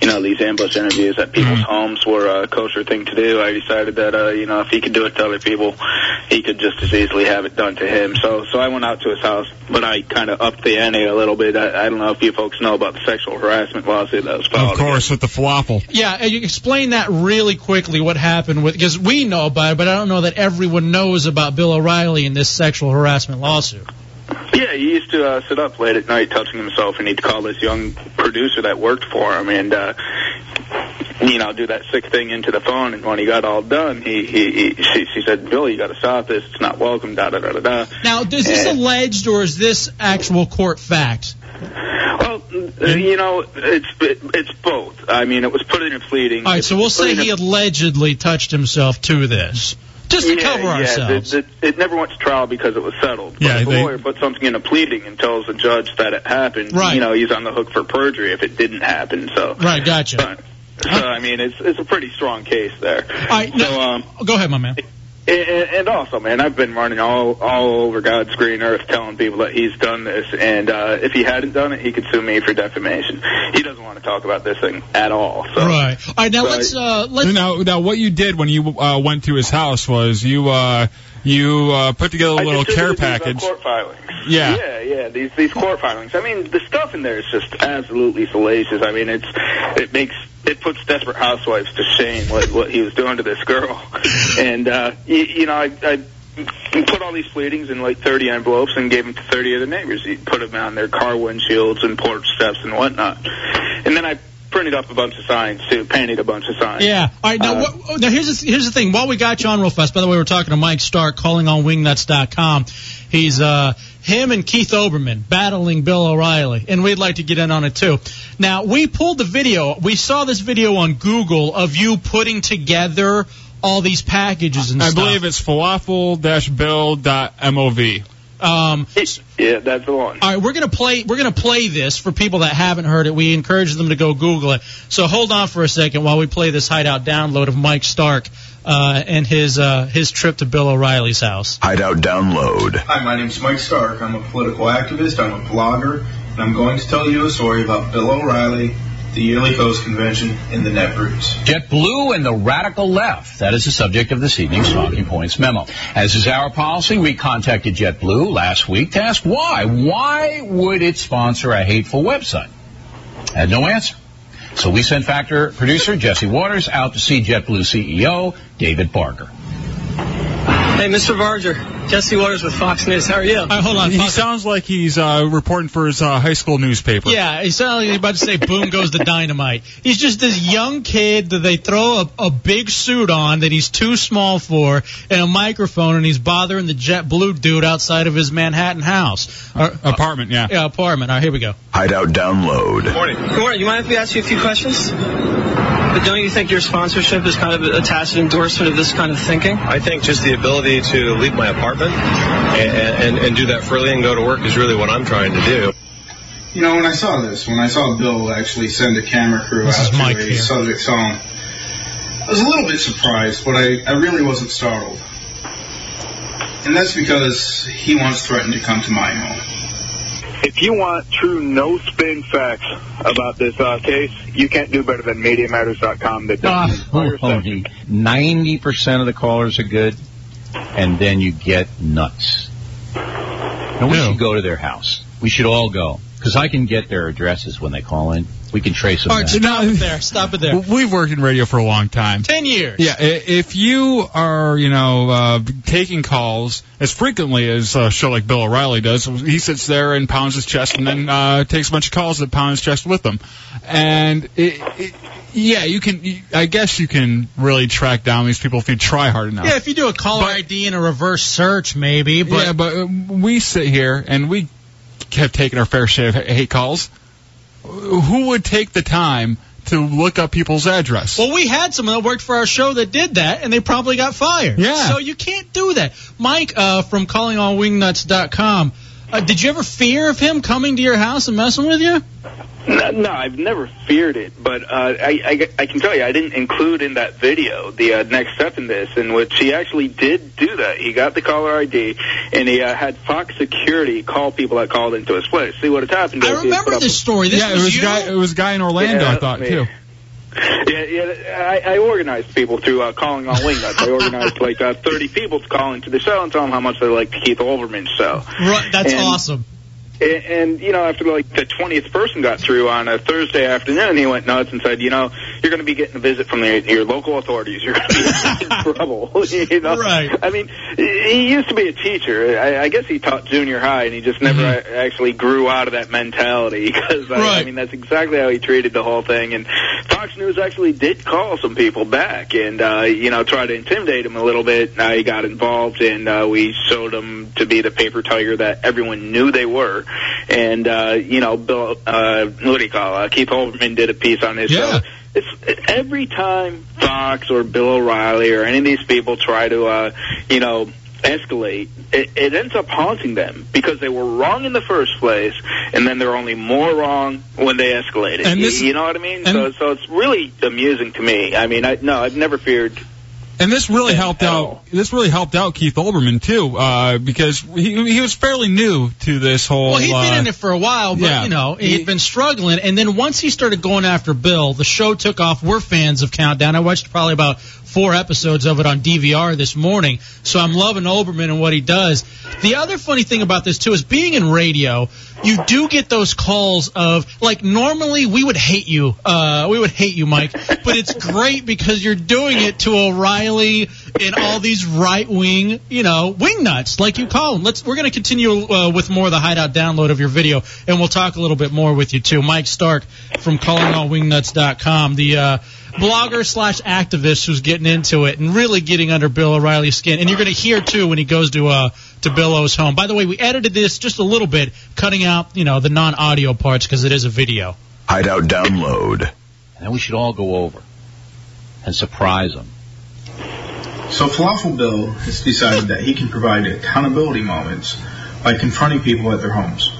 you know these ambush interviews at people's homes were a kosher thing to do. I decided that uh, you know if he could do it to other people, he could just as easily have it done to him. So so I went out to his house, but I kind of upped the ante a little bit. I, I don't know if you folks know about the sexual harassment lawsuit that was filed.
Of course, with the falafel.
Yeah, and you explain that really quickly what happened with because we know about it, but I don't know that everyone knows about Bill O'Reilly and this sexual harassment lawsuit.
Yeah, he used to uh, sit up late at night touching himself, and he'd call this young producer that worked for him, and uh, you know, do that sick thing into the phone. And when he got all done, he, he, he she, she said, "Bill, you got to stop this. It's not welcome." Da da da da da.
Now, is this alleged or is this actual court fact?
Well, uh, you know, it's it, it's both. I mean, it was put in a pleading.
All right, so we'll say he allegedly touched himself to this. Just to
yeah,
cover
yeah,
ourselves.
It, it, it never went to trial because it was settled.
Yeah,
but if a
they-
lawyer puts something in a pleading and tells the judge that it happened,
Right.
you know, he's on the hook for perjury if it didn't happen. So,
Right, gotcha.
so, so, I mean, it's it's a pretty strong case there. so, um,
Go ahead, my man.
and, and also, man, I've been running all all over God's green earth telling people that he's done this, and uh, if he hadn't done it, he could sue me for defamation. He doesn't want to talk about this thing at all. So.
Right. All right. Now
Right.
let's uh, let's
now, now, what you did when you uh, went to his house was you uh, you uh, put together a little care
These, uh,
package.
Court filings.
Yeah.
yeah, yeah. These these court filings. I mean, the stuff in there is just absolutely salacious. I mean, it's it makes it puts desperate housewives to shame what what he was doing to this
[LAUGHS]
girl, and uh, you, you know, I, I put all these pleadings in like 30 envelopes and gave them to 30 of the neighbors. He put them on their car windshields and porch steps and whatnot, and then I printed up a bunch of signs too, painted a bunch of signs.
Yeah. All right. Now,
Uh,
what, oh, now here's the, here's the thing. While we got you on real fast, by the way, we're talking to Mike Stark, calling on Wingnuts.com. He's uh, him and Keith Oberman battling Bill O'Reilly, and we'd like to get in on it too. Now, we pulled the video. We saw this video on Google of you putting together all these packages and
I
stuff.
believe it's falafel-bill.mov.
Um,
yeah, that's the one.
All right, we're gonna play. We're gonna play this for people that haven't heard it. We encourage them to go Google it. So hold on for a second while we play this hideout download of Mike Stark uh, and his uh, his trip to Bill O'Reilly's house.
Hideout Download. Hi, my name's Mike Stark. I'm a political activist, I'm a blogger, and I'm going to tell you a story about Bill O'Reilly, the yearly host convention, and the Netroots.
JetBlue and the radical left. That is the subject of this evening's Talking Points memo. As is our policy, we contacted JetBlue last week to ask why. Why would it sponsor a hateful website? Had no answer. So we sent Factor producer Jesse Waters out to see JetBlue CEO E David Barker.
Hey, Mr. Varger, Jesse Waters with Fox News. How are you?
Uh, hold on.
He sounds like he's uh, reporting for his uh, high school newspaper.
Yeah, he sounded like he's about to say "Boom goes the dynamite." He's just this young kid that they throw a, a big suit on that he's too small for, and a microphone, and he's bothering the JetBlue dude outside of his Manhattan house Uh,
apartment. Yeah,
yeah, apartment. All right, here we go.
Hideout Download.
Morning. Good morning. You mind if we ask you a few questions? But don't you think your sponsorship is kind of a tacit endorsement of this kind of thinking?
I think just the ability to leave my apartment and, and, and do that freely and go to work is really what I'm trying to do.
You know, when I saw this, when I saw Bill actually send a camera crew
This
out
is
to
Mike
a
here.
subject song, I was a little bit surprised, but I, I really wasn't startled. And that's because he once threatened to come to my home.
If you want true no spin facts about this uh, case, you can't do better than MediaMatters.com. That does.
Ninety percent of the callers are good, and then you get nuts. And we should go to their house. We should all go because I can get their addresses when they call in. We can trace them.
All right,
down.
stop it there. Stop it there.
We've worked in radio for a long time.
Ten years.
Yeah, i- if you are, you know, uh, taking calls as frequently as a show like Bill O'Reilly does, he sits there and pounds his chest and then uh, takes a bunch of calls that pound his chest with him. And it, it, yeah, you can. I guess you can really track down these people if you try hard enough.
Yeah, if you do a caller ID and a reverse search, maybe. But
yeah, but uh, we sit here and we have taken our fair share of h- hate calls. Who would take the time to look up people's address?
Well, we had someone that worked for our show that did that, and they probably got fired.
Yeah.
So you can't do that. Mike uh, from CallingAllWingnuts.com, uh, did you ever fear of him coming to your house and messing with you?
No, no, I've never feared it, but uh, I, I, I can tell you, I didn't include in that video the uh, next step in this, in which he actually did do that. He got the caller ID, and he uh, had Fox Security call people that called into his place. See what had happened? I remember
this story.
yeah, it was guy. It was a guy in Orlando, I
Yeah,
thought
me.
too.
Yeah, yeah. I, I organized people through uh, calling on Wingnuts. I organized like uh, 30 people to call into the show and tell them how much they liked Keith Olbermann's show.
Right, that's
And-
awesome.
And, and you know, after like the twentieth person got through on a Thursday afternoon, he went nuts and said, "You know, you're going to be getting a visit from the, your local authorities. You're going to be in trouble." [LAUGHS] you know?
Right.
I mean, he he used to be a teacher. I, I guess he taught junior high, and he just never a- actually grew out of that mentality. [LAUGHS] Because I, I mean, that's exactly how he treated the whole thing. And Fox News actually did call some people back, and uh, you know, try to intimidate him a little bit. Uh, he got involved, and uh, we showed him to be the paper tiger that everyone knew they were. And uh, you know, Bill, uh, what do you call it? Uh, Keith Olbermann did a piece on his uh, show. It's every time Fox or Bill O'Reilly or any of these people try to, uh, you know, escalate, it, it ends up haunting them because they were wrong in the first place, and then they're only more wrong when they escalate it.
And this-
you know what I mean? So, so it's really amusing to me. I mean, I no, I've never feared
And this really helped out. This really helped out Keith Olbermann too, uh, because he he was fairly new to this whole.
Well, he'd been
uh,
in it for a while, but
yeah.
you know he'd been struggling. And then once he started going after Bill, the show took off. We're fans of Countdown. I watched probably about four episodes of it on DVR this morning, so I'm loving Olbermann and what he does. The other funny thing about this too is being in radio, you do get those calls of like normally we would hate you, uh, we would hate you, Mike, but it's great because you're doing it to O'Reilly and all these right wing, you know, wing nuts like you call them. Let's we're going to continue uh, with more of the hideout download of your video, and we'll talk a little bit more with you too. Mike Stark from CallingAllWingnuts.com, the uh, blogger slash activist who's getting into it and really getting under Bill O'Reilly's skin. And you're going to hear too when he goes to uh, to Bill O's home. By the way, we edited this just a little bit, cutting out you know the non audio parts because it is a video.
Hideout download. And then we should all go over and surprise them.
So Falafel Bill has decided that he can provide accountability moments by confronting people at their homes.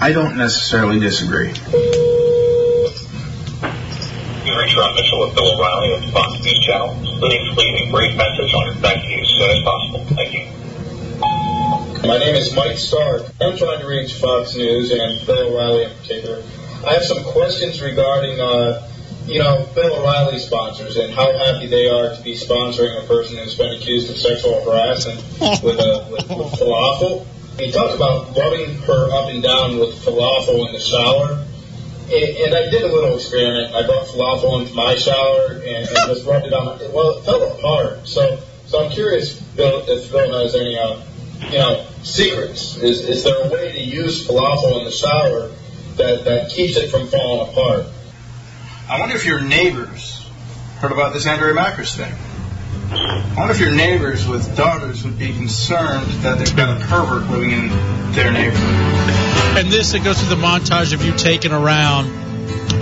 I don't necessarily disagree.
You reached our official with Bill O'Reilly with Fox News Channel. Please leave a brief message on your back to you as soon as possible. Thank you.
My name is Mike Stark. I'm trying to reach Fox News and Bill O'Reilly in particular. I have some questions regarding, uh, you know, Bill O'Reilly sponsors and how happy they are to be sponsoring a person who's been accused of sexual harassment with, uh, with, with falafel. He talked about rubbing her up and down with falafel in the shower. And, and I did a little experiment. I brought falafel into my shower and, and just rubbed it on my, well, it fell apart. So, so I'm curious, Bill, if Bill knows any, uh, you know, secrets? Is, is there a way to use falafel in the shower that, that keeps it from falling apart?
I wonder if your neighbors heard about this Andrea Macris thing. I wonder if your neighbors with daughters would be concerned that they've got a pervert living in their neighborhood.
And this it goes through the montage of you taking around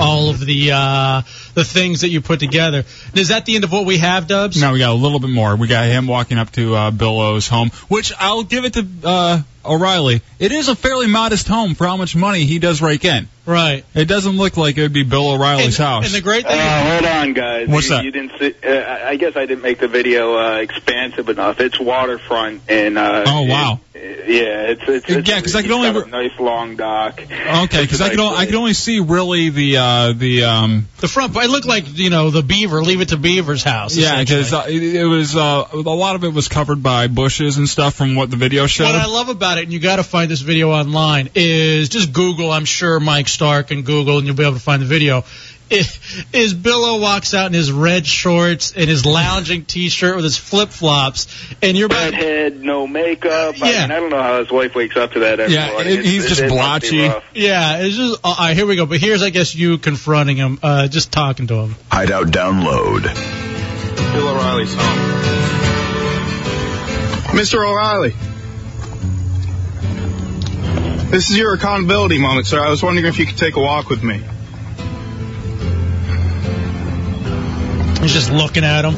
all of the uh, the things that you put together. Is that the end of what we have, Dubs?
No, we got a little bit more. We got him walking up to uh, Bill O's home, which I'll give it to uh, O'Reilly. It is a fairly modest home for how much money he does rake in.
Right.
It doesn't look like it would be Bill O'Reilly's house.
And the great thing
Uh, hold on, guys.
What's
you,
that?
You didn't see, uh, I I guess I didn't make the video uh, expansive enough. It's waterfront, and uh,
Oh, wow.
it- yeah, it's it's, it's
Yeah, 'cause I could
it's
only
got a nice long dock.
Okay, because I could o- I could only see really the uh, the um
The front, but it looked like you know the Beaver. Leave it to Beaver's house.
yeah
essentially.
because uh, it, it was uh, a lot of it was covered by bushes and stuff from what the video showed.
What I love about it, and you got to find this video online, is just Google. I'm sure Mike Stark and Google, and you'll be able to find the video. It, is Bill O walks out in his red shorts and his lounging T-shirt with his flip flops, and you're about
Redhead, no makeup. I,
Yeah.
mean, I don't know how his wife wakes up to that every
Yeah,
morning.
it-
It's-
he's
it-
just
it must be
blotchy.
rough.
yeah, it's just uh, all right. Here we go. But here's, I guess, you confronting him, uh, just talking to him.
Hideout download.
Bill O'Reilly's home. Mr. O'Reilly. This is your accountability moment, sir. I was wondering if you could take a walk with me.
He's just looking
[LAUGHS]
at him.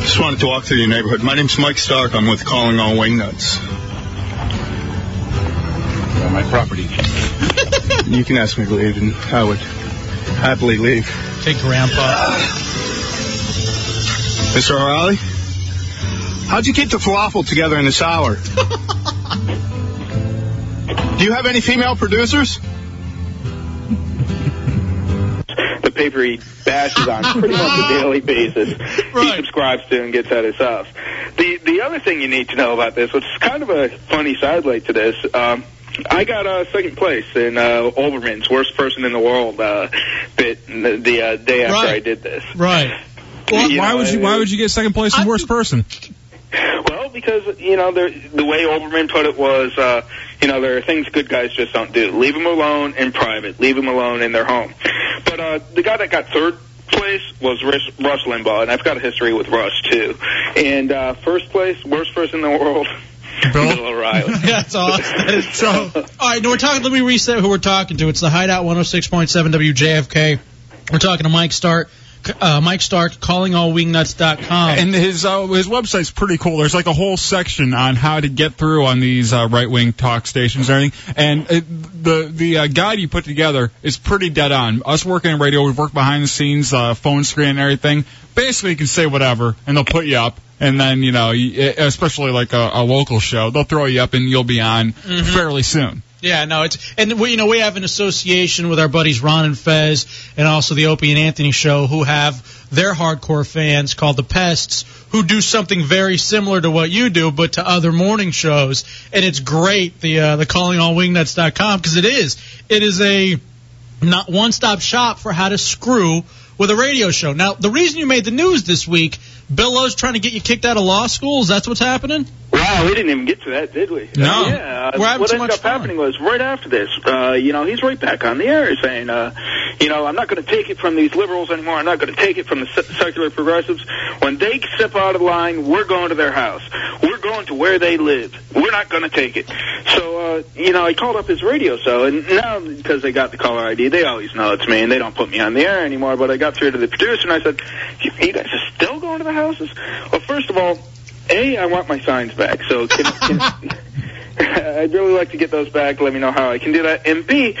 Just wanted to walk through your neighborhood. My name's Mike Stark. I'm with Calling All Wingnuts. On my property. [LAUGHS] you can ask me to leave, and I would happily leave.
Take Grandpa.
Mr. O'Reilly, how'd you keep the falafel together in this hour? Do you have any female producers?
The paper he bashes on pretty much a daily basis. He subscribes to and gets out of his house. The the other thing you need to know about this, which is kind of a funny sidelight to this, um, I got uh, second place in uh, Olbermann's worst person in the world uh, bit the, the uh, day after I did this.
Right.
Why-
You
why
know,
would you Why would you get second place in worst person?
Well, because you know the the way Olbermann put it was, uh, you know, there are things good guys just don't do. Leave them alone in private. Leave them alone in their home. But uh, the guy that got third place was Rush, Rush Limbaugh, and I've got a history with Rush too. And uh, first place, worst person in the world, Bill, O'Reilly.
yeah, [LAUGHS] that's awesome. So,
[LAUGHS]
all right, no, we're talking. Let me reset who we're talking to. It's the Hideout 106.7 WJFK. We're talking to Mike Stark. Uh, Mike Stark, callingallwingnuts.com.
And his uh, his website's pretty cool. There's like a whole section on how to get through on these uh, right wing talk stations and everything. And it, the the uh, guide you put together is pretty dead on. Us working in radio, we've worked behind the scenes, uh, phone screen, and everything. Basically, you can say whatever, and they'll put you up. And then you know, you, especially like a, a local show, they'll throw you up, and you'll be on fairly soon.
Yeah, no, it's and we you know we have an association with our buddies Ron and Fez, and also the Opie and Anthony show, who have their hardcore fans called the Pests, who do something very similar to what you do, but to other morning shows, and it's great the uh, the calling all wingnuts.com because it is it is a not one stop shop for how to screw with a radio show. Now the reason you made the news this week, Bill Lowe's trying to get you kicked out of law school. Is that what's happening?
Wow, we didn't even get to that, did we?
No.
Uh, yeah. uh,
We're having
what
so
ended
much
up happening was right after this, uh, you know, he's right back on the air saying, uh, you know, I'm not going to take it from these liberals anymore. I'm not going to take it from the se- secular progressives. When they step out of line, we're going to their house. We're going to where they live. We're not going to take it. So, uh, you know, I called up his radio show, and now because they got the caller ID, they always know it's me, and they don't put me on the air anymore. But I got through to the producer, and I said, you, you guys are still going to the houses? Well, first of all, a, I want my signs back. So can, can, [LAUGHS] I'd really like to get those back. Let me know how I can do that. And B,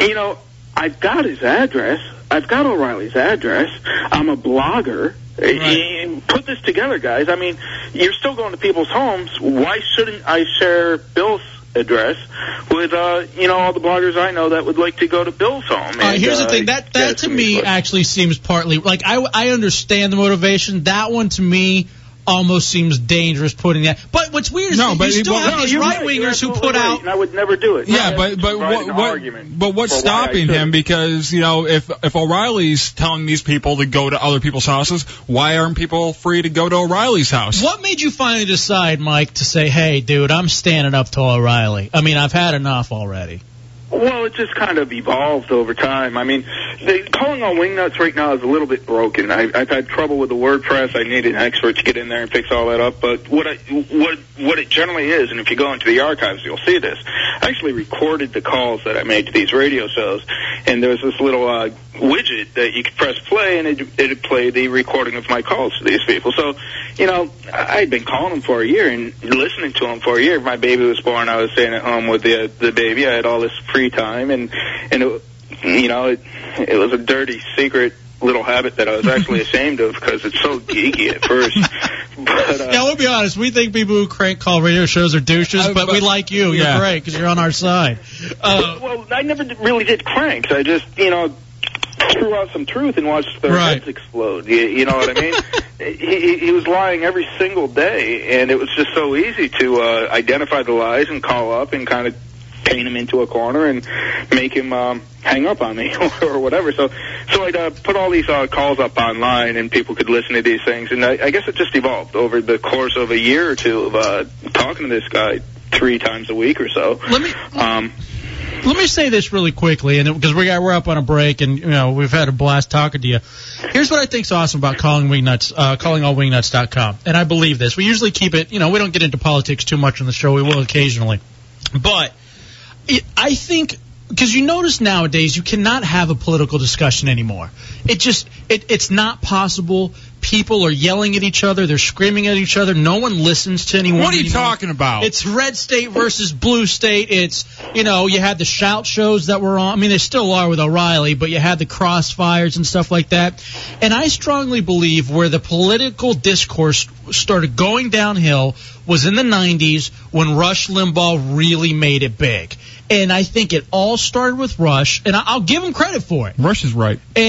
you know, I've got his address. I've got O'Reilly's address. I'm a blogger. Eh, Put this together, guys. I mean, you're still going to people's homes. Why shouldn't I share Bill's address with, uh, you know, all the bloggers I know that would like to go to Bill's home?
All right,
And,
here's the
uh,
thing. That
yeah,
that
it's
to
gonna be
me
fun.
actually seems partly like I I understand the motivation. That one to me almost seems dangerous putting that. But what's weird is
No,
that
but
you
it-
still
well,
have
no,
these
you're
right
right. You're
wingers who put
absolutely
out.
right, and I would never do it.
Yeah,
I
but but
provide
what
an
what
argument
but what's
for why I
stopping him? Because you know, if if O'Reilly's telling these people to go to other people's houses, why aren't people free to go to O'Reilly's house?
What made you finally decide, Mike, to say, "Hey, dude, I'm standing up to O'Reilly. I mean, I've had enough already."
Well, it just kind of evolved over time. I mean, the, calling on Wingnuts right now is a little bit broken. I, I've had trouble with the WordPress. I need an expert to get in there and fix all that up. But what I, what what it generally is, and if you go into the archives, you'll see this. I actually recorded the calls that I made to these radio shows, and there was this little uh, widget that you could press play and it it'd play the recording of my calls to these people. So, you know, I- I'd been calling them for a year and listening to them for a year. My baby was born. I was staying at home with the the baby. I had all this free time and and it, you know it it was a dirty secret little habit that I was actually [LAUGHS] ashamed of because it's so geeky at first. [LAUGHS] But uh,
yeah, we'll be honest. We think people who crank call radio shows are douches, but, we like you. You're 'cause
Yeah.
great because you're on our side. Uh,
well, I never d- really did cranks. I just, you know, threw out some truth and watched their
Right.
heads explode. You, you know what
[LAUGHS]
I mean? he, he- he was lying every single day, and it was just so easy to uh, identify the lies and call up and kind of paint him into a corner and make him um, hang up on me [LAUGHS] or whatever. So, so I'd uh, put all these uh, calls up online, and people could listen to these things. And I, I guess it just evolved over the course of a year or two of uh, talking to this guy three times a week or so.
Let me.
Um,
Let me say this really quickly, and because we got we're up on a break, and you know we've had a blast talking to you. Here's what I think's awesome about calling wingnuts, uh, calling all wingnuts.com, and I believe this. We usually keep it, you know, we don't get into politics too much on the show. We will occasionally, but it, I think because you notice nowadays you cannot have a political discussion anymore. It just it, it's not possible. People are yelling at each other. They're screaming at each other. No one listens to anyone.
What are you
anymore.
talking about?
It's red state versus blue state. It's you know you had the shout shows that were on. I mean they still are with O'Reilly, but you had the crossfires and stuff like that. And I strongly believe where the political discourse started going downhill was in the 90s when Rush Limbaugh really made it big. And I think it all started with Rush, and I- I'll give him credit for it.
Rush is right.
[LAUGHS]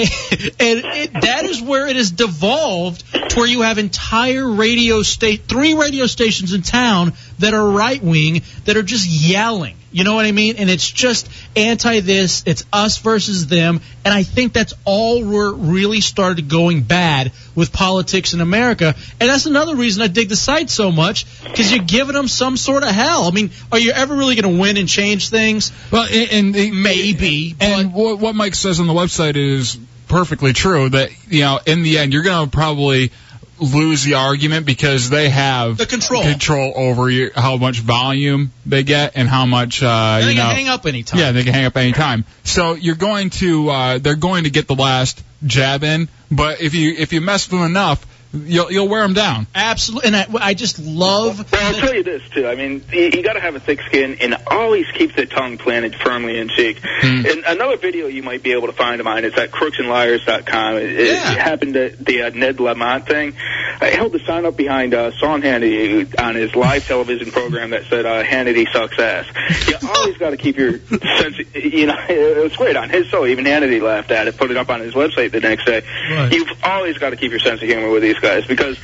And, and it, that is where it has devolved to where you have entire radio state, three radio stations in town that are right wing that are just yelling. You know what I mean? And it's just anti this, it's us versus them. And I think that's all where it really started going bad with politics in America. And that's another reason I dig the site so much because you're giving them some sort of hell. I mean, are you ever really going to win and change things?
Well, and,
maybe.
And what, what Mike says on the website is perfectly true. That you know, in the end, you're going to probably lose the argument because they have
The control.
control over your, how much volume they get and how much uh,
And they
you
can
know.
hang up anytime.
Yeah, they can hang up any time. So you're going to uh, they're going to get the last jab in, but if you if you mess with them enough, you'll you'll wear them down.
Absolutely, and I, I just love.
Well, I'll tell you this too. I mean, you, you got to have a thick skin and always keep the tongue planted firmly in cheek. And another video you might be able to find of mine is at crooksandliars.com. It, it happened at the uh, Ned Lamont thing. I held the sign up behind uh, Sean Hannity on his live television program that said uh, Hannity sucks ass. You always got to keep your sense. You know, [LAUGHS] it was great on his show. Even Hannity laughed at it, put it up on his website the next day. You've always got to keep your sense of humor with these guys because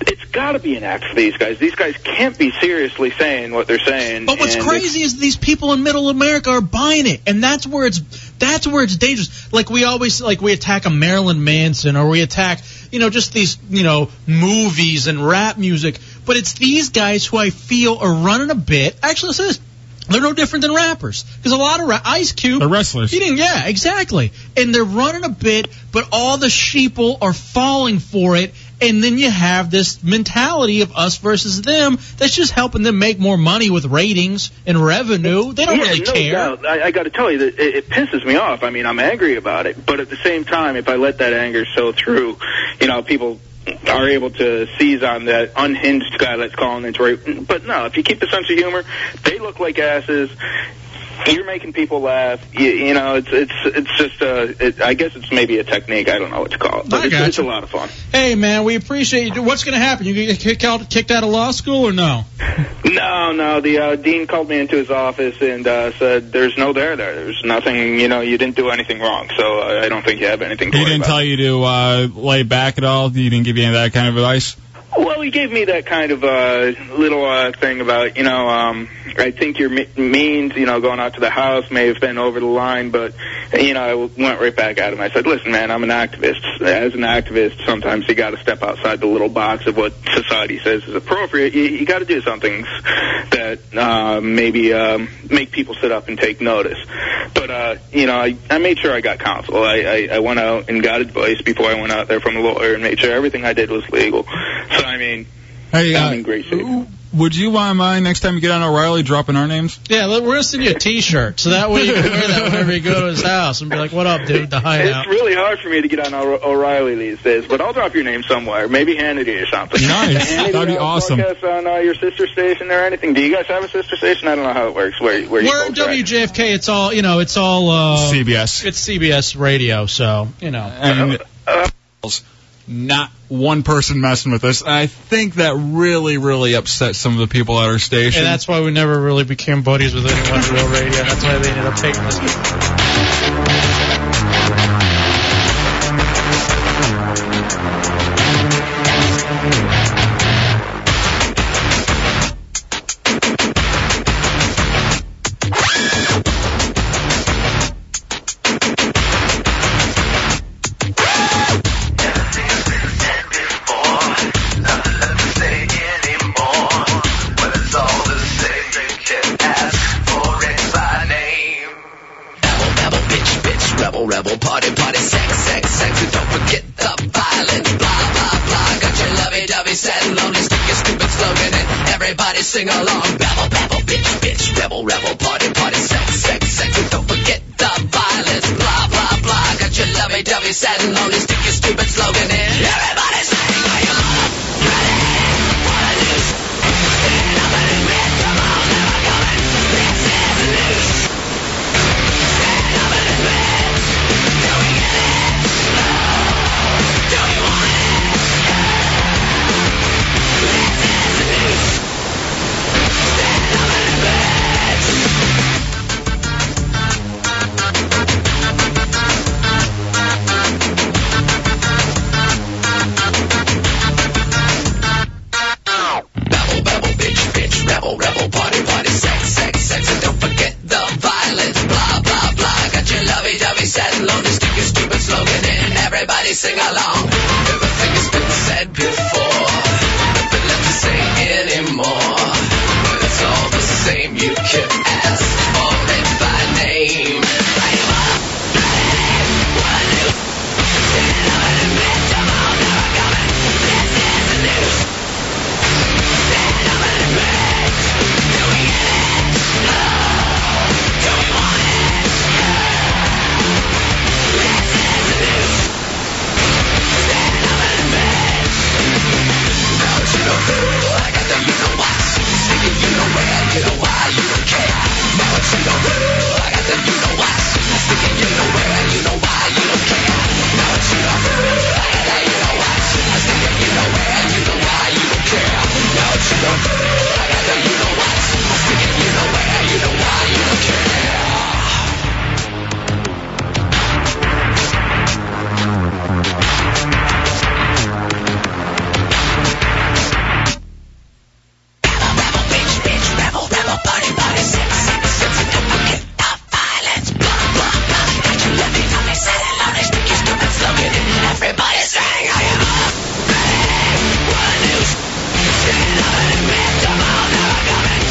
it's got to be an act for these guys. These guys can't be seriously saying what they're saying.
But what's
and
crazy is these people in Middle America are buying it, and that's where it's that's where it's dangerous. Like we always like we attack a Marilyn Manson or we attack you know just these you know movies and rap music, but it's these guys who I feel are running a bit. Actually, let's say this. They're no different than rappers because a lot of ra- Ice Cube, they're
wrestlers.
He didn't, yeah, exactly. And they're running a bit, but all the sheeple are falling for it. And then you have this mentality of us versus them that's just helping them make more money with ratings and revenue. They don't
yeah,
really
no
care.
Doubt. I, I got to tell you that it, it pisses me off. I mean, I'm angry about it, but at the same time, if I let that anger show through, you know, people are able to seize on that unhinged guy that's calling into rape. But no, if you keep a sense of humor, they look like asses. You're making people laugh. You, you know, it's it's it's just uh, it, I guess it's maybe a technique. I don't know what to call it, but it's, it's a lot of fun.
Hey man, we appreciate you. What's going to happen? You get kicked out, kicked out of law school or [LAUGHS] no?
No, no. The uh, dean called me into his office and uh, said, "There's no there there. There's nothing. You know, you didn't do anything wrong. So uh, I don't think you have anything to
He
worry
didn't
about."
tell you to uh, lay back at all. He didn't give you any of that kind of advice.
well, he gave me that kind of uh, little uh, thing about, you know, um, I think your me- means, you know, going out to the house may have been over the line, but you know, I w- went right back at him. I said, "Listen, man, I'm an activist. As an activist, sometimes you got to step outside the little box of what society says is appropriate. You, you got to do some things that uh, maybe um, make people sit up and take notice." But uh, you know, I, I made sure I got counsel. I, I, I went out and got advice before I went out there from a lawyer and made sure everything I did was legal. So I mean,
Hey, uh,
I'm in great shape.
Would you mind next time you get on O'Reilly dropping our names?
Yeah, look, we're gonna send you a T-shirt, so that way you can wear that whenever you go to his house and be like, "What up, dude?" The hideout.
It's really hard for me to get on O- O'Reilly these days, but I'll drop your name somewhere, maybe Hannity or something.
Nice.
Hannity,
That'd be
uh,
awesome.
Podcast on uh, your sister station or anything. Do you guys have a sister station? I don't know how it works. Where where you
We're
folks are.
WJFK. It's all you know. It's all uh,
CBS.
It's CBS radio, so you know.
And
Uh,
not one person messing with us. I think that really, really upset some of the people at our station.
And that's why we never really became buddies with anyone at real radio. That's why they ended up taking us.
Rebel, rebel, party, party, sex, sex, sex, and don't forget the violence. Blah, blah, blah, got your lovey-dovey sad and lonely, stick your stupid slogan and everybody sing along. Rebel, rebel, bitch, bitch, rebel, rebel, party, party, sex, sex, sex, and don't forget the violence. Blah, blah, blah, got your lovey-dovey sad and lonely, stick your stupid slogan in. Everybody sing, are you ready? Wanna lose? Stand up and admit, come on, never coming. This is news. Stand up and admit. Rebel, rebel, bitch, bitch, rebel, rebel, party, party, sex, sex, sex, and don't forget the violence. Blah, blah, blah, got your lovey-dovey sad and lonely, stick your stupid slogan in, everybody sing along. Everything has been said before, nothing left to say anymore. But it's all the same, you can ask for it by name. Are you up? Ready? Wanna do? Stand up and admit, come on, never coming. This is the news. Stand up and admit, do we get it? No. Do we want it? Rebel, rebel, party, party, sex, sex, sex, and don't forget the violence. Blah, blah, blah. Got you loving, dummy, sad and lonely, stick your stupid slogan in. Everybody sang, I am up. Ready? What news? Stand up and admit, come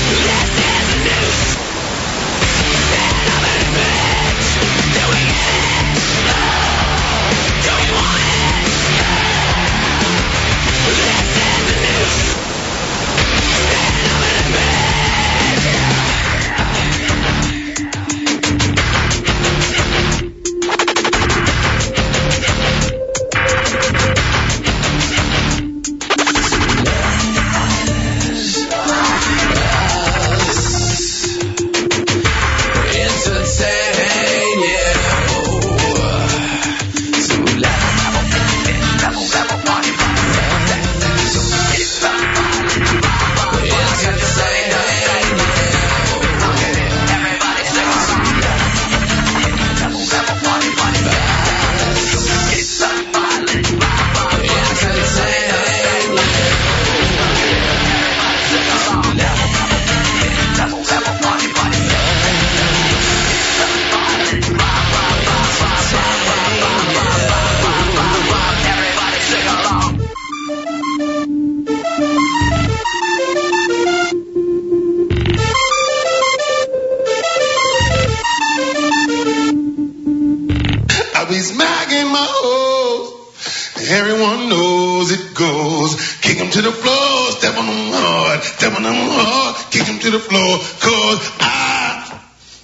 hard, tapping them hard, kick them to the floor, cause I,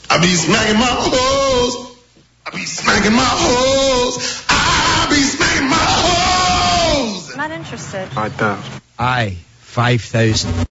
I be smacking my hoes. I be smacking my hoes. I be smacking my hoes.
Not interested.
I doubt.
I, 5,000.